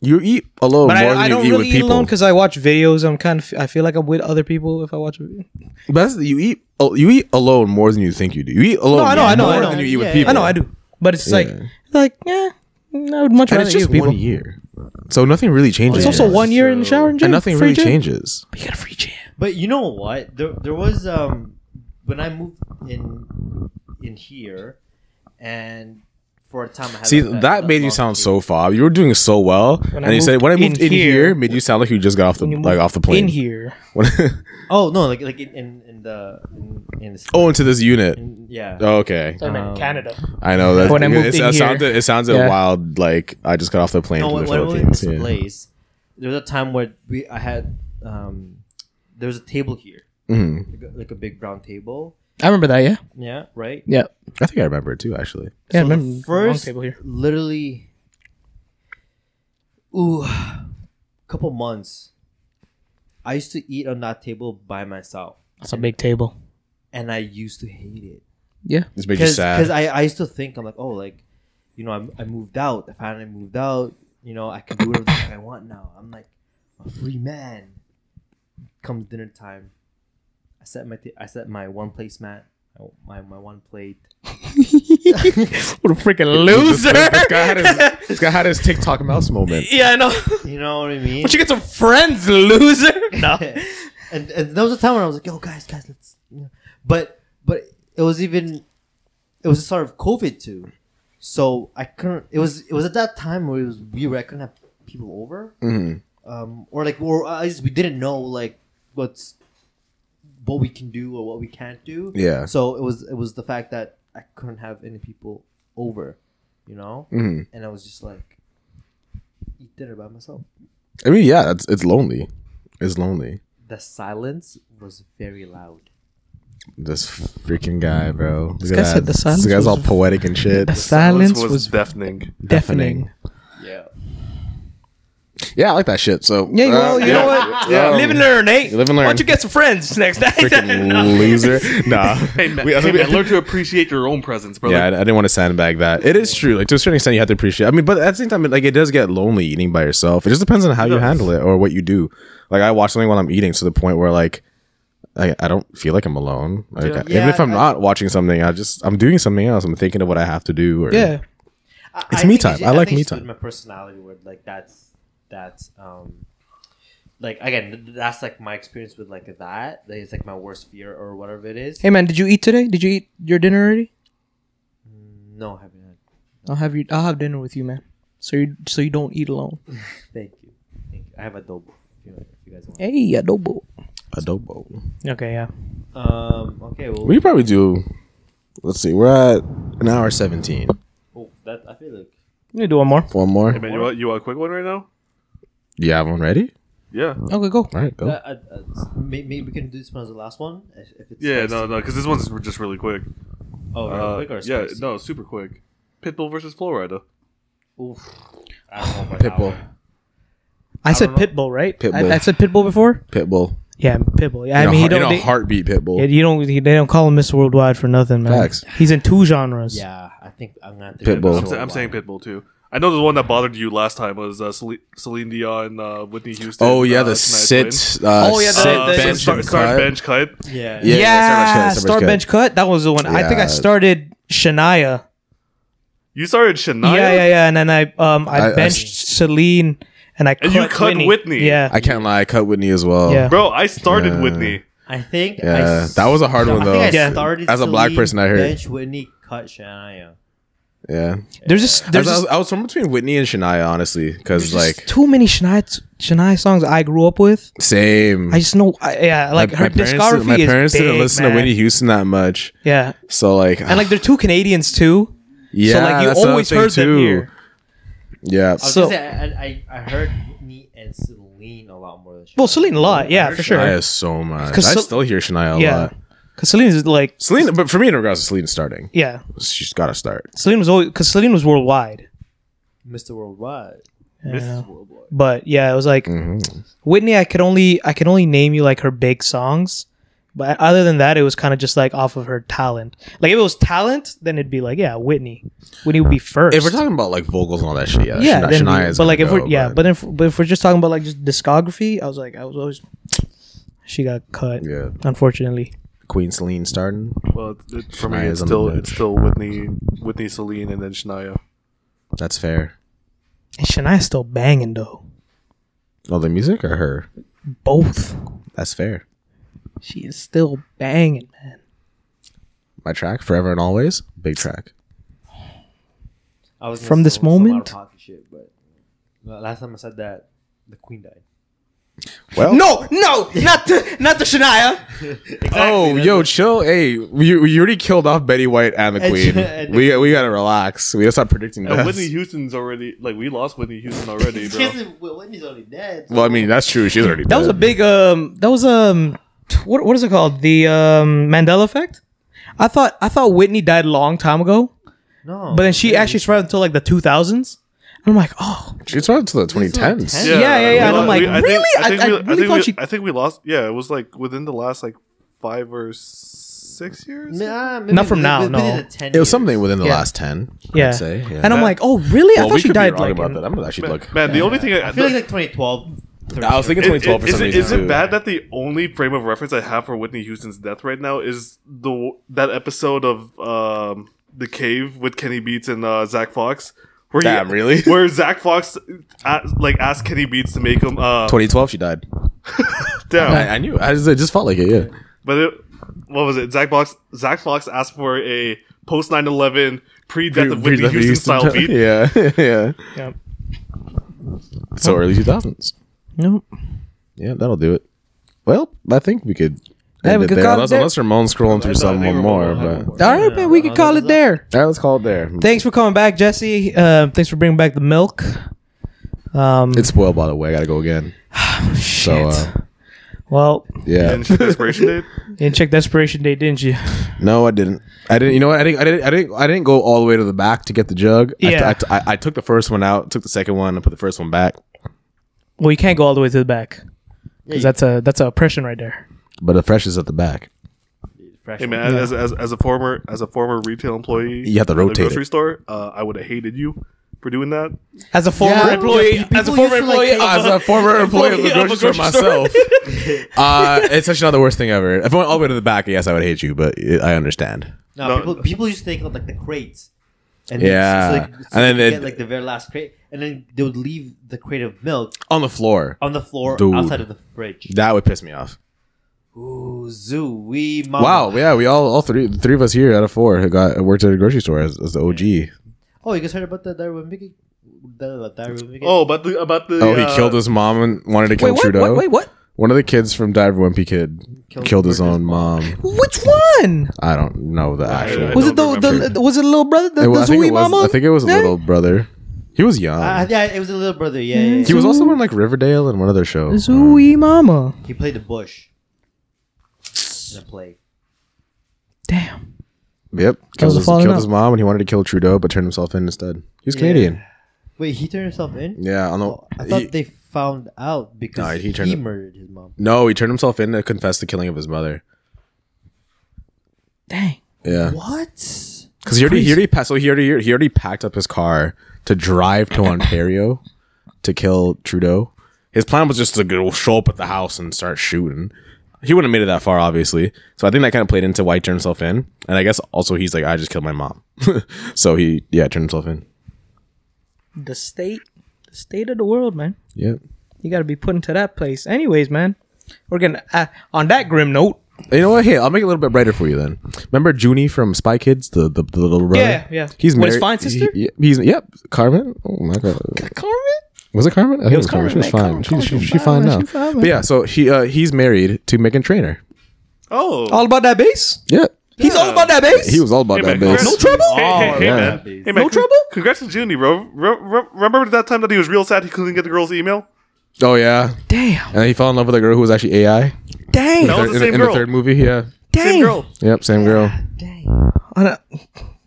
Speaker 1: You eat alone
Speaker 2: But
Speaker 1: more than
Speaker 2: I, I
Speaker 1: you
Speaker 2: don't
Speaker 1: eat
Speaker 2: really
Speaker 1: with
Speaker 2: eat
Speaker 1: people.
Speaker 2: alone because I watch videos. I'm kind of I feel like I'm with other people if I watch. A video.
Speaker 1: But that's you eat oh, you eat alone more than you think you do. You eat alone.
Speaker 2: I know, I know,
Speaker 1: more
Speaker 2: I know.
Speaker 1: than you eat with
Speaker 3: Yeah,
Speaker 1: people.
Speaker 2: I know I do, but it's like
Speaker 1: Yeah.
Speaker 2: like yeah, I would much
Speaker 1: And
Speaker 2: rather
Speaker 1: it's
Speaker 2: eat
Speaker 1: just
Speaker 2: with people.
Speaker 1: one year, so nothing really changes.
Speaker 2: It's also
Speaker 4: Yeah,
Speaker 2: one year in the
Speaker 4: so-
Speaker 2: shower and gym.
Speaker 1: and nothing
Speaker 2: free
Speaker 1: really
Speaker 2: gym.
Speaker 1: changes.
Speaker 2: But you got a free gym.
Speaker 3: But you know what? There, there was um when I moved in in here, and for a time I had
Speaker 1: See,
Speaker 3: like
Speaker 1: that, made you
Speaker 3: long
Speaker 1: sound
Speaker 3: queue.
Speaker 1: so far. You were doing so well,
Speaker 2: When I
Speaker 1: and you said when I
Speaker 2: moved
Speaker 1: moved
Speaker 2: in
Speaker 1: in, here,
Speaker 2: here-
Speaker 1: made you sound like you just got off the
Speaker 2: When you
Speaker 1: like
Speaker 2: move
Speaker 1: off the plane
Speaker 2: in here.
Speaker 1: When-
Speaker 3: Oh no, like like in in, in the in, in the
Speaker 1: oh, into this unit.
Speaker 3: in, yeah.
Speaker 1: Oh, okay,
Speaker 2: I meant
Speaker 3: Um,
Speaker 2: Canada.
Speaker 1: I know that.
Speaker 2: When I moved
Speaker 1: it's-
Speaker 2: in
Speaker 1: it
Speaker 2: here.
Speaker 1: sounded it sounded
Speaker 2: Yeah.
Speaker 1: wild. Like I just got off the plane
Speaker 3: No,
Speaker 1: from
Speaker 3: when,
Speaker 1: the
Speaker 3: when we were in
Speaker 1: Philippines.
Speaker 3: this
Speaker 1: Yeah.
Speaker 3: place, there was a time where we I had um there was a table here,
Speaker 1: Mhm.
Speaker 3: like a, like a big brown table.
Speaker 2: I remember that. Yeah,
Speaker 3: Yeah, right.
Speaker 2: yeah,
Speaker 1: I think I remember it too. Actually,
Speaker 2: yeah. I
Speaker 3: So the
Speaker 2: remember Mm, the long
Speaker 3: first,
Speaker 2: table here.
Speaker 3: literally, ooh, couple months. I used to eat on that table by myself,
Speaker 2: That's a big table.
Speaker 3: and I used to hate it
Speaker 2: Yeah,
Speaker 1: this made you
Speaker 3: because
Speaker 1: sad.
Speaker 3: I, I used to think I'm like oh like, you know I, I moved out I finally moved out you know I can do whatever the fuck I want now I'm like a free man. Comes dinner time, I set my t- I set my one placemat my my one plate.
Speaker 2: what a freaking
Speaker 1: This-
Speaker 2: loser.
Speaker 1: this- This guy had his, this guy had his TikTok mouse moment.
Speaker 2: yeah, I know.
Speaker 3: You know what I mean?
Speaker 2: But you get some friends, loser. No.
Speaker 3: and, and there was a time when I was like, "Yo, guys, guys, let's," you know. but but it was even it was the start of COVID too, so I couldn't. It was it was at that time where it was weird. I couldn't have people over,
Speaker 1: Mhm.
Speaker 3: um, or like or at least we didn't know like what's what we can do or what we can't do.
Speaker 1: Yeah.
Speaker 3: So it was it was the fact that I couldn't have any people over, you know,
Speaker 1: Mhm.
Speaker 3: and I was just like eat dinner by myself.
Speaker 1: I mean, yeah, it's it's lonely. It's lonely.
Speaker 3: The silence was very loud.
Speaker 1: This freaking guy, bro. This
Speaker 2: guy said the silence
Speaker 1: This guy's all
Speaker 2: was-
Speaker 1: poetic and shit.
Speaker 2: The
Speaker 4: Silence
Speaker 2: silence
Speaker 4: was,
Speaker 2: was
Speaker 4: deafening.
Speaker 2: deafening.
Speaker 3: Yeah.
Speaker 1: Yeah, I like that shit. So
Speaker 2: Yeah, well,
Speaker 1: uh,
Speaker 2: you
Speaker 1: yeah.
Speaker 2: know what?
Speaker 1: Yeah.
Speaker 2: Live and learn, eh?
Speaker 1: You live and
Speaker 2: Why
Speaker 1: learn.
Speaker 2: don't you get some friends next time?
Speaker 1: Freaking
Speaker 2: No.
Speaker 1: loser. Nah.
Speaker 4: Hey, man,
Speaker 1: We- I
Speaker 4: hey,
Speaker 1: think we-
Speaker 4: man, learn to appreciate your own presence, brother.
Speaker 1: yeah, I, I didn't want to sandbag that. It is true. Like to a certain extent, you have to appreciate. I mean, but at the same time, it, like it does get lonely eating by yourself. It just depends on how you
Speaker 4: does.
Speaker 1: handle it or what you do. Like I watch something while I'm eating to the point where like I, I don't feel like I'm alone. Like,
Speaker 4: Yeah.
Speaker 1: even if
Speaker 3: Yeah,
Speaker 1: I'm
Speaker 3: I-
Speaker 1: not watching something, I just I'm doing something else. I'm thinking of what I have to do. Or,
Speaker 2: Yeah.
Speaker 3: I-
Speaker 1: It's
Speaker 3: I
Speaker 1: me
Speaker 3: think
Speaker 1: time.
Speaker 3: ju-
Speaker 1: I like
Speaker 3: think
Speaker 1: me
Speaker 3: it's just
Speaker 1: time.
Speaker 3: My personality, where like that's that's um, like again, th- that's like my experience with like that. Like, it's like my worst fear or whatever it is.
Speaker 2: Hey, man, did you eat today? Did you eat your dinner already?
Speaker 3: No, I haven't. Had.
Speaker 2: I'll have you. I'll have dinner with you, man. So you so you don't eat alone.
Speaker 3: Thank you. Thank you. I have adobo. If you, if you guys want.
Speaker 2: Hey, adobo.
Speaker 1: adobo.
Speaker 2: Okay, yeah.
Speaker 3: Um. Okay. Well,
Speaker 1: We could probably do. Let's see. We're at an hour seventeen.
Speaker 3: oh, that I feel like.
Speaker 2: Let me do one more.
Speaker 1: One more.
Speaker 4: Hey, man, you want, you want a quick one right now?
Speaker 1: You have one ready?
Speaker 4: Yeah.
Speaker 2: Okay, go.
Speaker 1: All right, go.
Speaker 3: Uh, uh, uh, may- maybe we can do this one as the last one. If if it's
Speaker 4: Yeah,
Speaker 3: spicy.
Speaker 4: no, no, because this one's just really quick.
Speaker 3: Oh, real
Speaker 4: Uh,
Speaker 3: quick or
Speaker 4: yeah,
Speaker 3: spicy?
Speaker 4: no, super quick. Pitbull versus Florida.
Speaker 3: Oof. I don't know about that
Speaker 1: Pitbull.
Speaker 3: one.
Speaker 2: I, said
Speaker 3: don't know.
Speaker 2: pitbull, right?
Speaker 1: Pitbull.
Speaker 2: I, I said pitbull before.
Speaker 1: Pitbull.
Speaker 2: Yeah, pitbull. Yeah,
Speaker 1: In
Speaker 2: I
Speaker 1: a
Speaker 2: mean, he
Speaker 1: heart- in
Speaker 2: don't.
Speaker 1: a
Speaker 2: They,
Speaker 1: heartbeat,
Speaker 2: yeah,
Speaker 1: Pitbull.
Speaker 2: you don't. He, they don't call him Mr. Worldwide for nothing, man.
Speaker 1: Facts.
Speaker 2: He's in two genres.
Speaker 3: Yeah, I think I'm gonna. have to
Speaker 1: Pitbull.
Speaker 3: go
Speaker 4: I'm,
Speaker 3: with
Speaker 4: sa- I'm saying
Speaker 3: Pitbull.
Speaker 4: Pitbull too. I know the one that bothered you last time was uh, Celine, Celine Dion, uh, Whitney Houston.
Speaker 1: Oh yeah,
Speaker 4: uh,
Speaker 1: the
Speaker 4: Tonight
Speaker 1: sit. Uh,
Speaker 2: Oh, yeah, the-
Speaker 1: sit,
Speaker 4: Tonight. Uh,
Speaker 2: the-
Speaker 1: bench,
Speaker 4: start,
Speaker 1: and
Speaker 4: start
Speaker 1: cut.
Speaker 4: bench cut.
Speaker 3: Yeah.
Speaker 1: Yeah,
Speaker 2: Yeah,
Speaker 1: yeah, start bench cut, start
Speaker 2: star
Speaker 1: bench
Speaker 2: bench cut. That was the one. I think
Speaker 1: Yeah.
Speaker 2: I started Shania.
Speaker 4: You started Shania.
Speaker 2: Yeah, yeah, yeah. And then I um
Speaker 1: I- I
Speaker 2: I benched Celine and I
Speaker 4: And
Speaker 2: cut
Speaker 4: you cut Whitney.
Speaker 2: Yeah.
Speaker 1: I can't lie. I cut Whitney as well.
Speaker 2: Yeah.
Speaker 4: Bro, I started
Speaker 1: Yeah.
Speaker 4: Whitney.
Speaker 3: I think I
Speaker 1: Yeah,
Speaker 3: s-
Speaker 1: that was a hard
Speaker 3: I
Speaker 1: one
Speaker 3: think
Speaker 1: though.
Speaker 3: I
Speaker 2: Yeah.
Speaker 3: started
Speaker 1: As a black
Speaker 3: Celine
Speaker 1: person, I heard.
Speaker 3: Bench Whitney cut Shania.
Speaker 1: Yeah,
Speaker 2: there's just
Speaker 1: I was,
Speaker 2: there's
Speaker 1: I
Speaker 2: just,
Speaker 1: was- I was somewhere between Whitney and Shania, honestly, because
Speaker 2: there's just
Speaker 1: like
Speaker 2: too many Shania Shania songs I grew up with.
Speaker 1: same.
Speaker 2: I just know. I, yeah, like her
Speaker 1: parents,
Speaker 2: discography
Speaker 1: didn't- my
Speaker 2: is
Speaker 1: parents
Speaker 2: big,
Speaker 1: didn't listen
Speaker 2: man.
Speaker 1: to Whitney Houston that much,
Speaker 2: Yeah,
Speaker 1: so like
Speaker 2: and like they're two Canadians too.
Speaker 1: yeah,
Speaker 2: so like you
Speaker 1: that's another
Speaker 2: always
Speaker 1: thing,
Speaker 2: heard them here.
Speaker 1: Yeah,
Speaker 3: I was
Speaker 2: So-
Speaker 3: gonna say, I, I, I heard Whitney and Celine a lot more than Shania.
Speaker 2: Well, Celine a lot, yeah,
Speaker 3: I heard
Speaker 2: for
Speaker 1: Shania
Speaker 2: sure.
Speaker 1: is so much. I
Speaker 2: 'Cause Cel-
Speaker 1: still hear Shania a
Speaker 2: Yeah,
Speaker 1: lot.
Speaker 2: because Celine is like
Speaker 1: Selena, but for me, in regards to Selena starting,
Speaker 2: yeah,
Speaker 1: she's got to start.
Speaker 2: Celine was always because Celine was worldwide.
Speaker 3: Mr. Worldwide.
Speaker 2: Yeah.
Speaker 3: Mrs. Worldwide.
Speaker 2: But yeah, it was like
Speaker 1: Mhm.
Speaker 2: Whitney. I could only I could only name you like her big songs But uh, other than that, it was kind of just like off of her talent. Like if it was talent, then it'd be like yeah, Whitney. Whitney would be first.
Speaker 1: If we're talking about like vocals and all that shit, yeah,
Speaker 2: yeah,
Speaker 1: Shania,
Speaker 2: then we-
Speaker 1: Shania is
Speaker 2: but like
Speaker 1: gonna
Speaker 2: if we're
Speaker 1: go,
Speaker 2: yeah, but if but if we're just talking about like just discography, I was like I was always she got cut
Speaker 1: yeah,
Speaker 2: unfortunately.
Speaker 1: Queen Celine starting.
Speaker 4: Well, it, it, for me,
Speaker 1: Shania's
Speaker 4: it's
Speaker 1: on the
Speaker 4: still
Speaker 1: bench.
Speaker 4: it's still Whitney, Whitney, Celine, and then Shania.
Speaker 1: That's fair.
Speaker 2: And Shania's still banging though.
Speaker 1: Oh, the music or her?
Speaker 2: Both.
Speaker 1: That's fair.
Speaker 2: She is still banging, man.
Speaker 1: My track, Forever and Always, big track.
Speaker 3: I was gonna
Speaker 2: From
Speaker 3: say
Speaker 2: this
Speaker 3: some out of
Speaker 2: moment?
Speaker 3: pocket shit, but well, last time I said that, the queen died.
Speaker 1: Well,
Speaker 2: No, no, not the not the Shania.
Speaker 1: Oh, yo, chill. Hey, you, you already killed off Betty White and the
Speaker 3: And
Speaker 1: Queen.
Speaker 3: she- and-
Speaker 1: we we gotta relax. We gotta stop predicting
Speaker 4: And
Speaker 1: that.
Speaker 4: Whitney Houston's already like we lost Whitney Houston already, bro.
Speaker 3: Whitney's already dead.
Speaker 1: Well, I mean that's true. She's already.
Speaker 2: That was a big um that was um what what is it called? The um Mandela effect? I thought I thought Whitney died a long time ago,
Speaker 3: no,
Speaker 2: but then
Speaker 1: Oh,
Speaker 2: she actually survived until like the 2000s. And I'm like, "Oh,
Speaker 1: She's right until the 2010s.
Speaker 2: Yeah, yeah, yeah,
Speaker 4: we
Speaker 2: and I'm
Speaker 4: lo-
Speaker 2: like,
Speaker 4: we- I think-
Speaker 2: really? I-
Speaker 4: think
Speaker 2: I
Speaker 4: we-
Speaker 2: really
Speaker 4: think
Speaker 2: thought
Speaker 4: we-
Speaker 2: she-
Speaker 4: I think we lost. Yeah, it was like within the last like five or six years.
Speaker 3: Nah,
Speaker 2: Not from now,
Speaker 3: within
Speaker 2: no.
Speaker 3: the 10
Speaker 1: It was
Speaker 3: years.
Speaker 1: something within the
Speaker 2: Yeah.
Speaker 1: last 10.
Speaker 2: yeah."
Speaker 1: I'd say. Yeah.
Speaker 2: And I'm
Speaker 4: That-
Speaker 2: like, "Oh, really? I
Speaker 1: well,
Speaker 2: thought
Speaker 1: we
Speaker 2: she
Speaker 1: could
Speaker 2: died
Speaker 1: be wrong
Speaker 2: like
Speaker 1: about
Speaker 2: in-
Speaker 1: that. I'm gonna actually
Speaker 4: Man,
Speaker 1: look.
Speaker 4: man, the only thing I,
Speaker 3: I feel like like 2012.
Speaker 1: I was thinking
Speaker 4: It- it-
Speaker 1: 2012 for
Speaker 4: is
Speaker 1: some
Speaker 4: it-
Speaker 1: reason.
Speaker 4: Is it
Speaker 1: too.
Speaker 4: bad that the only frame of reference I have for Whitney Houston's death right now is the that episode of um, the cave with Kenny Beats and uh, Zach Fox? Where
Speaker 1: Damn, really?
Speaker 4: Where Zach Fox a like asked Kenny Beats to make him uh,
Speaker 1: 2012, she died.
Speaker 4: down,
Speaker 1: I, I knew. I just, it just felt like it. Yeah.
Speaker 4: but it, what was it? Zach Fox Zach Fox asked for a post 9-11 pre-death of Whitney Houston, style beat.
Speaker 1: Yeah, yeah.
Speaker 2: Yeah.
Speaker 1: So early 2000s.
Speaker 2: Nope.
Speaker 1: Yeah, that'll do it. Well, I think we could.
Speaker 2: Yeah,
Speaker 1: End
Speaker 2: we
Speaker 1: it
Speaker 2: could
Speaker 1: there.
Speaker 2: call it
Speaker 1: Unless,
Speaker 2: there.
Speaker 1: unless Ramon's scrolling through
Speaker 4: thought
Speaker 1: some
Speaker 4: they
Speaker 1: one
Speaker 4: were
Speaker 1: more,
Speaker 4: going
Speaker 1: but
Speaker 4: on.
Speaker 1: all
Speaker 2: All right, man, we can call uh, it there.
Speaker 1: right, let's call it there.
Speaker 2: Thanks for coming back, Jesse. Uh, thanks for bringing back the milk. Um,
Speaker 1: It's spoiled, by the way. I gotta go again. So,
Speaker 2: shit.
Speaker 1: uh,
Speaker 2: well,
Speaker 1: yeah.
Speaker 4: And Desperation Date.
Speaker 2: you didn't check Desperation Day, didn't you?
Speaker 1: No, I didn't. I didn't. You know what? I didn't. I didn't. I didn't, I didn't go all the way to the back to get the jug. I-
Speaker 2: Yeah.
Speaker 1: I, t- I- I took the first one out, took the second one, and put the first one back.
Speaker 2: Well, you can't go all the way to the back
Speaker 3: you-
Speaker 2: because that's a that's a oppression right there.
Speaker 1: But the fresh is at the back.
Speaker 4: Hey man, as, as, as a former as a former retail employee,
Speaker 1: You have to
Speaker 4: at the
Speaker 1: rotate it.
Speaker 4: grocery store. Uh, I would have hated you for doing that.
Speaker 2: As a former
Speaker 1: Yeah.
Speaker 2: employee,
Speaker 1: People
Speaker 2: as a former
Speaker 3: used to, like,
Speaker 2: employee,
Speaker 3: take-
Speaker 1: As a former employee of the grocery store myself, uh, it's actually not the worst thing ever. If I went all the way to the back, yes, I would hate you, but it, I understand.
Speaker 3: No,
Speaker 4: No.
Speaker 3: people people used to take out like the crates. And
Speaker 1: Yeah.
Speaker 3: it's- it's like,
Speaker 1: And
Speaker 3: and
Speaker 1: then
Speaker 3: then
Speaker 1: they'd-
Speaker 3: get, like the very last crate, and then they would leave the crate of milk
Speaker 1: On the floor,
Speaker 3: on the floor
Speaker 1: Dude.
Speaker 3: outside of the fridge.
Speaker 1: that would piss me off.
Speaker 3: Ooh, zoo, we mama.
Speaker 2: Um,
Speaker 1: Wow, yeah, we all all three three of us here out of four who got worked at a grocery store as, as the OG.
Speaker 3: Oh, you guys heard about the Diary of Mickey? The Diary of Mickey?
Speaker 4: Oh, about the about the
Speaker 1: Oh, he
Speaker 4: uh,
Speaker 1: killed his mom and wanted to
Speaker 2: wait,
Speaker 1: kill
Speaker 2: what,
Speaker 1: Trudeau.
Speaker 2: what? Wait, what?
Speaker 1: One of the kids from Dive Wimpy Kid killed,
Speaker 3: Killed
Speaker 1: his
Speaker 3: Bertha's
Speaker 1: own mom.
Speaker 2: Which one?
Speaker 1: I don't know the actual.
Speaker 4: I
Speaker 2: Was it the,
Speaker 4: don't
Speaker 2: the,
Speaker 4: remember.
Speaker 2: was it little brother the,
Speaker 1: It
Speaker 2: the
Speaker 1: was- I think
Speaker 2: Zooey
Speaker 1: it was.
Speaker 2: mama?
Speaker 1: I think it was
Speaker 2: Yeah.
Speaker 1: little brother. He was young.
Speaker 3: Uh, yeah, it was a little brother. Yeah, yeah, yeah.
Speaker 1: he was also on like Riverdale and one other show.
Speaker 2: Zooey mama.
Speaker 3: he played the bush. In the play.
Speaker 2: Damn.
Speaker 1: Yep,
Speaker 2: was
Speaker 1: killed,
Speaker 2: a
Speaker 1: his,
Speaker 2: falling
Speaker 1: killed
Speaker 2: out.
Speaker 1: his mom and he wanted to kill Trudeau, but turned himself in instead. He was
Speaker 3: Yeah.
Speaker 1: Canadian.
Speaker 3: Wait, he turned himself in.
Speaker 1: Yeah, I don't
Speaker 3: Oh,
Speaker 1: know.
Speaker 3: I thought
Speaker 1: he,
Speaker 3: they found out because
Speaker 1: No, he
Speaker 3: he,
Speaker 1: turned it-
Speaker 3: murdered his mom.
Speaker 1: no, he turned himself in to confess the killing of his mother.
Speaker 2: Dang.
Speaker 1: Yeah,
Speaker 3: What?
Speaker 1: because he already he already passed. So he already he already packed up his car to drive to Ontario to kill Trudeau. His plan was just to go show up at the house and start shooting. He wouldn't have made it that far, obviously. So I think that kind of played into why he turned himself in. And I guess also he's like, I just killed my mom. so he yeah turned himself in.
Speaker 2: The state the state of the world, man.
Speaker 1: Yep.
Speaker 2: You got to be put into that place. Anyways, man. We're going to uh, on that grim note.
Speaker 1: You know what? Hey, I'll make it a little bit brighter for you then. Remember Junie from Spy Kids, the the, the little brother.
Speaker 2: Yeah, yeah.
Speaker 1: He's
Speaker 2: With
Speaker 1: married.
Speaker 2: his fine sister?
Speaker 1: He, he- he's yep. Carmen. Oh my god.
Speaker 2: Carmen?
Speaker 1: Was it Carmen? I think it
Speaker 2: was
Speaker 1: was Carmen. She was
Speaker 2: Carmen,
Speaker 1: fine.
Speaker 2: man.
Speaker 1: She,
Speaker 2: Carmen,
Speaker 1: she,
Speaker 2: Carmen,
Speaker 1: she fine
Speaker 2: Carmen,
Speaker 1: now.
Speaker 2: she fine,
Speaker 1: but yeah, so he uh, he's married to Megan Trainer.
Speaker 4: Oh,
Speaker 2: All about that bass?
Speaker 1: Yeah,
Speaker 2: He's all about that bass?
Speaker 1: he was all about
Speaker 4: Hey,
Speaker 1: that
Speaker 4: man,
Speaker 1: bass.
Speaker 4: congrats-
Speaker 2: No trouble?
Speaker 4: Hey, hey, hey,
Speaker 1: Oh, yeah.
Speaker 4: man.
Speaker 3: No
Speaker 4: Hey, man, con-
Speaker 2: trouble?
Speaker 4: Congrats to Junie, bro. Re- re- remember that time that he was real sad he couldn't get the girl's email?
Speaker 1: Oh yeah,
Speaker 2: Damn.
Speaker 1: and then he fell in love with a girl who was actually AI.
Speaker 2: Dang.
Speaker 4: That was
Speaker 1: in,
Speaker 4: the same
Speaker 1: in
Speaker 4: girl.
Speaker 1: the third movie. Yeah.
Speaker 2: Dang.
Speaker 4: Same girl.
Speaker 1: Yep, same girl.
Speaker 2: On a-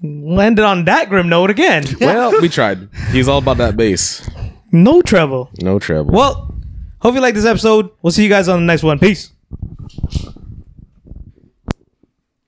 Speaker 2: landed on that grim note again.
Speaker 1: Well, we tried. He's all about that bass.
Speaker 2: No trouble.
Speaker 1: No trouble.
Speaker 2: Well, hope you like this episode. We'll see you guys on the next one. Peace.